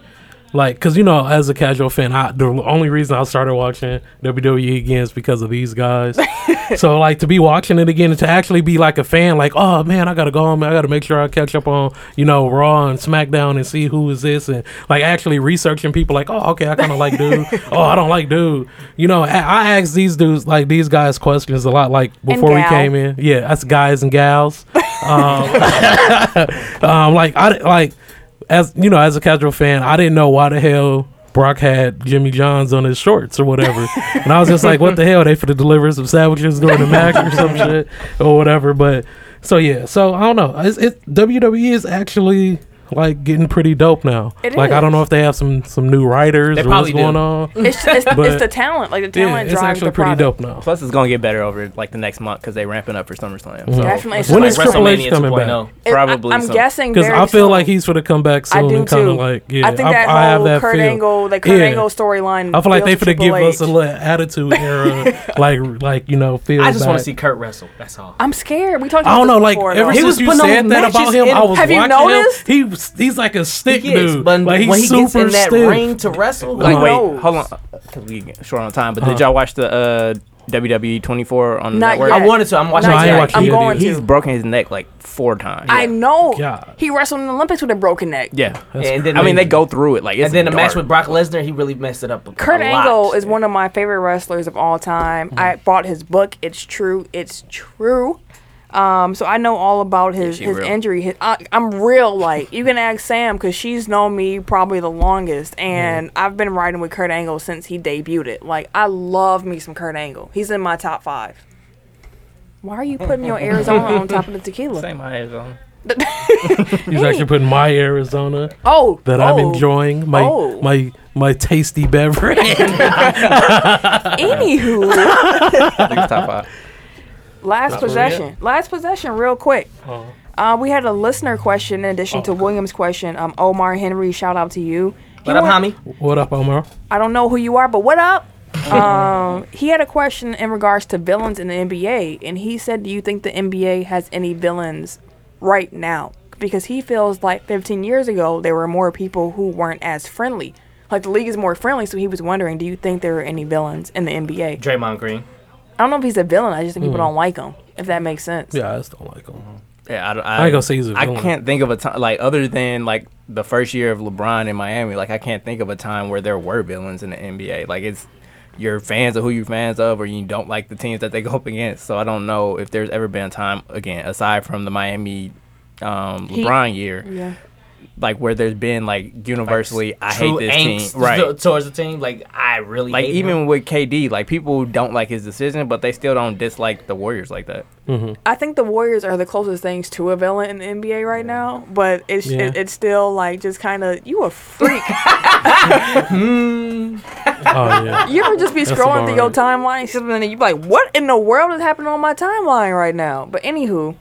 S4: Like, cause you know, as a casual fan, I, the only reason I started watching WWE again is because of these guys. so, like, to be watching it again and to actually be like a fan, like, oh man, I gotta go home, I gotta make sure I catch up on, you know, Raw and SmackDown and see who is this, and like actually researching people, like, oh, okay, I kind of like dude, oh, I don't like dude. You know, I, I asked these dudes, like, these guys questions a lot, like before we
S1: gal.
S4: came in. Yeah, that's guys and gals. Um, like I like as you know, as a casual fan, I didn't know why the hell Brock had Jimmy John's on his shorts or
S1: *laughs*
S4: whatever, and I was just like, "What the hell? They for the deliver some sandwiches during the match or
S1: *laughs*
S4: some shit or whatever." But so yeah, so I don't know. It's, it WWE is actually like getting pretty dope now.
S1: It
S4: like I don't
S1: is.
S4: know if they have some some new writers
S3: They
S4: or
S3: probably
S4: what's
S3: do.
S4: going on.
S1: It's, it's,
S4: But-
S1: it's the talent. Like the
S4: Yeah,
S1: talent
S4: it's
S1: drives
S4: actually
S1: the
S4: pretty
S1: product.
S4: dope now.
S2: Plus, it's gonna get better over like the next month because they ramping up for SummerSlam.
S3: Mm-hmm.
S2: So
S1: Definitely. It's
S4: When
S1: like
S4: is Triple H
S3: WrestleMania oh.
S4: coming
S3: 2.0.
S4: back?
S1: It-
S2: Probably
S1: I, am
S2: some-
S1: guessing
S4: Because
S1: very
S4: I feel
S1: soon.
S4: like he's for to come back
S1: I
S4: soon
S1: do
S4: and kind
S1: too.
S4: of like yeah.
S1: I think that whole Kurt
S4: feel.
S1: Angle, like Kurt
S4: Yeah.
S1: Angle storyline.
S4: I feel like they
S1: builds
S4: finna
S1: Triple
S4: give us
S1: H.
S4: a little attitude era,
S1: *laughs*
S4: like like you know feel.
S3: I just want
S4: back.
S3: to see Kurt wrestle. That's all.
S1: I'm scared. We talked. About
S4: I don't
S1: this
S4: know, like
S1: before,
S4: ever
S1: though.
S3: He
S4: since
S3: was
S4: you
S3: putting on
S4: said
S3: matches
S4: that about him,
S3: in-
S4: I was
S1: Have you
S4: watching
S1: noticed?
S4: him. He was- he's like a stick
S3: He is,
S4: dude,
S3: but
S4: like he's
S3: when he
S4: super
S3: gets in that
S4: stiff.
S3: ring to wrestle,
S2: Like,
S3: like,
S2: wait,
S1: knows?
S2: hold on, because we get short on time. But
S3: Uh-huh.
S2: did y'all watch the uh, WWE 24 on the
S1: Not
S2: network?
S1: yet.
S3: I wanted to. I'm watching.
S1: Not
S4: No, I ain't
S1: yet.
S4: watching
S1: I'm
S4: it
S1: going
S4: either.
S2: He's
S1: to.
S2: broken his neck like four times.
S1: I know.
S4: God.
S1: He wrestled in the Olympics with a broken neck.
S2: yeah.
S3: and then
S2: I mean, they go through it like. It's
S3: And then the match
S2: dark.
S3: with Brock Lesnar, he really messed it up. a-
S1: Kurt
S3: a
S1: Angle
S3: lot.
S1: is one of my favorite wrestlers of all time. I bought his book. It's true. It's true. Um, so I know all about his
S2: she
S1: his
S2: real.
S1: injury. His, I, I'm real. Like you can ask Sam because she's known me probably the longest, and I've been riding with Kurt Angle since he debuted it. Like I love me some Kurt Angle. He's in my top five. Why are you putting your Arizona on top of the tequila?
S2: Same eyes on.
S4: He's actually putting my Arizona
S1: Oh,
S4: that
S1: oh,
S4: I'm enjoying my
S1: Oh.
S4: my my
S3: *laughs*
S4: tasty beverage.
S1: Anywho.
S2: top five.
S1: Last possession. Last possession, real quick. Uh, we had a listener question in addition to William's question. Um, Omar Henry, shout out to you. He
S3: What up,
S1: wa-
S3: homie?
S4: what up, Omar?
S1: I don't know who you are, but what up? um, he had a question in regards to villains in the NBA, and he said, "Do you think the NBA has any villains right now?" Because he feels like 15 years ago there were more people who weren't as friendly. Like the league is more friendly, so he was wondering, "Do you think there are any villains in the NBA?"
S3: *laughs* Draymond Green.
S1: I don't know if he's a villain. I just think people don't like him. If that makes sense.
S4: Yeah, I just don't like him.
S3: *laughs*
S2: Yeah, I, don't-
S4: I ain't gonna say he's a
S2: I
S4: villain.
S2: can't think of a time like other than like the first year of LeBron in Miami. Like I can't think of a time where there were villains in the NBA. Like it's you're fans of who you're fans of, or you don't like the teams that they go up against. So I don't know if there's ever been a time again aside from the Miami um,
S1: He-
S2: LeBron year,
S1: Yeah.
S2: like where there's been like universally, I hate this
S3: angst
S2: team, right?
S3: towards the team. Like I really
S2: Like
S3: hate
S2: even
S3: him.
S2: with KD, like people don't like his decision, but they still don't dislike the Warriors like that.
S1: I think the Warriors are the closest things to a villain in the NBA right now, but it's
S4: Yeah.
S1: it, it's still like just kind of you a freak.
S4: Oh yeah.
S1: you ever just be
S4: *laughs* That's
S1: scrolling through your
S4: about
S1: timeline, something, and you be like, "What in the world is happening on my timeline right now?" But anywho,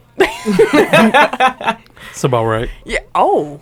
S4: That's about right.
S1: yeah. Oh,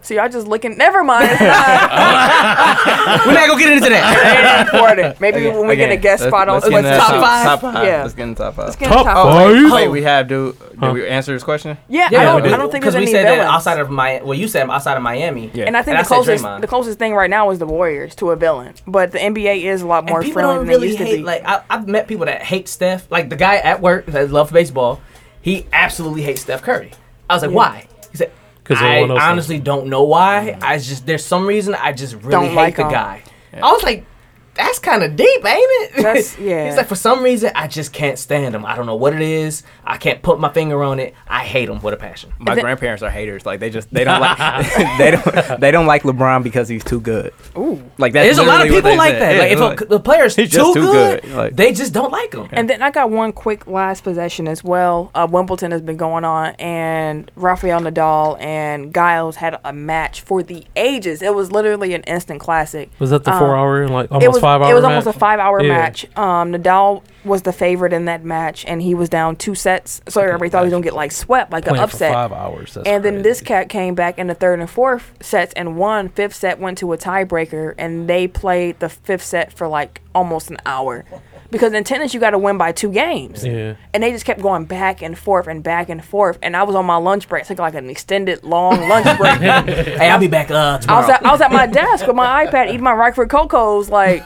S1: see, I just looking. Never mind. It's not,
S3: *laughs* we're not gonna get into that.
S2: *laughs*
S1: it ain't important. Maybe when we get a
S2: Again,
S1: guest
S2: let's-
S1: spot on
S2: let's get
S1: what's
S2: into
S1: top,
S2: top-
S1: five.
S2: Top five.
S1: Yeah.
S2: Let's get in the top five.
S1: Let's get
S4: Top
S1: top
S4: five.
S2: Wait, we have to. Did we answer this question?
S1: Yeah,
S4: Yeah,
S1: I
S4: we
S1: don't.
S4: did.
S1: I don't think
S3: because
S1: there's
S3: we
S1: any
S3: said
S1: villains.
S3: that outside of my. Well, you said outside of Miami.
S2: Yeah.
S1: and I think
S3: And I
S1: the
S3: said
S1: closest
S3: Draymond.
S1: the closest thing right now is the Warriors to a villain, but the NBA is a lot more
S3: and people
S1: friendly
S3: don't
S1: than it
S3: really
S1: used to
S3: hate.
S1: be.
S3: Like I, I've met people that hate Steph. Like the guy at work that loves baseball, he absolutely hates Steph Curry. I was like, why? He said,
S4: 'Cause
S3: I
S4: everyone else
S3: honestly don't know why. I just there's some reason I just really
S1: Don't
S3: hate
S1: like
S3: the
S1: him.
S3: guy. I was like. That's kind of deep, ain't it? *laughs*
S1: That's- yeah.
S3: He's like, for some reason, I just can't stand him. I don't know what it is. I can't put my finger on it. I hate him with a passion.
S2: My grandparents are haters. Like they just they don't like they don't they don't like LeBron because he's too good.
S1: Ooh.
S2: Like that's
S3: There's a lot of
S2: literally what
S3: people
S2: they
S3: like
S2: said.
S3: that.
S2: Yeah,
S3: like, if a-
S2: like-
S3: the player's too,
S2: *laughs* he's just too
S3: good,
S2: good, like-
S3: they just don't like him.
S1: And then I got one quick last possession as well. Uh, Wimbledon has been going on, and Rafael Nadal and Giles had a match for the ages. It was literally an instant classic.
S4: Was that the
S1: Um,
S4: four hour like almost
S1: it was,
S4: five hour?
S1: It was almost a
S4: match?
S1: five hour
S4: Yeah.
S1: match. Um, Nadal was the favorite in that match, and he was down two sets. So everybody thought he was going to get like swept, like an
S4: Playing
S1: upset.
S4: for five hours. That's
S1: and then this
S4: crazy.
S1: cat came back in the third and fourth sets and won. Fifth set went to a tiebreaker, and they played the fifth set for like almost an
S4: *laughs*
S1: hour. Because in tennis, you got to win by two games.
S4: Yeah.
S1: And they just kept going back and forth and back and forth. And I was on my lunch break. I took like an extended long
S4: *laughs*
S1: lunch break.
S3: hey, I'll be back uh,
S1: I
S3: tomorrow.
S1: was, at, I was at my desk with my *laughs* iPad eating my Rockford Cocos. Like,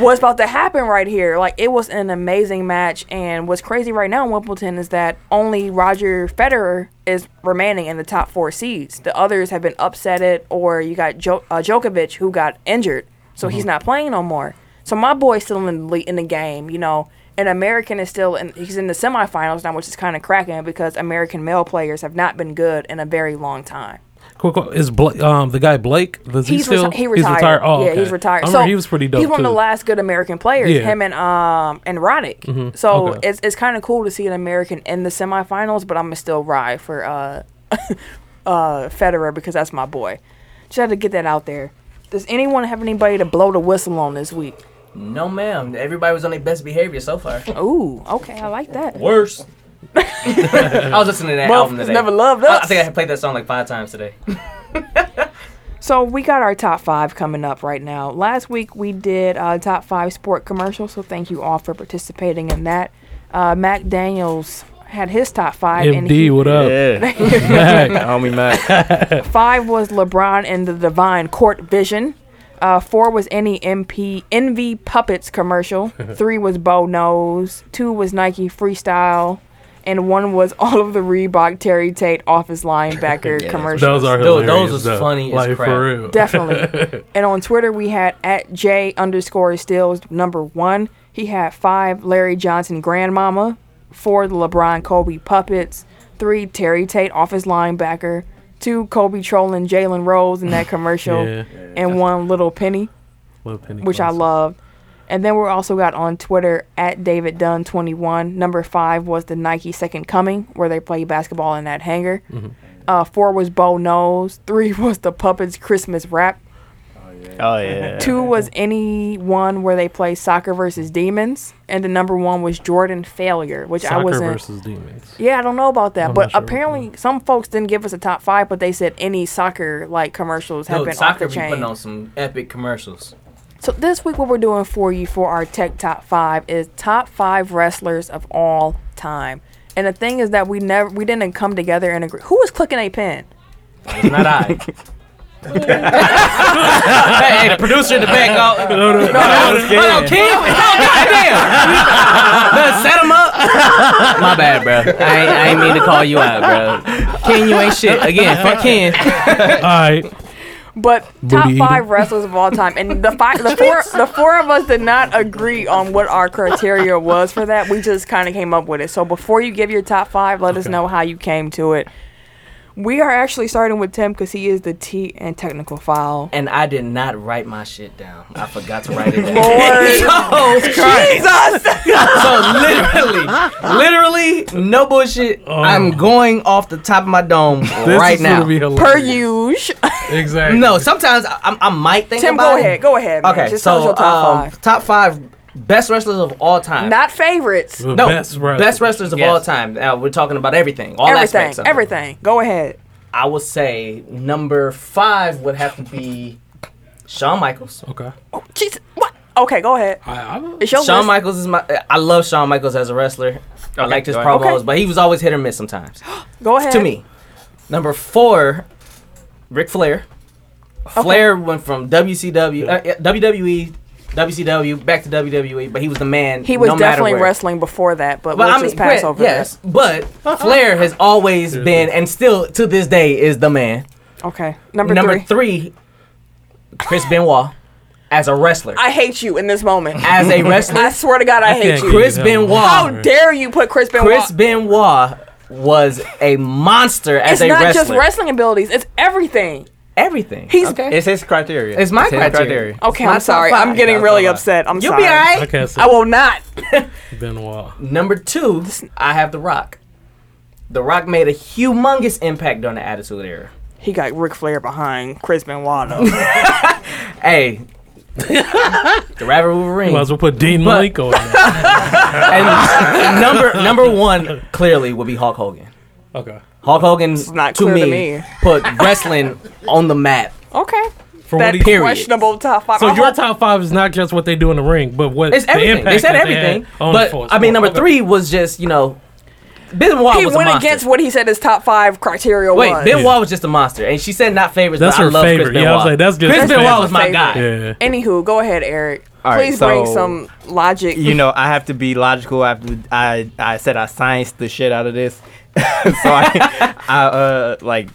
S1: what's about to happen right here? Like, it was an amazing match. And what's crazy right now in Wimbledon is that only Roger Federer is remaining in the top four seeds. The others have been upsetted, or you got jo- uh, Djokovic, who got injured. So he's not playing no more. So my boy's still in the, le- in the game, you know. And American is still in, he's in the semifinals now, which is kind of cracking because American male players have not been good in a very long time.
S4: Quick, one- is Bla- um the guy Blake? Does he
S1: He's,
S4: still?
S1: reti- he retired.
S4: He's retired. Oh,
S1: yeah,
S4: okay.
S1: he's retired.
S4: I
S1: so
S4: remember he was pretty dope
S1: He's one
S4: too.
S1: of the last good American players.
S4: Yeah. Mm-hmm.
S1: Him and um and Roddick. So
S4: Okay.
S1: it's it's kind of cool to see an American in the semifinals, but I'm gonna still ride for uh *laughs* uh Federer because that's my boy. Just had to get that out there. Does anyone have anybody to blow the whistle on this week?
S3: No, ma'am. Everybody was on their best behavior so far.
S1: Ooh, okay, I like that.
S3: Worse. *laughs* I was listening to that album
S1: Motherfuckers
S3: today.
S1: never loved
S3: I, I
S1: us.
S3: think I had played that song like five times today.
S1: So we got our top five coming up right now. Last week we did uh, top five sport commercials, so thank you all for participating in that. Uh, Mac Daniels had his top five, and
S4: MD,
S1: he,
S4: what up?
S2: yeah,
S4: Mac.
S2: homie Mac.
S1: five was LeBron and the Divine Court Vision. Uh, four was any MP NV Puppets
S4: *laughs*
S1: commercial. Three was Bo Nose. Two was Nike Freestyle. And one was *laughs* all of the Reebok Terry Tate office
S4: *laughs*
S1: linebacker
S2: Yeah,
S1: commercials.
S4: Those are
S3: Those- those
S4: hilarious.
S3: was
S4: though.
S3: funny as
S4: Like
S3: crap.
S4: for real.
S1: Definitely. and on Twitter, we had at J underscore Stills number one. He had five Larry Johnson grandmama, four the LeBron Kobe puppets, three Terry Tate office linebacker, two Kobe trolling Jalen Rose in that commercial,
S4: Yeah.
S1: and one little Penny,
S4: Little penny
S1: which I
S4: crumbs.
S1: loved. And then we also got on Twitter at David Dunn 21. Number five was the Nike Second Coming, where they play basketball in that hangar. Uh, four was Bo Nose. Three *laughs* was the Puppets Christmas Wrap.
S2: Oh yeah.
S1: Two was any one where they play soccer versus demons, and the number one was Jordan failure, which I
S4: Soccer
S1: wasn't.
S4: versus demons.
S1: yeah, I don't know about that,
S4: I'm
S1: but
S4: not sure about
S1: apparently some folks didn't give us a top five, but they said any soccer like commercials have
S3: Dude,
S1: been
S3: soccer
S1: off
S3: be
S1: the chain.
S3: putting on some
S1: *laughs*
S3: epic commercials.
S1: So this week, what we're doing for you for our tech top five is top five wrestlers of all time. And the thing is that we never we didn't come together and agree. Who was clicking a pin?
S3: It's not I. hey, hey, the producer in the back. *laughs* Go, no,
S4: no,
S3: no, no, no, Kim. No, goddamn. no, set him up. My bad, bro. I ain't, I ain't mean to call you out, bro. Ken, you ain't shit. Again, fuck Ken.
S4: All right.
S1: But top
S4: Booty
S1: five
S4: eater.
S1: wrestlers of all time, and the five, the four, the four of us did not agree on what our criteria was for that. We just kind of came up with it. So before you give your top five, let us know how you came to it. We are actually starting with Tim because he is the T and technical file.
S3: And I did not write my shit down. I forgot to write it
S1: *laughs*
S3: down. *laughs*
S1: Lord
S3: Jesus Christ.
S1: Oh, Jesus!
S3: So literally, literally, no bullshit. I'm going off the top of my dome
S4: Oh. This
S3: right
S4: is gonna
S3: now.
S4: be
S1: Per
S3: *laughs*
S4: hilarious.
S1: usual.
S4: Exactly.
S3: No, sometimes I, I'm- I might think
S1: Tim,
S3: about
S1: go
S3: it.
S1: ahead. Go ahead. Man.
S3: Okay,
S1: just tell us
S3: so
S1: your top
S3: um,
S1: five.
S3: top five best wrestlers of all time.
S1: Not favorites.
S4: The
S3: no,
S4: best
S3: best
S4: wrestler.
S3: wrestlers, of all time. Now we're talking about everything, all aspects
S1: everything.
S3: of it.
S1: Everything. Go ahead.
S3: I would say number five would have to be Shawn Michaels.
S4: Okay.
S1: Oh, Jesus. What? Okay, go ahead.
S4: I, I,
S1: It's your
S3: Shawn
S1: list.
S3: Michaels is my. I love Shawn Michaels as a wrestler. I liked his
S2: go ahead.
S3: promos,
S1: Okay.
S3: but he was always hit or miss sometimes.
S1: Go ahead.
S3: to me. Number four, Ric Flair. Flair went from WCW, uh, yeah, WWE, WCW, back to WWE, but he was the man.
S1: He was
S3: no matter
S1: definitely
S3: where.
S1: wrestling before that, but,
S3: But
S1: we'll
S3: I mean,
S1: just pass
S3: Flair-
S1: over
S3: yes, but Flair has always been and still to this day is the man.
S1: that. Okay. Number,
S3: Number
S1: three.
S3: three, Chris Benoit as a wrestler.
S1: I hate you in this moment.
S3: as a
S1: *laughs* I
S3: wrestler,
S1: swear to God, I hate
S4: can't
S1: you.
S4: get
S3: Chris
S4: that one.
S3: Benoit.
S1: How dare you put Chris Benoit?
S3: Chris Benoit was a monster as
S1: it's
S3: a
S1: not
S3: wrestler.
S1: just wrestling abilities; it's everything.
S3: Everything.
S1: He's-
S2: It's his criteria.
S3: It's my
S2: his
S3: criteria.
S1: Okay,
S3: my
S1: I'm
S3: top
S1: sorry.
S3: five.
S1: I'm getting
S2: That's
S1: really
S2: all right.
S1: upset. I'm
S3: You'll
S1: sorry.
S3: be all right.
S4: I can't say
S1: I will not.
S4: Benoit.
S3: Number two, I have The Rock. The Rock made a humongous impact during the Attitude Era.
S1: He got Ric Flair behind Chris Benoit. though.
S3: Hey, *laughs* the Rabbit Wolverine.
S4: Might as well put Dean
S3: But-
S4: Malenko in there.
S3: And number number one clearly would be Hulk Hogan.
S4: Okay.
S3: Hulk Hogan
S1: not
S3: to
S1: clear
S3: me,
S1: to me.
S3: put wrestling on the map.
S1: *laughs* okay.
S4: For
S1: that
S4: what he,
S3: period.
S1: questionable top five.
S4: so
S1: I'm
S4: your
S1: like,
S4: top five is not just what they do in the ring, but what
S3: It's
S4: the
S3: everything.
S4: impact
S3: They said
S4: that had
S3: everything.
S4: on
S3: but
S4: the
S3: I mean, number
S4: Okay.
S3: three was just you know, Benoit
S1: he
S3: was a
S1: went
S3: monster.
S1: against what he said his top five criteria
S3: Wait,
S1: was.
S3: Benoit was just a monster, and she said not favorites.
S4: That's
S3: but
S4: her
S3: I love
S4: favorite.
S3: Chris Benoit.
S4: Yeah, I was like, that's just
S3: Chris
S4: her
S3: Benoit
S4: favorite.
S3: was my guy.
S4: Yeah.
S1: Anywho, go ahead, Eric.
S2: All right,
S1: Please bring
S2: so-
S1: some logic.
S2: *laughs* You know, I have to be logical. I have to, I I said I scienced the shit out of this, *laughs* so I, I uh like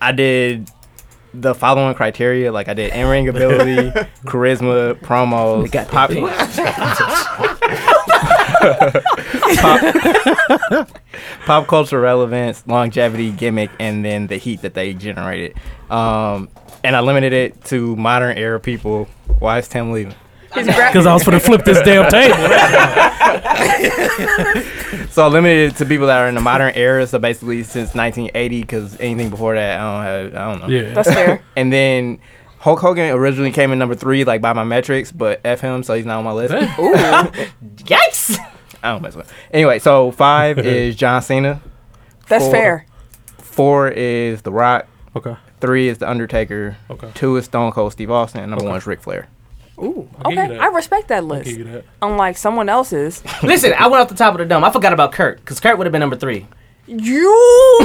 S2: I did the following criteria. Like I did in ring ability, charisma, promos,
S3: got
S2: pop-
S3: pink.
S2: *laughs* pop- pop culture relevance, longevity, gimmick, and then the heat that they generated. Um, and I limited it to modern era people. Why is Tim leaving?
S1: His gra-
S4: *laughs* Because I was going to flip this damn
S3: *laughs*
S4: table.
S2: So I limited it to people that are in the modern era. So basically, since 1980, because anything before that, I don't have. I don't know.
S4: Yeah.
S1: That's fair.
S2: And then Hulk Hogan originally came in number three, like by my metrics, but f him, so he's not on my list.
S1: Ooh.
S3: Yikes!
S2: *laughs* I don't mess with. Him. Anyway,
S4: *laughs*
S2: so five is John Cena.
S1: That's
S2: Four.
S1: fair.
S2: Four is The Rock.
S4: Okay.
S2: Three is The Undertaker.
S4: Okay.
S2: Two is Stone Cold Steve Austin. And number
S4: Okay.
S2: one is Ric Flair.
S1: Ooh.
S4: I'll give you
S1: okay.
S4: that.
S1: I respect that
S4: Give
S1: list.
S4: you that.
S1: Unlike someone else's.
S3: Listen, I went off the top of the dome. I forgot about Kurt because Kurt would have been number three.
S4: *laughs*
S1: You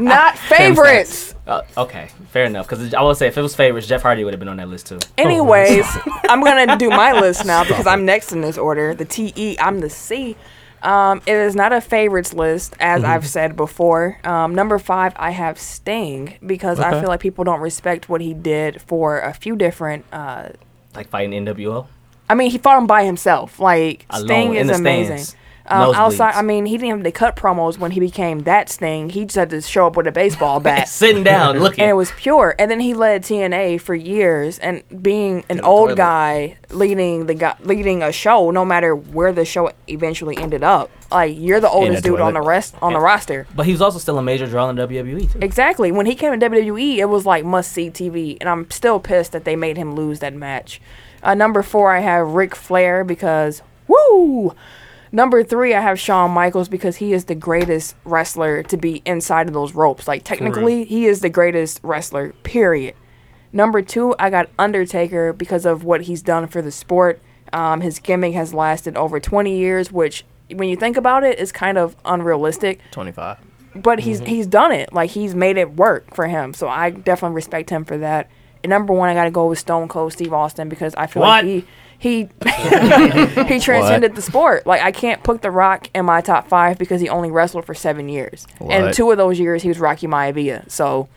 S1: not favorites.
S3: Uh, okay, fair enough. Because I will say, if it was favorites, Jeff Hardy would have been on that list too.
S1: Anyways, *laughs* I'm gonna do
S4: *laughs*
S1: my list now because I'm next in this order. The T E, I'm the C. Um, it is not a favorites list, as
S4: Mm-hmm.
S1: I've said before. Um, number five, I have Sting because I
S4: Okay.
S1: feel like people don't respect what he did for a few different. Uh,
S3: Like fighting NWO.
S1: I mean, he fought him by himself. Like
S3: Alone,
S1: Sting is
S3: in the
S1: amazing.
S3: stands.
S1: Um, outside,
S3: Nosebleeds.
S1: I mean, he didn't have to cut promos when he became that Sting. He just had to show up with a baseball bat.
S3: Sitting down, looking.
S1: and it was pure. And then he led TNA for years, and being an
S2: the
S1: old
S2: toilet.
S1: guy leading the guy leading a show, no matter where the show eventually ended up, like you're the oldest dude on the
S2: toilet.
S1: rest on the roster.
S3: but he was also still a major draw in WWE too.
S1: *laughs* Exactly. When he came to WWE, it was like must see TV, and I'm still pissed that they made him lose that match. Uh, number four, I have Ric Flair because woo. Number three, I have Shawn Michaels because he is the greatest wrestler to be inside of those ropes. Like technically, he is the greatest wrestler. Period. Number two, I got Undertaker because of what he's done for the sport. Um, his gimmick has lasted over 20 years, which, when you think about it, is kind of unrealistic
S2: Twenty-five.
S3: Mm-hmm.
S1: but he's he's done it. Like he's made it work for him. So I definitely respect him for that. number one, I got to go with Stone Cold Steve Austin because I feel like
S3: What?
S1: he
S3: *laughs*
S1: he he transcended the sport. Like I can't put The Rock in my top five because he only wrestled for seven years, and
S3: What?
S1: two of those years he was Rocky Maivia. So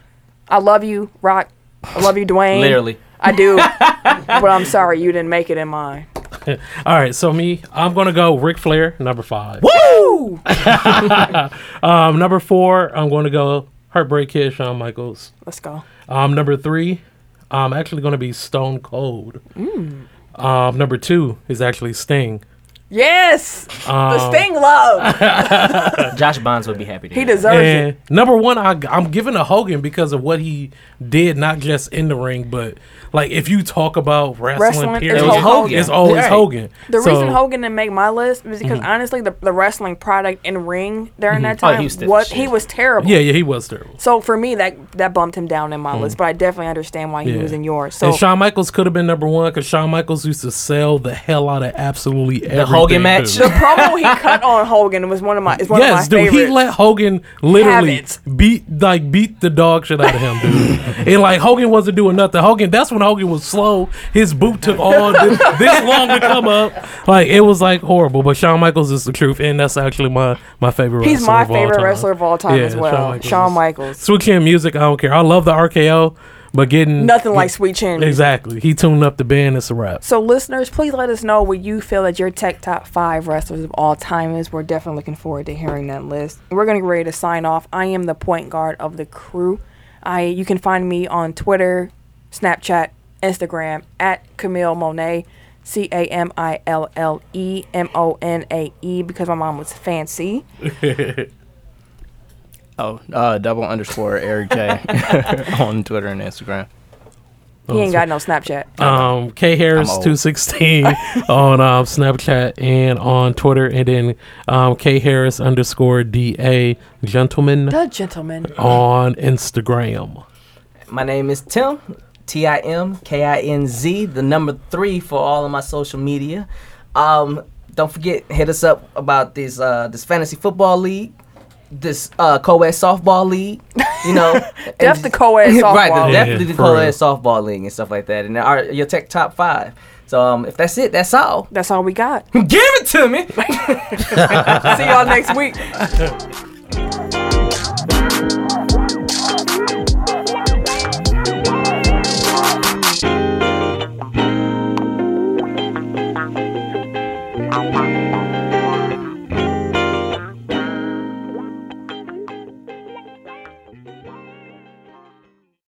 S1: I love you, Rock. I love you, Dwayne.
S3: Literally.
S1: I
S3: *laughs*
S1: do. but I'm sorry you didn't make it in mine.
S4: All right, so me, I'm gonna go Ric Flair, number five.
S1: Woo!
S4: *laughs* Um, number four, I'm gonna go Heartbreak Kid, Shawn Michaels.
S1: Let's go.
S4: Um, number three, I'm actually gonna be Stone Cold.
S3: Mm.
S4: Um, number two is actually Sting.
S1: Yes,
S3: Um,
S1: the Sting love.
S3: Josh Bonds would be happy to
S1: He
S3: hear that.
S1: deserves it.
S4: And number one, I, I'm giving a Hogan because of what he did, not just in the ring, but like if you talk about wrestling,
S1: Wrestling is
S4: period,
S1: Hulk
S3: Hogan.
S4: it's always
S3: Right.
S4: Hogan.
S1: The
S4: So- Mm-hmm.
S1: reason Hogan didn't make my list is because honestly, the, the wrestling product in ring during that
S3: Oh, he
S1: time
S3: was stiff
S1: was
S3: as
S1: he
S3: shit.
S1: was terrible.
S4: yeah, yeah, he was terrible.
S1: So for me, that that bumped him down in my list, but I definitely understand why he
S4: Yeah.
S1: was in yours. So
S4: and Shawn Michaels could have been number one because Shawn Michaels used to sell the hell out of absolutely everything.
S3: Hogan match?
S4: dude.
S1: the promo he cut on Hogan was one of my is one
S4: yes,
S1: of my
S4: dude.
S1: favorites.
S4: He let Hogan literally
S1: Habits.
S4: beat like beat the dog shit out of him,
S1: *laughs*
S4: dude. and like Hogan wasn't doing nothing. Hogan, that's when Hogan was slow. His boot took
S1: *laughs*
S4: all this, this long to come up. Like it was like horrible. But Shawn Michaels is the truth, and that's actually my my favorite.
S1: He's
S4: wrestler
S1: my
S4: of all
S1: favorite
S4: time.
S1: wrestler of all time
S4: Yeah,
S1: as well. Shawn Michaels.
S4: is- Sweet Chin music, I don't care. I love the RKO, but getting
S1: Nothing like Sweet Chin.
S4: exactly. He tuned up the band. It's a wrap.
S1: So listeners, please let us know what you feel that your tech top five wrestlers of all time is. We're definitely looking forward to hearing that list. We're gonna get ready to sign off. I am the point guard of the crew. I you can find me on Twitter, Snapchat, Instagram at Camille Monet, C A M I L L E M O N A E because my mom was fancy.
S2: Oh, uh, double underscore Eric
S4: *laughs*
S2: J *laughs* on Twitter and Instagram.
S1: He ain't got no Snapchat.
S4: um, K Harris
S2: I'm old.
S4: two sixteen *laughs* on um, Snapchat and on Twitter, and then um, K Harris underscore D A gentleman
S1: The gentleman.
S4: on Instagram.
S3: My name is Tim, T I M K I N Z, the number three for all of my social media. Um, don't forget, hit us up about this uh, this fantasy football league, this uh, co-ed softball league.
S1: *laughs*
S3: You know, and
S1: Def the
S3: just-
S1: co-ed
S3: *laughs* right?
S1: softball.
S3: The,
S4: Yeah,
S3: definitely the
S4: for
S3: co-ed
S4: real.
S3: softball league and stuff like that, and our, your tech top five. So um, if that's it, that's all. *laughs*
S1: *laughs* That's all we got.
S3: Give it to me.
S1: See y'all next week.